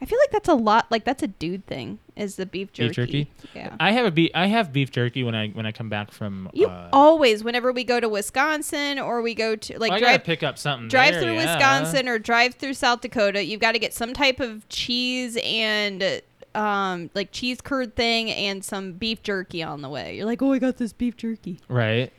Speaker 3: I feel like that's a lot, like that's a dude thing, is the beef jerky.
Speaker 1: Beef jerky?
Speaker 3: Yeah.
Speaker 1: I have a beef. I have beef jerky when I when I come back from.
Speaker 3: you
Speaker 1: uh,
Speaker 3: always, whenever we go to Wisconsin or we go to like
Speaker 1: Oh, I gotta
Speaker 3: drive,
Speaker 1: pick up something.
Speaker 3: drive
Speaker 1: there,
Speaker 3: through
Speaker 1: yeah.
Speaker 3: Wisconsin or drive through South Dakota, you've got to get some type of cheese and um, like cheese curd thing and some beef jerky on the way. You're like, oh, I got this beef jerky.
Speaker 1: Right.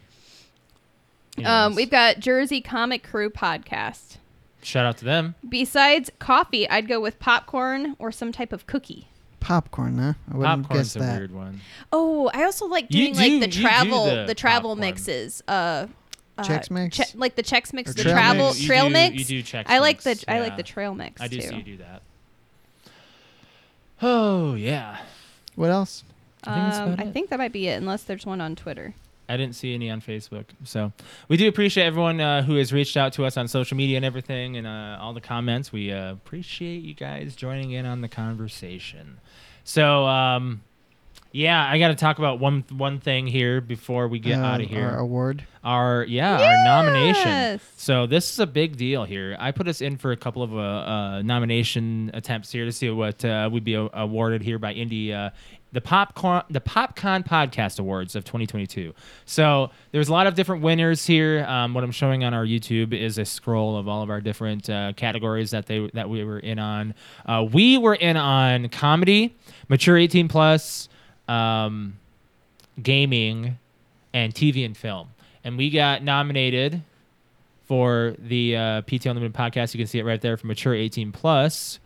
Speaker 3: Um,
Speaker 1: Anyways,
Speaker 3: we've got Jersey Comic Crew podcast.
Speaker 1: shout out to them.
Speaker 3: Besides coffee, I'd go with popcorn or some type of cookie.
Speaker 2: Popcorn, huh? I wouldn't guess
Speaker 1: Popcorn's a
Speaker 2: that.
Speaker 1: weird one.
Speaker 3: Oh, I also like doing
Speaker 1: You do-
Speaker 3: like the
Speaker 1: you do
Speaker 3: travel,
Speaker 1: the
Speaker 3: the, travel
Speaker 1: popcorn.
Speaker 3: mixes. Uh, uh,
Speaker 2: Chex mix?
Speaker 3: che- like the Chex mix,
Speaker 2: Or
Speaker 3: the
Speaker 2: trail
Speaker 3: travel
Speaker 2: mix? You
Speaker 3: trail
Speaker 1: do-
Speaker 3: mix.
Speaker 1: you do Chex
Speaker 3: I like
Speaker 1: mix,
Speaker 3: the I like
Speaker 1: yeah.
Speaker 3: the trail mix
Speaker 1: I do
Speaker 3: too.
Speaker 1: see you do that. Oh yeah.
Speaker 2: What else?
Speaker 1: I think that's
Speaker 3: Um,
Speaker 1: about
Speaker 3: I
Speaker 1: it.
Speaker 3: think that might be it, unless there's one on Twitter.
Speaker 1: I didn't see any on Facebook. So we do appreciate everyone uh, who has reached out to us on social media and everything and uh, all the comments. We uh, appreciate you guys joining in on the conversation. So, um, yeah, I got to talk about one one thing here before we get
Speaker 2: Um,
Speaker 1: out of
Speaker 2: Our
Speaker 1: here.
Speaker 2: award.
Speaker 1: Our, yeah, our nomination.
Speaker 3: Yes!
Speaker 1: So this is a big deal here. I put us in for a couple of uh, uh, nomination attempts here to see what uh, would be a- awarded here by Indie. Uh, the popcorn, the PopCon Podcast Awards of 2022. So there's a lot of different winners here. Um, what I'm showing on our YouTube is a scroll of all of our different uh, categories that they that we were in on. Uh, we were in on comedy, mature 18 plus, um, gaming, and TV and film. And we got nominated for the uh, PT Unlimited podcast. You can see it right there for Mature 18 Plus.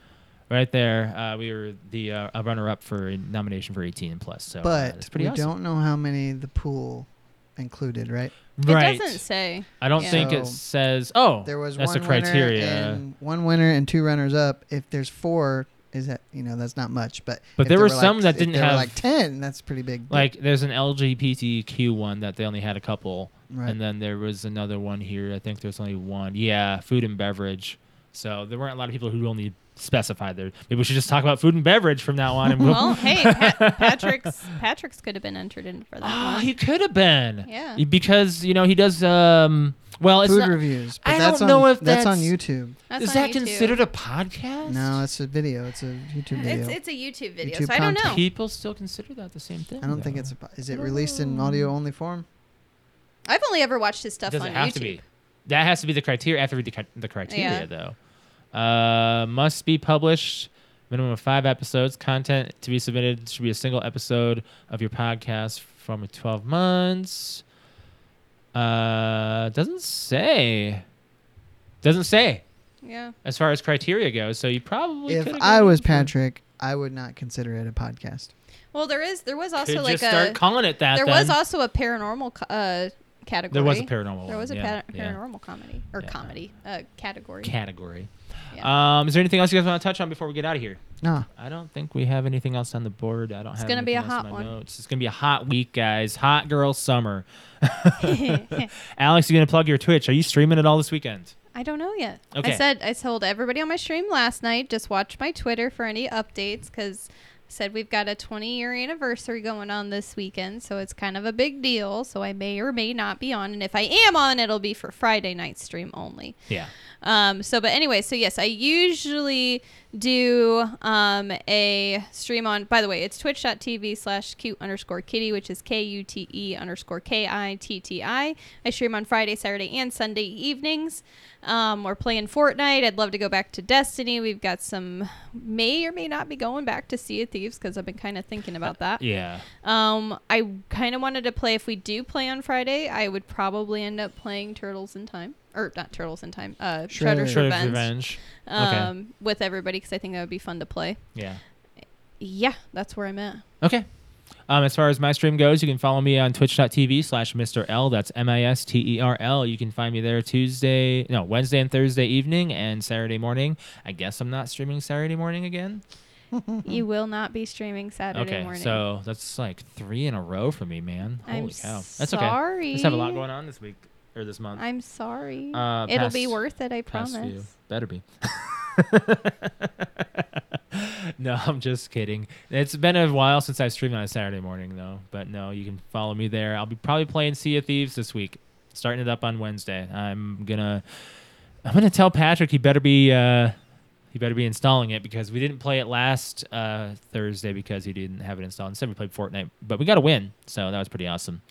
Speaker 1: Right there, uh, we were the uh, a runner-up for a nomination for 18 and plus. So, uh,
Speaker 2: but
Speaker 1: that's
Speaker 2: we
Speaker 1: pretty awesome.
Speaker 2: don't know how many the pool included, right?
Speaker 1: right.
Speaker 3: It doesn't say.
Speaker 1: I don't
Speaker 3: yeah.
Speaker 1: think it
Speaker 2: So,
Speaker 1: says. Oh,
Speaker 2: There was
Speaker 1: that's
Speaker 2: one
Speaker 1: a criteria.
Speaker 2: winner and one winner and two runners up. If there's four, is that you know that's not much, but
Speaker 1: But
Speaker 2: if
Speaker 1: there were
Speaker 2: like-
Speaker 1: some that
Speaker 2: if
Speaker 1: didn't
Speaker 2: there were
Speaker 1: have-
Speaker 2: like ten. That's pretty big.
Speaker 1: like there's an LGBTQ one that they only had a couple,
Speaker 2: right.
Speaker 1: and then there was another one here. I think there's only one. Yeah, food and beverage. So there weren't a lot of people who only specified there. Maybe we should just talk about food and beverage from now on. And (laughs)
Speaker 2: (laughs)
Speaker 1: we'll,
Speaker 3: Well, hey,
Speaker 1: (laughs)
Speaker 3: Pat- Patrick's Patrick's could have been entered in for that.
Speaker 1: Ah,
Speaker 3: one.
Speaker 1: he could have been.
Speaker 3: Yeah.
Speaker 1: Because you know he does. Um. Well, it's
Speaker 2: food
Speaker 1: not.
Speaker 2: reviews. But
Speaker 1: I
Speaker 2: that's
Speaker 1: don't
Speaker 2: on,
Speaker 1: know if
Speaker 2: on
Speaker 1: that's-
Speaker 2: YouTube.
Speaker 3: That's
Speaker 1: is
Speaker 3: on
Speaker 1: that
Speaker 3: YouTube.
Speaker 1: considered a podcast?
Speaker 2: No, it's a video. It's a YouTube video.
Speaker 3: It's it's a YouTube video,
Speaker 2: YouTube
Speaker 3: so I don't know.
Speaker 1: People still consider that the same thing.
Speaker 2: I don't think
Speaker 1: though.
Speaker 2: it's a. po- Is it released in audio only form?
Speaker 3: I've only ever watched his stuff
Speaker 1: Doesn't
Speaker 3: on
Speaker 1: have
Speaker 3: YouTube.
Speaker 1: to be. That has to be the criteria. I have to read the, cri- the
Speaker 3: Yeah.
Speaker 1: criteria though. Uh, must be published. Minimum of five episodes. Content to be submitted should be a single episode of your podcast from 12 months. Uh, doesn't say. Doesn't say
Speaker 3: Yeah.
Speaker 1: as far as criteria goes. So you probably.
Speaker 2: if
Speaker 1: could've
Speaker 2: I
Speaker 1: gone
Speaker 2: was
Speaker 1: for-
Speaker 2: Patrick, I would not consider it a podcast.
Speaker 3: Well, there is there was also
Speaker 1: could
Speaker 3: like
Speaker 1: just
Speaker 3: a
Speaker 1: start calling it that.
Speaker 3: there
Speaker 1: then.
Speaker 3: was also a paranormal co- uh, category.
Speaker 1: there was a paranormal.
Speaker 3: There was a
Speaker 1: one, yeah,
Speaker 3: pa-
Speaker 1: yeah.
Speaker 3: paranormal comedy or
Speaker 1: Yeah.
Speaker 3: comedy uh, category.
Speaker 1: category. Um, is there anything else you guys want to touch on before we get out of here?
Speaker 2: No,
Speaker 1: I don't think we have anything else on the board. I don't
Speaker 3: It's
Speaker 1: have
Speaker 3: gonna be
Speaker 1: anything
Speaker 3: a
Speaker 1: else in
Speaker 3: hot
Speaker 1: my
Speaker 3: one.
Speaker 1: Notes. It's going to be a hot week, guys. Hot girl summer. (laughs) Alex, you're going to plug your Twitch. Are you streaming it all this weekend?
Speaker 3: (laughs) I don't know yet.
Speaker 1: Okay.
Speaker 3: I said I told everybody on my stream last night just watch my Twitter for any updates because said we've got a 20 year anniversary going on this weekend, so it's kind of a big deal. So I may or may not be on, and if I am on, it'll be for Friday night stream only.
Speaker 1: Yeah.
Speaker 3: Um, so, but anyway, so yes, I usually do um, a stream on, by the way, it's twitch.tv slash cute underscore kitty, which is K U T E underscore K I T T I. I stream on Friday, Saturday, and Sunday evenings. Um, we're playing Fortnite. I'd love to go back to Destiny. We've got some, may or may not be going back to Sea of Thieves because I've been kind of thinking about that.
Speaker 1: Yeah.
Speaker 3: Um, I kind of wanted to play. If we do play on Friday, I would probably end up playing Turtles in Time, or not Turtles in Time, uh,
Speaker 2: Shredder's
Speaker 3: Shredder's,
Speaker 1: Shredder's
Speaker 3: Revenge,
Speaker 1: Revenge. Okay.
Speaker 3: Um, with everybody because I think that would be fun to play.
Speaker 1: Yeah.
Speaker 3: Yeah, that's where I'm at.
Speaker 1: Okay. Um, as far as my stream goes, you can follow me on twitch.tv slash Mr. L. That's M I S T E R L. You can find me there Tuesday, no, Wednesday and Thursday evening and Saturday morning. I guess I'm not streaming Saturday morning again.
Speaker 3: you will not be streaming Saturday
Speaker 1: okay.
Speaker 3: morning.
Speaker 1: So that's like three in a row for me, man. Holy
Speaker 3: I'm
Speaker 1: cow. That's okay.
Speaker 3: sorry.
Speaker 1: Let's have a lot going on this week or this month.
Speaker 3: I'm sorry.
Speaker 1: Uh,
Speaker 3: It'll be
Speaker 1: past-
Speaker 3: worth it. I
Speaker 1: Past few. (laughs)
Speaker 3: promise.
Speaker 1: Better be. no, I'm just kidding. It's been a while since I've streamed on a Saturday morning, though. But no, you can follow me there. I'll be probably playing Sea of Thieves this week, starting it up on Wednesday. I'm gonna, I'm gonna tell Patrick he better be, uh, he better be installing it because we didn't play it last uh, Thursday because he didn't have it installed. Instead, we played Fortnite, but we got a win, so that was pretty awesome.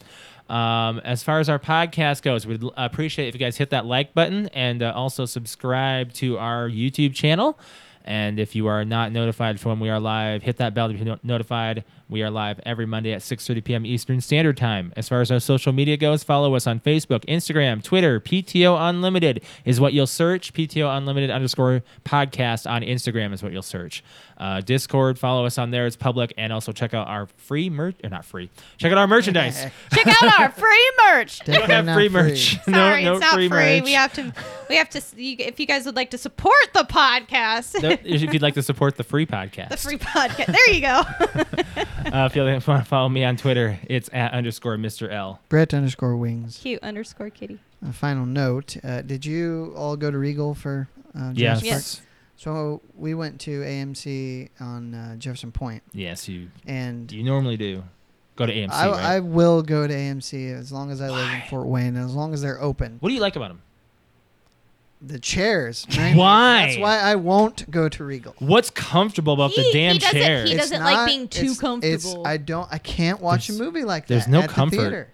Speaker 1: Um, as far as our podcast goes, we'd l- appreciate if you guys hit that like button and uh, also subscribe to our YouTube channel. And if you are not notified for when we are live, hit that bell to be no- notified. We are live every Monday at 6:30 p.m. Eastern Standard Time. As far as our social media goes, follow us on Facebook, Instagram, Twitter. PTO Unlimited is what you'll search. PTO Unlimited underscore podcast on Instagram is what you'll search. Uh, Discord, follow us on there. It's public, and also check out our free merch or not free. Check out
Speaker 2: (laughs)
Speaker 1: our (laughs) merchandise.
Speaker 3: Check out our free merch.
Speaker 1: We don't have
Speaker 2: Definitely
Speaker 1: free
Speaker 2: not free. (laughs)
Speaker 1: merch.
Speaker 3: Sorry,
Speaker 1: (laughs) no, no
Speaker 3: it's not free.
Speaker 1: merch.
Speaker 3: We have to, we have to. s- You, if you guys would like to support the podcast,
Speaker 1: No, if you'd like to support the free podcast,
Speaker 3: the free podcast. There you go.
Speaker 1: (laughs)
Speaker 3: (laughs)
Speaker 1: uh, if you want to follow me on Twitter, it's at underscore Mr. L.
Speaker 2: Brett underscore wings.
Speaker 3: Cute underscore kitty.
Speaker 2: A final note: uh, Did you all go to Regal for? Uh,
Speaker 1: Yes.
Speaker 2: Jurassic Park?
Speaker 3: Yes.
Speaker 2: So we went to AMC on uh, Jefferson Point,
Speaker 1: Yes, you
Speaker 2: and
Speaker 1: you normally do. Go to AMC.
Speaker 2: I,
Speaker 1: right?
Speaker 2: I will go to AMC as long as I live in
Speaker 1: Why?
Speaker 2: Fort Wayne, as long as they're open.
Speaker 1: what do you like about them?
Speaker 2: The chairs. man.
Speaker 1: Why?
Speaker 2: That's why I won't go to Regal.
Speaker 1: What's comfortable about
Speaker 3: He-
Speaker 1: the
Speaker 3: he
Speaker 1: damn
Speaker 3: doesn't-
Speaker 1: chair?
Speaker 3: he-
Speaker 2: It's
Speaker 3: doesn't like being too
Speaker 2: it's- It's,
Speaker 3: comfortable.
Speaker 2: I don't. I can't watch
Speaker 1: There's-
Speaker 2: a movie like that.
Speaker 1: there's no
Speaker 2: at the
Speaker 1: comfort.
Speaker 2: theater.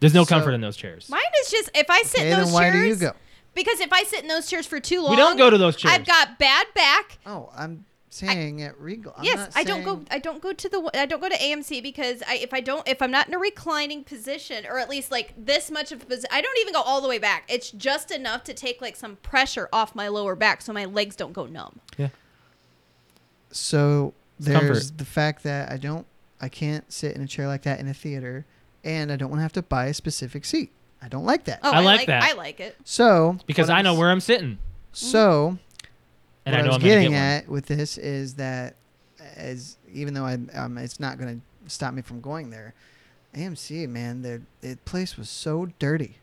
Speaker 1: There's no
Speaker 2: so-
Speaker 1: comfort in those chairs.
Speaker 3: Mine is just if I sit
Speaker 2: Okay,
Speaker 3: in
Speaker 2: then
Speaker 3: those
Speaker 2: why
Speaker 3: chairs.
Speaker 2: do you go?
Speaker 3: Because if I sit in those chairs for too long,
Speaker 1: We don't go to those chairs.
Speaker 3: I've got bad back.
Speaker 2: Oh, I'm saying at Regal. I'm
Speaker 3: yes,
Speaker 2: not
Speaker 3: I don't go.
Speaker 2: saying-
Speaker 3: I don't go to the. I don't go to AMC because I, if I don't, if I'm not in a reclining position or at least like this much of a position, I don't even go all the way back. It's just enough to take like some pressure off my lower back so my legs don't go numb.
Speaker 2: So
Speaker 1: comfort.
Speaker 2: there's the fact that I don't. I can't sit in a chair like that in a theater, and I don't want to have to buy a specific seat. I don't like that.
Speaker 3: Oh,
Speaker 1: I like that.
Speaker 3: I like it.
Speaker 2: So
Speaker 1: because
Speaker 2: what
Speaker 1: I
Speaker 2: I'm
Speaker 1: know
Speaker 2: s-
Speaker 1: where I'm sitting,
Speaker 2: So.
Speaker 1: and
Speaker 2: what
Speaker 1: I know
Speaker 2: was
Speaker 1: am
Speaker 2: getting
Speaker 1: gonna get
Speaker 2: at with this is that as even though I um, it's not going to stop me from going there, AMC man, the the place was so dirty.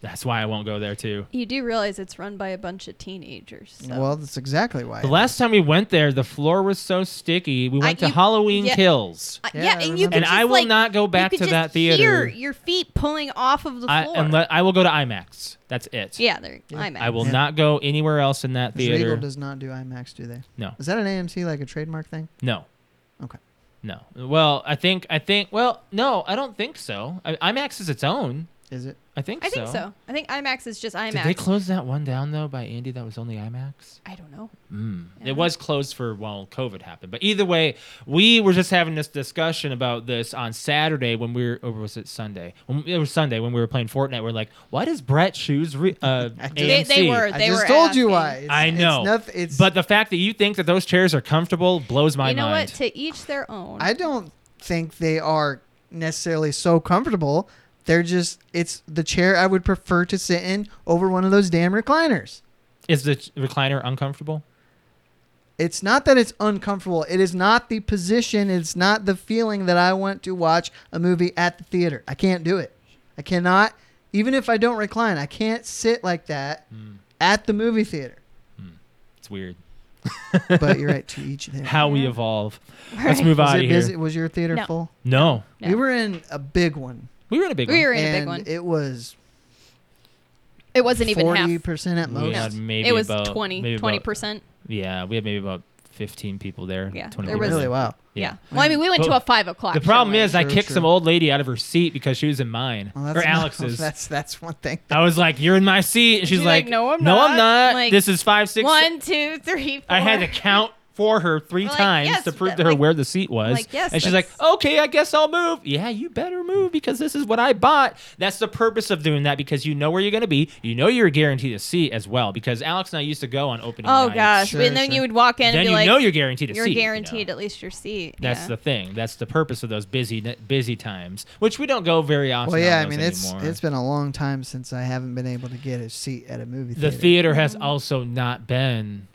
Speaker 1: one. That's why I won't go there too.
Speaker 3: You do realize it's run by a bunch of teenagers. So.
Speaker 2: Well, that's exactly why.
Speaker 1: The last time we went there, the floor was so sticky. We
Speaker 3: I-
Speaker 1: went to
Speaker 3: you-
Speaker 1: Halloween
Speaker 3: yeah.
Speaker 1: Kills,
Speaker 3: Uh,
Speaker 2: Yeah,
Speaker 3: yeah,
Speaker 2: I
Speaker 3: and you
Speaker 2: remember.
Speaker 3: can
Speaker 1: and
Speaker 3: just,
Speaker 1: I will
Speaker 3: like,
Speaker 1: not go back
Speaker 3: you
Speaker 1: to
Speaker 3: could
Speaker 1: that
Speaker 3: just hear
Speaker 1: theater.
Speaker 3: your feet pulling off of the
Speaker 1: I,
Speaker 3: floor.
Speaker 1: unless, I will go to IMAX. That's it.
Speaker 3: yeah, there.
Speaker 2: Yeah.
Speaker 3: I'm
Speaker 1: I will
Speaker 2: Yeah.
Speaker 1: not go anywhere else in that
Speaker 2: Because Regal
Speaker 1: theater.
Speaker 2: does not do IMAX, do they?
Speaker 1: No.
Speaker 2: Is that an AMC like a trademark thing?
Speaker 1: No.
Speaker 2: Okay.
Speaker 1: No. Well, I think I think well, no, I don't think so. I, IMAX is its own.
Speaker 2: Is it?
Speaker 1: I think
Speaker 3: I
Speaker 1: so.
Speaker 3: think so. I think IMAX is just
Speaker 1: Did they
Speaker 3: IMAX.
Speaker 1: close that one down though by Andy that was only IMAX?
Speaker 3: I don't know.
Speaker 1: Mm.
Speaker 3: Yeah.
Speaker 1: It was closed for while COVID happened. But either way, we were just having this discussion about this on Saturday when we were, or was it Sunday? When, it was Sunday when we were playing Fortnite. We're like, why does Brett choose re- uh,
Speaker 2: (laughs) I just-
Speaker 3: They,
Speaker 1: AMC?
Speaker 3: they were.
Speaker 2: I
Speaker 3: They
Speaker 2: just
Speaker 3: were
Speaker 2: told
Speaker 3: asking.
Speaker 2: you why. It's-
Speaker 1: I know.
Speaker 2: It's nothing, it's,
Speaker 1: But the fact that you think that those chairs are comfortable blows my
Speaker 3: you know
Speaker 1: mind.
Speaker 3: what? To each their own.
Speaker 2: I don't think they are necessarily so comfortable. They're just it's the chair I would prefer to sit in over one of those damn recliners.
Speaker 1: Is the recliner uncomfortable?
Speaker 2: It's not that it's uncomfortable. It is not the position. It's not the feeling that I want to watch a movie at the theater. I can't do it. I cannot, even if I don't recline, I can't sit like that
Speaker 1: Mm.
Speaker 2: at the movie
Speaker 1: (laughs)
Speaker 2: theater.
Speaker 1: It's weird.
Speaker 2: But you're right, to each their.
Speaker 1: How we
Speaker 3: Yeah. (laughs)
Speaker 1: evolve.
Speaker 3: Right.
Speaker 1: Let's move
Speaker 2: was
Speaker 1: out of
Speaker 2: it
Speaker 1: here.
Speaker 2: busy? Was your theater
Speaker 3: No.
Speaker 2: full?
Speaker 1: No,
Speaker 3: No.
Speaker 2: We were in a big one.
Speaker 1: we were in a big
Speaker 3: We
Speaker 1: one.
Speaker 3: were in
Speaker 2: and
Speaker 3: a big one.
Speaker 2: It was
Speaker 3: It wasn't even half.
Speaker 2: forty percent at
Speaker 1: We
Speaker 2: most.
Speaker 1: had maybe
Speaker 3: it was
Speaker 1: about, maybe
Speaker 3: twenty,
Speaker 1: about-
Speaker 3: twenty percent
Speaker 1: yeah, we had maybe about 15 people there.
Speaker 3: Yeah,
Speaker 1: 20
Speaker 3: there
Speaker 1: people.
Speaker 3: was-
Speaker 2: Really, wow.
Speaker 3: Yeah. Well, I mean, we went to
Speaker 1: Well,
Speaker 3: a five o'clock.
Speaker 1: The problem
Speaker 3: show,
Speaker 1: is, I
Speaker 2: True,
Speaker 1: kicked
Speaker 2: true.
Speaker 1: some old lady out of her seat because she was in mine
Speaker 2: Well,
Speaker 1: or
Speaker 2: that's not- (laughs)
Speaker 1: Alex's.
Speaker 2: that's that's one thing.
Speaker 1: I was like, "You're in my seat," and she's
Speaker 3: She's
Speaker 1: like,
Speaker 3: like, "No, I'm
Speaker 1: no,
Speaker 3: not."
Speaker 1: I'm not.
Speaker 3: Like,
Speaker 1: this is five, six.
Speaker 3: One, two, three, four.
Speaker 1: I had to count for her 3
Speaker 3: We're like,
Speaker 1: times
Speaker 3: "Yes,
Speaker 1: to prove
Speaker 3: but,
Speaker 1: to her
Speaker 3: like-
Speaker 1: where the seat was.
Speaker 3: like, "Yes,
Speaker 1: and she's like,
Speaker 3: that's-
Speaker 1: "Okay, I guess I'll move." Yeah, you better move because this is what I bought. That's the purpose of doing that because you know where you're going to be. You know you're guaranteed a seat as well because Alex and I used to go on opening.
Speaker 3: Oh
Speaker 1: night.
Speaker 3: gosh!
Speaker 2: Sure,
Speaker 3: and then
Speaker 2: sure.
Speaker 3: you would walk in
Speaker 1: Then
Speaker 3: and be
Speaker 1: you
Speaker 3: like,
Speaker 1: know you're guaranteed a
Speaker 3: "You're
Speaker 1: seat. you know?
Speaker 3: guaranteed at least your seat."
Speaker 1: That's
Speaker 3: yeah.
Speaker 1: the thing. That's the purpose of those busy busy times, which we don't go very often.
Speaker 2: Well, yeah,
Speaker 1: on
Speaker 2: I
Speaker 1: those
Speaker 2: mean, it's
Speaker 1: anymore.
Speaker 2: it's been a long time since I haven't been able to get a seat at a movie
Speaker 1: the
Speaker 2: theater.
Speaker 1: theater has also not been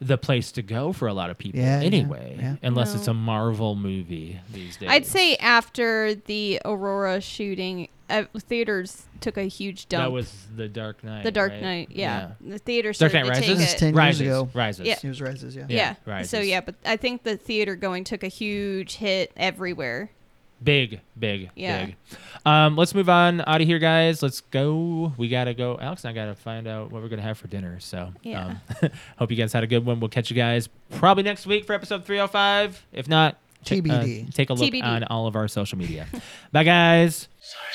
Speaker 1: the place to go for a lot of people
Speaker 2: Yeah, yeah,
Speaker 1: anyway
Speaker 2: yeah.
Speaker 1: unless
Speaker 3: No.
Speaker 1: it's a marvel movie these days
Speaker 3: I'd say after the Aurora shooting, uh, theaters took a huge dump.
Speaker 1: that was the dark knight
Speaker 3: the Dark
Speaker 1: right?
Speaker 3: Knight. Yeah. the theaters.
Speaker 1: Dark
Speaker 3: started
Speaker 1: Knight
Speaker 3: to take
Speaker 1: Rises?
Speaker 3: a-
Speaker 2: Ten years
Speaker 1: rises
Speaker 2: ago.
Speaker 1: rises
Speaker 3: Yeah.
Speaker 2: It was rises, yeah.
Speaker 1: Yeah,
Speaker 3: Yeah. So
Speaker 1: rises.
Speaker 3: yeah, but I think the theater going took a huge hit everywhere.
Speaker 1: big big
Speaker 3: Yeah.
Speaker 1: big um let's move on out of here guys let's go we gotta go alex and i gotta find out what we're gonna have for dinner so
Speaker 3: Yeah.
Speaker 1: um, (laughs) hope you guys had a good one we'll catch you guys probably next week for episode 305 if not t- uh,
Speaker 2: TBD.
Speaker 1: take a look
Speaker 3: TBD.
Speaker 1: on all of our social media bye guys
Speaker 4: Sorry.